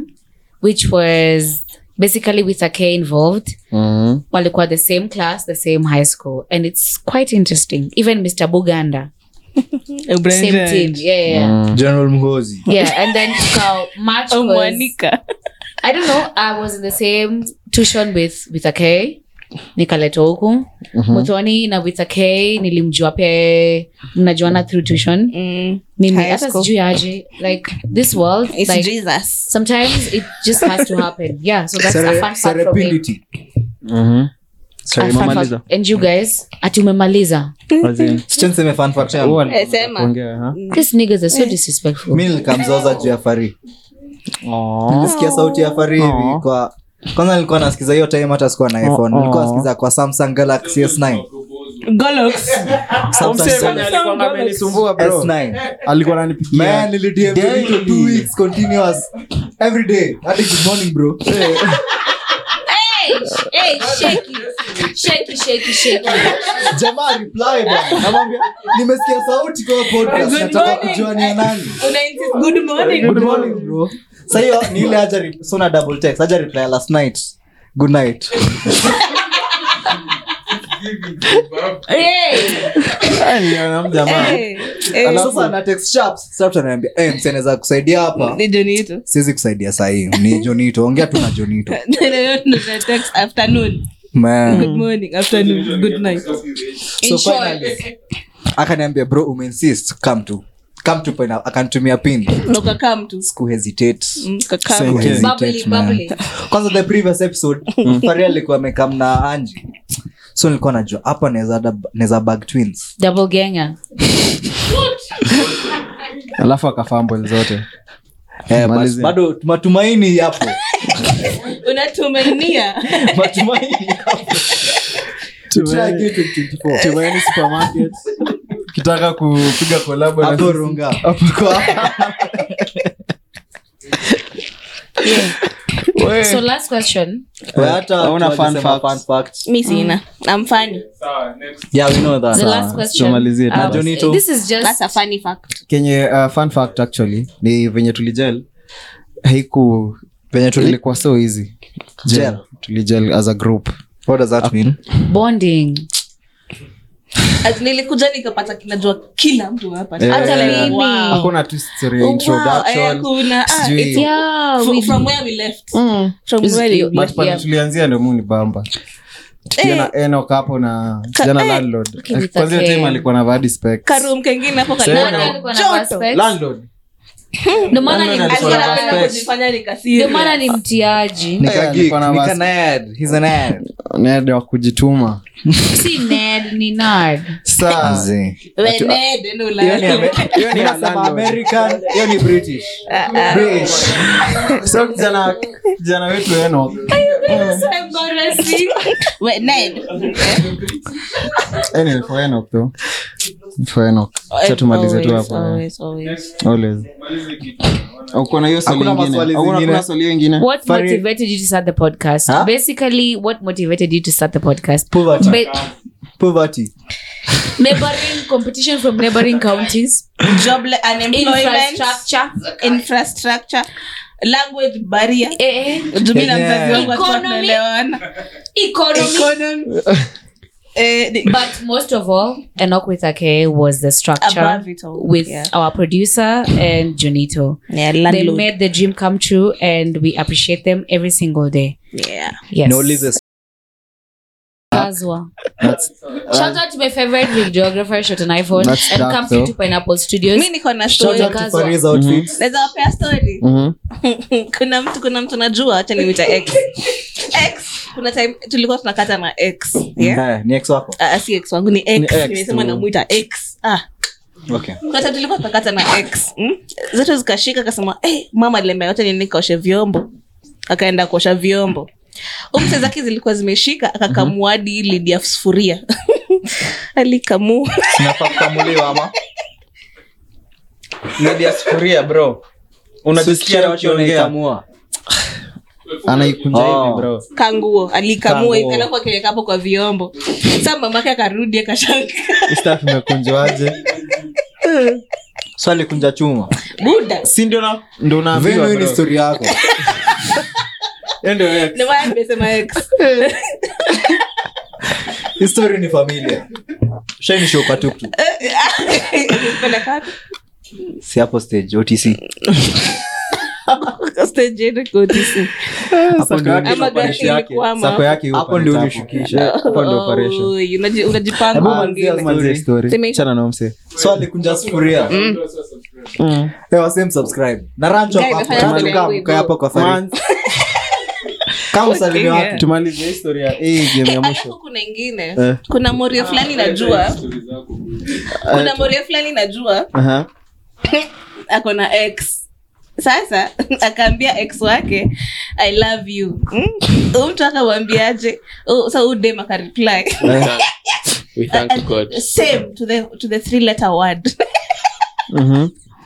Speaker 2: which was basically with a K involved,
Speaker 5: Mhm.
Speaker 3: Mm-hmm.
Speaker 2: walikuwa the same class, the same high school. And it's quite interesting. Even Mr. Buganda, same team. Yeah, yeah, yeah.
Speaker 3: General Mhozi.
Speaker 4: [LAUGHS]
Speaker 2: yeah and then so March
Speaker 4: Oh,
Speaker 2: was,
Speaker 4: Omwanika.
Speaker 2: i don't know i was in the same tuition with with a k nikaletwa huku mutoni na with a k nilimjua pia mnajuana through tuition
Speaker 4: Mm.
Speaker 2: mimi
Speaker 4: High
Speaker 2: hata
Speaker 4: school.
Speaker 2: sijui aje like this world
Speaker 4: It's
Speaker 2: like,
Speaker 4: Jesus.
Speaker 2: sometimes it just has to
Speaker 4: [LAUGHS]
Speaker 2: happen yeah so that's a fun
Speaker 3: Sere-
Speaker 2: fact from me
Speaker 3: serendipity.
Speaker 5: Mhm. Sorry,
Speaker 2: A fun
Speaker 5: mama
Speaker 2: fact.
Speaker 5: Liza.
Speaker 2: and you guys ati umemaliza
Speaker 5: As in,
Speaker 3: Sicha niseme fun fact yangu.
Speaker 5: huwa ni-
Speaker 4: Eh, Sema.
Speaker 3: Mm.
Speaker 5: kuongea, ha?
Speaker 4: Mm.
Speaker 2: these niggas are so
Speaker 4: Eh.
Speaker 2: disrespectful
Speaker 3: mi nikamzoza juu ya fari
Speaker 5: Oh.
Speaker 3: nilisikia sauti ya fari hivi
Speaker 5: Aww.
Speaker 3: kwa kwanza nilikuwa nasikiza hiyo time hata sikuwa na iphone nilikuwa
Speaker 5: Aww.
Speaker 3: nasikiza kwa samsung galaxy s9 Samsung Galaxy S9.
Speaker 5: Alikuwa ananipigia.
Speaker 3: Man, nilidm
Speaker 5: Daily.
Speaker 3: for two weeks continuous. Every day. Hadi good morning, bro.
Speaker 4: Eh,
Speaker 2: hey shaky shaky shaky shaky
Speaker 3: [LAUGHS] Jamaa reply bwana. Namwambia nimesikia sauti kwa podcast
Speaker 4: Good
Speaker 3: nataka
Speaker 4: morning.
Speaker 3: kujua ni ya nani.
Speaker 4: Una insist, good morning.
Speaker 3: Good morning, bro. Sasa hiyo ni ile haja rep- so na double text. Haja reply last night. Good night.
Speaker 5: Ah, niliona mjamaa.
Speaker 4: Hey,
Speaker 2: Eh,
Speaker 4: hey.
Speaker 3: Alafu sasa na text sharp. Sharp ananiambia, "Eh, msi anaweza kusaidia hapa."
Speaker 2: Mm.
Speaker 4: Ni Johnny Ito.
Speaker 3: Siwezi kusaidia sahii. Ni Jonito. Ongea tu na Jonito.
Speaker 4: [LAUGHS] Ndio text afternoon.
Speaker 3: Man.
Speaker 2: Mm.
Speaker 4: Good morning, afternoon, good night.
Speaker 3: so finally akaniambia bro umeinsist come to come to pina akanitumia pin
Speaker 4: Ukakaa mtu.
Speaker 3: kuhesitate
Speaker 4: Mm, ukakaa
Speaker 3: So,
Speaker 4: mtu.
Speaker 3: yeah.
Speaker 2: bubbly bubbly
Speaker 3: kwanza the previous episode
Speaker 2: Mm.
Speaker 3: faria alikuwa amekam na anji so nilikuwa najua hapa naweza naweza bag twins
Speaker 2: double ganger
Speaker 5: alafu akafambl zote
Speaker 3: eh, but,
Speaker 5: Malizia.
Speaker 3: bado matumaini yapo [LAUGHS]
Speaker 4: unatumainia
Speaker 3: matumaini yapo Try again 2024.
Speaker 5: tumaini supermarket kitaka kupiga kolabo na
Speaker 3: hapo
Speaker 5: sisi.
Speaker 3: runga hapo kwa
Speaker 5: We.
Speaker 2: so last question
Speaker 3: hata
Speaker 5: Hauna fun
Speaker 3: tuwalisema
Speaker 5: facts.
Speaker 3: fun facts
Speaker 4: mi sina amfani
Speaker 3: yeah we know that Ah.
Speaker 2: the last question
Speaker 5: tumalizie tu
Speaker 2: um,
Speaker 3: basi.
Speaker 2: this is
Speaker 4: that's
Speaker 2: just
Speaker 4: a funny fact
Speaker 5: kenye uh, fun fact actually ni venye tulijel haiku venye tulikuwa so easy
Speaker 3: Gel.
Speaker 5: gel tulijel as a group
Speaker 3: what does that mean
Speaker 2: bonding
Speaker 4: As nilikuja nikapata kinajua kila mtu hapa hata
Speaker 5: Eh, Yeah.
Speaker 4: mimi
Speaker 2: Wow.
Speaker 5: hakuna tu story ya
Speaker 4: Oh, wow, eh,
Speaker 5: introduction
Speaker 4: kuna- ah,
Speaker 5: sijui-
Speaker 4: it's-
Speaker 2: yeah
Speaker 4: fro-
Speaker 2: we Mm.
Speaker 4: from where we left from
Speaker 2: Is-
Speaker 4: where Eh, we
Speaker 2: you-
Speaker 4: left.
Speaker 5: but pale
Speaker 2: yeah.
Speaker 5: tulianzia ndio muni bamba tukiwa na enok hapo na
Speaker 4: Eh. Ka-
Speaker 5: jana
Speaker 4: eh,
Speaker 5: landlord
Speaker 2: okay, with
Speaker 5: kwanza
Speaker 2: a
Speaker 5: hiyo
Speaker 2: K.
Speaker 5: time alikuwa na vadi specs Eh,
Speaker 4: karum kengine hapo
Speaker 5: Sema.
Speaker 4: karibu na-
Speaker 2: Alikuwa na aspects.
Speaker 5: landlord
Speaker 2: Ndio maana
Speaker 5: Landlord
Speaker 2: ni-
Speaker 5: alikuwa
Speaker 4: Alikuwa
Speaker 5: na
Speaker 4: anataka
Speaker 5: aspects.
Speaker 4: kunifanya
Speaker 2: ndio
Speaker 4: nikasiri.
Speaker 2: maana ni mtiaji
Speaker 5: Eh,
Speaker 3: Nika geek,
Speaker 5: alikuwa na
Speaker 3: nika
Speaker 5: mas-
Speaker 3: nerd. He's a nerd.
Speaker 5: nede wa kujituma
Speaker 2: si ned ni nerd
Speaker 5: saa
Speaker 4: We need, eh, no,
Speaker 3: Hiyo ni
Speaker 4: la-
Speaker 5: Yaani,
Speaker 3: Ame- hiyo ni Nasema American, hiyo ni British.
Speaker 4: Ah, ah.
Speaker 3: British.
Speaker 5: so kijana kijana wetu eno
Speaker 4: We need.
Speaker 5: anyway, for enok though for enok Acha tumalize tu hapo
Speaker 4: Always, always.
Speaker 5: always
Speaker 3: uko na hiyo swali
Speaker 10: Hakuna maswali
Speaker 3: ingine
Speaker 10: zingine.
Speaker 3: Hakuna- hakuna swali hiyo ingine
Speaker 2: What
Speaker 3: Fari-
Speaker 2: motivated you to start the podcast?
Speaker 3: Huh?
Speaker 2: Basically, what motivated you to start the podcast?
Speaker 5: Poverty.
Speaker 2: Ba-
Speaker 5: poverty
Speaker 14: neighboring competition from neighboring counties
Speaker 4: job unemployment
Speaker 14: Infrastructure.
Speaker 4: infrastructure language barrier
Speaker 2: Eh,
Speaker 4: Jumi na
Speaker 14: Yeah.
Speaker 4: mzazi wangu hatukuwa
Speaker 14: Economy.
Speaker 4: tunaelewana.
Speaker 14: Economy.
Speaker 4: Eh,
Speaker 2: but most of all, Enoch with Ake was the structure
Speaker 4: Above it all,
Speaker 2: with
Speaker 4: yeah.
Speaker 2: our producer and Junito.
Speaker 4: Yeah,
Speaker 2: they
Speaker 4: landlord.
Speaker 2: made the dream come true, and we appreciate them every single day.
Speaker 4: Yeah.
Speaker 2: Yes.
Speaker 5: no leave us
Speaker 2: Kazwa.
Speaker 5: that's
Speaker 2: Shout out to my favorite big geographer, Shot and iPhone,
Speaker 5: That's
Speaker 2: and
Speaker 5: dark,
Speaker 2: come
Speaker 5: though.
Speaker 2: to Pineapple Studios.
Speaker 4: mi niko na
Speaker 5: shout
Speaker 4: story.
Speaker 5: out to Fari's
Speaker 3: Mhm.
Speaker 5: outfit
Speaker 4: naweza wapea story
Speaker 5: Mhm.
Speaker 4: [LAUGHS] kuna mtu kuna mtu najua acha nimwita x x kuna time tulikuwa tunakata na x
Speaker 3: Mm-hmm.
Speaker 4: yeah?
Speaker 5: Eh, ni ex wako
Speaker 4: Ah, si x wangu ni
Speaker 5: Ni
Speaker 4: x
Speaker 5: X,
Speaker 4: nimesema
Speaker 5: mm.
Speaker 4: namwita x ah
Speaker 5: okay
Speaker 4: kuna time tulikuwa tunakata na x
Speaker 3: Hmm?
Speaker 4: mm? zetu zikashika akasema hey, mama lemea yote nini kaoshe vyombo akaenda kuosha vyombo umse zake zilikuwa zimeshika akakamua hadi hii lidi ya sufuria [LAUGHS] alikamua
Speaker 10: Sinafaa kukamuliwa ama Lidi ya sufuria bro unajisikia watu wanaikamua
Speaker 3: anaikunja hivi,
Speaker 10: Oh.
Speaker 3: bro.
Speaker 4: kanguo alikamua hivi
Speaker 3: Kanguo.
Speaker 4: alafu akiweka hapo kwa vyombo sa mamake akarudi akashanga
Speaker 3: Staff imekunjwaje swali kunja chuma
Speaker 4: buda
Speaker 10: si ndio na
Speaker 3: ndo
Speaker 5: Venu, hii ni
Speaker 3: unaambiwa
Speaker 5: story yako
Speaker 4: Ndio maana nimesema ex.
Speaker 5: Hii story ni familia shainishoka tuktu
Speaker 4: Nilipeleka wapi?
Speaker 5: si hapo stage otc
Speaker 4: Stage yetu iko OTC.
Speaker 5: Hapo ndio
Speaker 4: Ah, Ama
Speaker 5: operation
Speaker 4: gari
Speaker 5: yake.
Speaker 4: ilikwama.
Speaker 5: Sako yake iko
Speaker 3: Hapo ndio
Speaker 5: pale
Speaker 3: ulishukisha.
Speaker 5: hapo.
Speaker 3: Hapo ndio operation.
Speaker 4: Oh, unaji- unajipanga
Speaker 3: Hebu
Speaker 4: wengine.
Speaker 3: malizia- malizia story.
Speaker 4: Sema-
Speaker 3: Achana na huyo msee. Mm.
Speaker 5: swali kunja sufuria
Speaker 4: Mm.
Speaker 5: Eh, wasee msubscribe. na rancho
Speaker 4: Guys,
Speaker 5: hapo hapo.
Speaker 4: afanya
Speaker 5: Rancho
Speaker 4: mambo
Speaker 5: kama
Speaker 4: yangu
Speaker 5: mkae hapo kwa Fari.
Speaker 3: Mwanzo-
Speaker 5: Kama usalimie watu.
Speaker 3: tumalize hii story ya hii game ya mwisho
Speaker 4: alafu kuna ingine
Speaker 3: Eh.
Speaker 4: kuna morio fulani najua kuna morio fulani najua
Speaker 3: Aha.
Speaker 4: ako na x sasa [LAUGHS] akaambia ex wake i love you Mm? Huyu mtu akamwambiaje Oh, so udem akareply
Speaker 11: We thank God.
Speaker 4: same to the, to the three letter word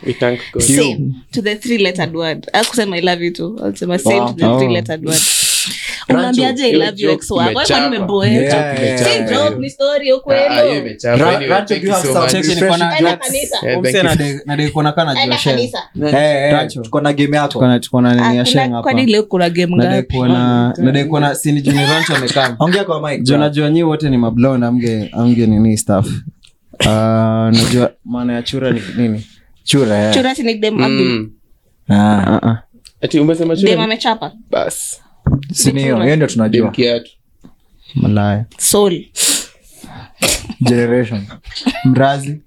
Speaker 11: We thank God.
Speaker 4: [LAUGHS] same to the three lettered word akusema i love you tu akusema same
Speaker 11: Wow.
Speaker 4: to the three
Speaker 11: Oh.
Speaker 4: lettered word unaambiaje i
Speaker 11: hiyo
Speaker 4: love you
Speaker 11: joke
Speaker 4: ex wako
Speaker 11: imechapa.
Speaker 4: kwani
Speaker 11: Hiyo joke
Speaker 4: umeboeka
Speaker 11: imechapa,
Speaker 4: si joke
Speaker 11: hiyo.
Speaker 4: ni story ya
Speaker 11: Ah, ah, hiyo
Speaker 4: ukweli
Speaker 11: imechapa.
Speaker 10: Ra-
Speaker 11: Anyway,
Speaker 10: Rancho,
Speaker 11: thank
Speaker 10: you
Speaker 11: you
Speaker 10: have
Speaker 11: so
Speaker 10: some
Speaker 11: much.
Speaker 10: Check it, nilikuwa na-
Speaker 4: Aenda kanisa.
Speaker 11: Yeah,
Speaker 10: Mse
Speaker 11: thank you.
Speaker 10: nade- nadekuwa nakaa najua
Speaker 4: Aenda
Speaker 10: shell.
Speaker 4: kanisa.
Speaker 3: Eh, eh,
Speaker 10: Rancho.
Speaker 3: tuko na game yako tuko na nini ya sheng
Speaker 4: Ah,
Speaker 3: hapa
Speaker 4: kwani leo kuna game
Speaker 3: Nadai
Speaker 4: ngapi
Speaker 3: kuona- nadai kuona sini junirancho [LAUGHS] amekaa juu najua nyi wote ni mablond amge amge nini [LAUGHS] staff uh, najua maana ya chura ni nini chura yeah.
Speaker 4: churasi ni dem abdul
Speaker 11: Mm.
Speaker 3: Ah, ah, ah.
Speaker 11: Ati umesema shule?
Speaker 4: dem amechapa
Speaker 11: Bas.
Speaker 3: Si ni hiyo hiyo ndio
Speaker 11: Dem
Speaker 3: tunajua
Speaker 11: kiatu.
Speaker 3: malaya
Speaker 4: soul
Speaker 3: generation mrazi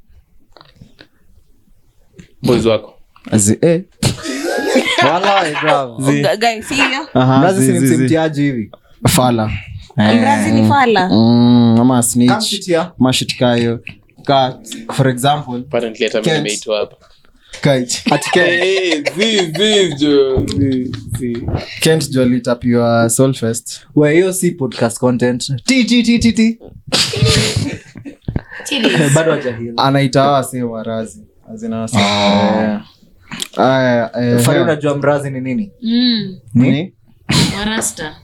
Speaker 11: Boys wako.
Speaker 3: Azi, eh. Walai, bravo. Zi. Ah.
Speaker 4: Ga- guys hiyo
Speaker 3: Aha,
Speaker 5: Mrazi
Speaker 3: zi,
Speaker 5: si ni
Speaker 3: zi, zi.
Speaker 5: msimtiaji hivi
Speaker 3: fala
Speaker 4: mrazi ni
Speaker 3: Eh.
Speaker 4: fala
Speaker 3: Mm, ama
Speaker 5: Come
Speaker 3: snitch
Speaker 5: sit here.
Speaker 3: mashitikayo ka for example
Speaker 11: Apparently hata mimi
Speaker 3: Kent.
Speaker 11: nimeitwa hapa.
Speaker 3: Kait. Ati Kent.
Speaker 11: Eh, zi, zi, jo. Zi, zi.
Speaker 3: Kent jo alitapiwa Solfest.
Speaker 5: We, hiyo si podcast content Ti, ti, ti, ti, ti. Eh, bado hajahila
Speaker 3: anaita wase warazi Azina wase. Eh. Aya, eh,
Speaker 5: Fari,
Speaker 3: eh.
Speaker 5: unajua mrazi ni nini
Speaker 2: Hmm.
Speaker 14: Mm,
Speaker 3: Ni?
Speaker 14: Warasta.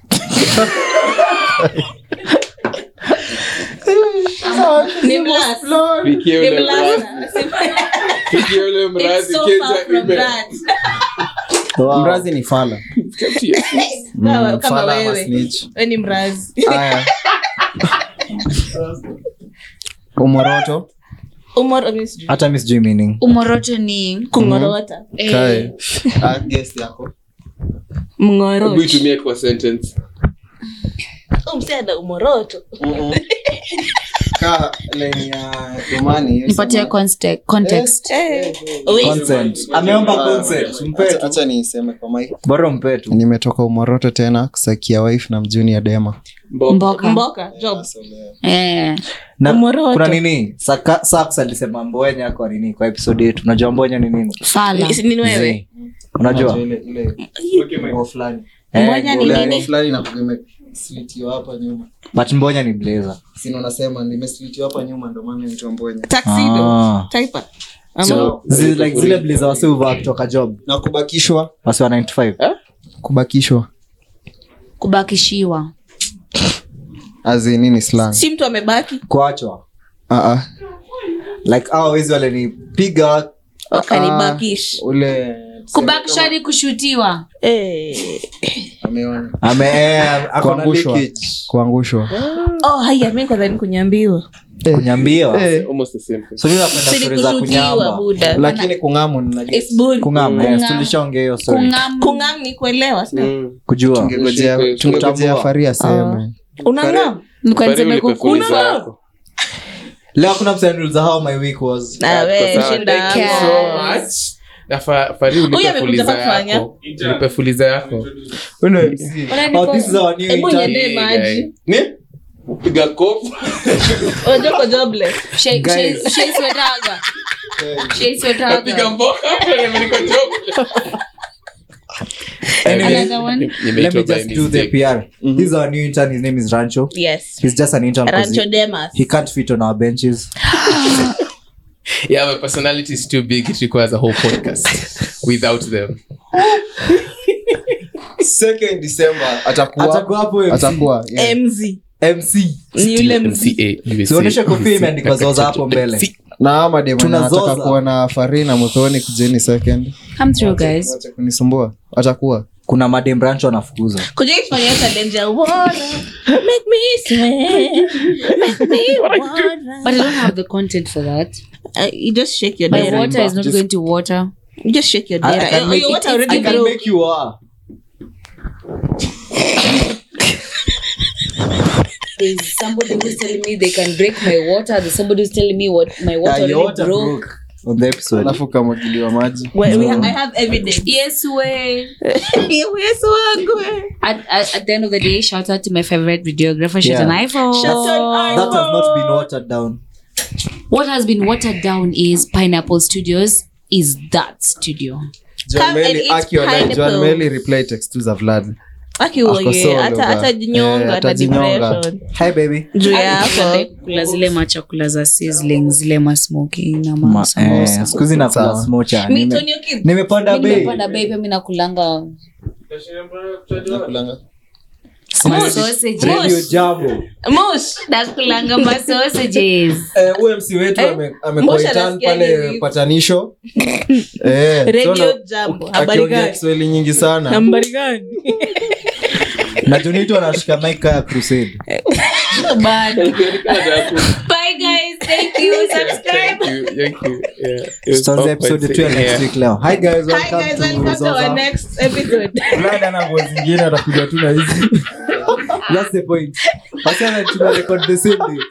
Speaker 4: ni mlas
Speaker 11: Fikia
Speaker 4: ni
Speaker 11: ule mrazi.
Speaker 4: mlas
Speaker 11: Fikia ule
Speaker 4: it's
Speaker 11: mrazi,
Speaker 4: so far
Speaker 11: kenja
Speaker 4: from
Speaker 11: ime-
Speaker 4: that
Speaker 3: mrazi ni fala
Speaker 4: Sawa, kama
Speaker 3: fala ama
Speaker 4: wewe
Speaker 3: snitch.
Speaker 4: we ni mrazi
Speaker 3: Aya. umoroto
Speaker 4: umoro mimi sijui.
Speaker 5: hata mi sijui meaning
Speaker 2: Umoroto ni eh,
Speaker 4: kungorota
Speaker 3: Kai. Ah, guess yako
Speaker 4: mngoroto
Speaker 11: Hebu itumie kwa sentence.
Speaker 4: msiada Oh, umoroto
Speaker 3: ka leni ya imani hiyo
Speaker 2: nipatie context. context.
Speaker 4: Eh, we-
Speaker 5: Consent. ameomba consent mpe tu.
Speaker 3: acha niiseme kwa mic
Speaker 5: bora mpe tu
Speaker 3: nimetoka umoroto tena kusakia wife na mjuni ya dema
Speaker 5: Eh.
Speaker 11: Mboka.
Speaker 2: Mboka.
Speaker 4: mboka job
Speaker 2: Eh.
Speaker 5: na
Speaker 4: Umoroto.
Speaker 5: kuna nini Saka- Saks alisema mboenya kwa nini kwa episode yetu unajua mboenya ni nini
Speaker 2: Fala.
Speaker 4: Is- ni wewe
Speaker 5: Zi. unajua
Speaker 3: Ile- ile nguo fulani
Speaker 5: Eh,
Speaker 4: Mbonya ni
Speaker 5: nguo-
Speaker 4: nini?
Speaker 3: Nguo fulani na imeslitiwa hapa nyuma
Speaker 5: but mbonya ni blazer
Speaker 3: sino nasema nimeslitiwa hapa nyuma ndo maana nitoa mbwenye
Speaker 4: tuxedo
Speaker 5: Ah.
Speaker 4: type Ama-
Speaker 3: so, zi, like zile bliza wasiuvaa kutoka job na kubakishwa wasiwa 95 kubakishwa
Speaker 2: kubakishiwa
Speaker 3: azi nini slang
Speaker 4: si mtu amebaki
Speaker 3: kuachwa
Speaker 5: Ah,
Speaker 3: uh-uh. like awa wezi walinipiga
Speaker 2: Wakanibakish.
Speaker 3: Ah, ule
Speaker 2: kubakishwa ni kushutiwa
Speaker 4: Eh.
Speaker 3: ameona Ame, eh, ako na
Speaker 5: Kuangushwa.
Speaker 3: leakage. kuangushwa
Speaker 5: Yaani
Speaker 4: oh haya mimi kwanza ni kunyambiwa
Speaker 3: kunyambiwa
Speaker 4: Eh.
Speaker 11: Almost the same thing.
Speaker 3: so mi napenda
Speaker 4: Si ni
Speaker 3: story za
Speaker 4: kushukiwa,
Speaker 3: kunyamba
Speaker 4: Buddha.
Speaker 3: lakini kungamu ninajua.
Speaker 4: It's bull.
Speaker 3: Kungamu,
Speaker 4: Mm.
Speaker 3: yes,
Speaker 4: Kungamu.
Speaker 3: tulishaongea hiyo story.
Speaker 4: kungam kungam ni kuelewa sio
Speaker 3: kujua
Speaker 5: Tungengojea-
Speaker 3: Kutambua.
Speaker 5: tungengojea Fari
Speaker 4: Ah.
Speaker 5: aseme.
Speaker 4: unangam
Speaker 5: Nilikuwa Fari niseme ulipe kukuna. fuliza
Speaker 4: Unang'am?
Speaker 5: yako.
Speaker 3: leo kuna msaniuliza how my week was
Speaker 4: Ah, we, shinda hapo.
Speaker 11: Na fa- Fari ulipe
Speaker 4: Huyu amekuja
Speaker 11: fuliza
Speaker 4: kufanya.
Speaker 11: yako. Ulipe fuliza yako.
Speaker 4: Unanipo-
Speaker 3: Oh, this is our new
Speaker 4: Hebu
Speaker 3: intern.
Speaker 4: niendee maji.
Speaker 11: Ni? Piga kofu.
Speaker 4: Unajua uko Oh, jobless.
Speaker 11: Guys.
Speaker 15: ushaiswetaga
Speaker 11: Napiga mboka. Niko job.
Speaker 4: Another one.
Speaker 3: Let me just do the PR.
Speaker 4: Mhm.
Speaker 3: This is our new intern. His name is Rancho.
Speaker 4: Yes.
Speaker 3: He's just an intern. 'cause
Speaker 4: Rancho
Speaker 3: he-
Speaker 4: Demas.
Speaker 3: He can't fit on our benches.
Speaker 11: Yeah, my personality is too big. It requires a whole podcast without them.
Speaker 5: second december
Speaker 3: Atakuwa hapo MC.
Speaker 5: atakuwa yeah.
Speaker 4: mz
Speaker 3: MC.
Speaker 4: ni yule
Speaker 3: Tuonyeshe kofia imeandikwa zoza hapo mbele.
Speaker 5: na ama demo
Speaker 3: Tuna
Speaker 5: anataka
Speaker 3: Zoza.
Speaker 5: kuwa na fari na motoni kujeni second
Speaker 2: come through guys
Speaker 5: Acha kunisumbua atakuwa
Speaker 3: kuna madem branch wanafukuza
Speaker 4: kuja kufanya hiyo challenge ya wanna make me sweat make me wanna
Speaker 2: but i don't have the content for that
Speaker 4: Uh, you just shake your
Speaker 2: my
Speaker 4: dera.
Speaker 2: water is not going to water
Speaker 4: You just shake your
Speaker 3: I- I
Speaker 4: dera.
Speaker 3: can
Speaker 4: Your-
Speaker 3: make
Speaker 4: your
Speaker 3: it-
Speaker 4: water
Speaker 3: I
Speaker 4: already
Speaker 3: can
Speaker 4: broke.
Speaker 3: make you are.
Speaker 2: there's somebody who's telling me they can break my water there's somebody who's telling me what my water
Speaker 3: Yeah, your
Speaker 2: already
Speaker 3: water
Speaker 2: broke
Speaker 3: broke on the episode.
Speaker 5: alafu kamwagiliwa maji
Speaker 4: Well, we ha- I have evidence. [LAUGHS]
Speaker 2: yes way
Speaker 4: Yesu wangu we.
Speaker 2: at, at, at the end of the day shout out to my favorite videographer she's
Speaker 3: Yeah.
Speaker 2: an iphone
Speaker 4: Shut
Speaker 3: That
Speaker 4: up.
Speaker 3: has not been watered down.
Speaker 2: what has been watered down is pineapple studios is that studio
Speaker 5: John
Speaker 4: Come and
Speaker 5: Meli
Speaker 4: eat
Speaker 5: aki online John
Speaker 4: pineapple.
Speaker 5: Meli reply text tu za Vlad
Speaker 4: Aki
Speaker 5: Ako
Speaker 4: uoge,
Speaker 5: solo
Speaker 4: hata-
Speaker 5: ba.
Speaker 4: hata jinyonga,
Speaker 5: Eh,
Speaker 4: hata
Speaker 5: atajinyonga.
Speaker 4: depression.
Speaker 3: Hi baby.
Speaker 4: juu
Speaker 2: Napenda
Speaker 4: yako
Speaker 2: kula zile machakula za sizzling zile masmoking na
Speaker 3: Ma- eh,
Speaker 2: masamosa
Speaker 3: siku hizi nakula smocha.
Speaker 4: Mi
Speaker 3: Nime-
Speaker 4: Tony Oki-
Speaker 3: Nimepanda
Speaker 2: Mimi
Speaker 3: bei.
Speaker 2: nimepanda bei pia mi nakulanga masausage
Speaker 3: Radio Jambo.
Speaker 4: Mosh.
Speaker 2: nakulanga masausages
Speaker 5: eh, umc wetu
Speaker 4: Eh,
Speaker 5: ame-
Speaker 4: Moshe
Speaker 5: amekoitan
Speaker 4: anasikia
Speaker 5: pale
Speaker 4: nini? [LAUGHS]
Speaker 5: patanisho Eh,
Speaker 4: Radio
Speaker 5: so na-
Speaker 4: Jambo.
Speaker 5: ak-
Speaker 4: Habari
Speaker 5: akiongea
Speaker 4: gani?
Speaker 5: kiswahili nyingi sana
Speaker 4: Habari gani?
Speaker 3: na jonito anashika maika ya crusade
Speaker 2: bado
Speaker 15: bye guys thank you
Speaker 4: [LAUGHS]
Speaker 15: subscribe
Speaker 11: Thank you. Thank you. Yeah. It was
Speaker 3: tutaanza
Speaker 11: awkward
Speaker 3: episode
Speaker 11: saying-
Speaker 3: 12 next
Speaker 11: Yeah.
Speaker 3: week leo hi guys
Speaker 4: Hi guys,
Speaker 3: welcome
Speaker 4: welcome
Speaker 3: to
Speaker 4: to our
Speaker 3: zoza
Speaker 4: next [LAUGHS] episode.
Speaker 3: Vlad ana nguo zingine atakuja tu na hizi that's the point wasana tuna record the same day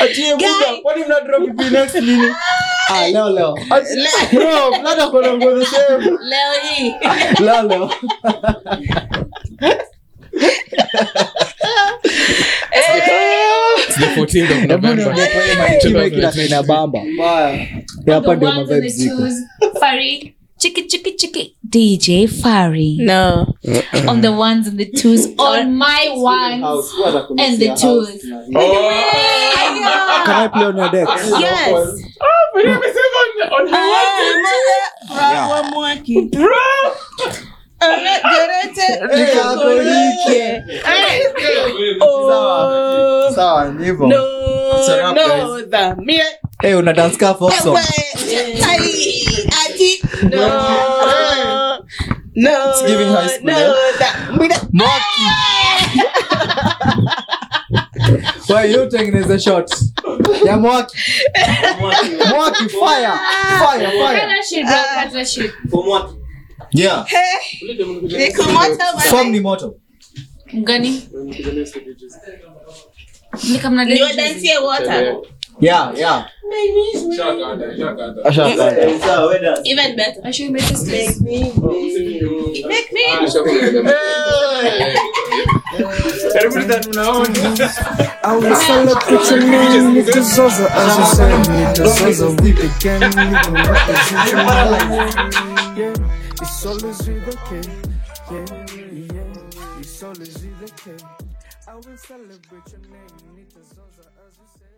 Speaker 3: atie muda kwani mna drop ipi next nini ah leo leo Ati- bro Vlad ako na nguo the same
Speaker 4: Leo hii.
Speaker 3: leo leo
Speaker 11: It's the 14th of November.
Speaker 3: kile kinafanya bamba Ya, hapa ndio mavibes ziko
Speaker 2: Fari. Chiki chiki chiki. DJ Fari.
Speaker 4: No.
Speaker 2: On the ones and the twos. On my
Speaker 3: Oh,
Speaker 2: ones and the twos.
Speaker 3: can i play on your deck
Speaker 4: Oh. Yes.
Speaker 3: Yeah. Nikakolike. sawa ni hivyo Sarap, guys. Eh, una dance ka folk song. It's giving high school, eh? Why you tengeneza shot? Ya Mwaki. Mwaki, fire. Fire, fire.
Speaker 4: Uh,
Speaker 3: Yeah. Form ni moto.
Speaker 2: Mgani? Nikamna dance.
Speaker 3: Yeah, yeah. Asha, fire.
Speaker 4: Even better.
Speaker 2: I should make this thing.
Speaker 4: Make me.
Speaker 1: I will celebrate your name, Nita Zaza, as you said, Nita Zaza, we began, Nita, represent your name. Yeah, it's always with the K. Yeah, yeah, it's always with the K. I will celebrate your name, Nita Zaza, as you said.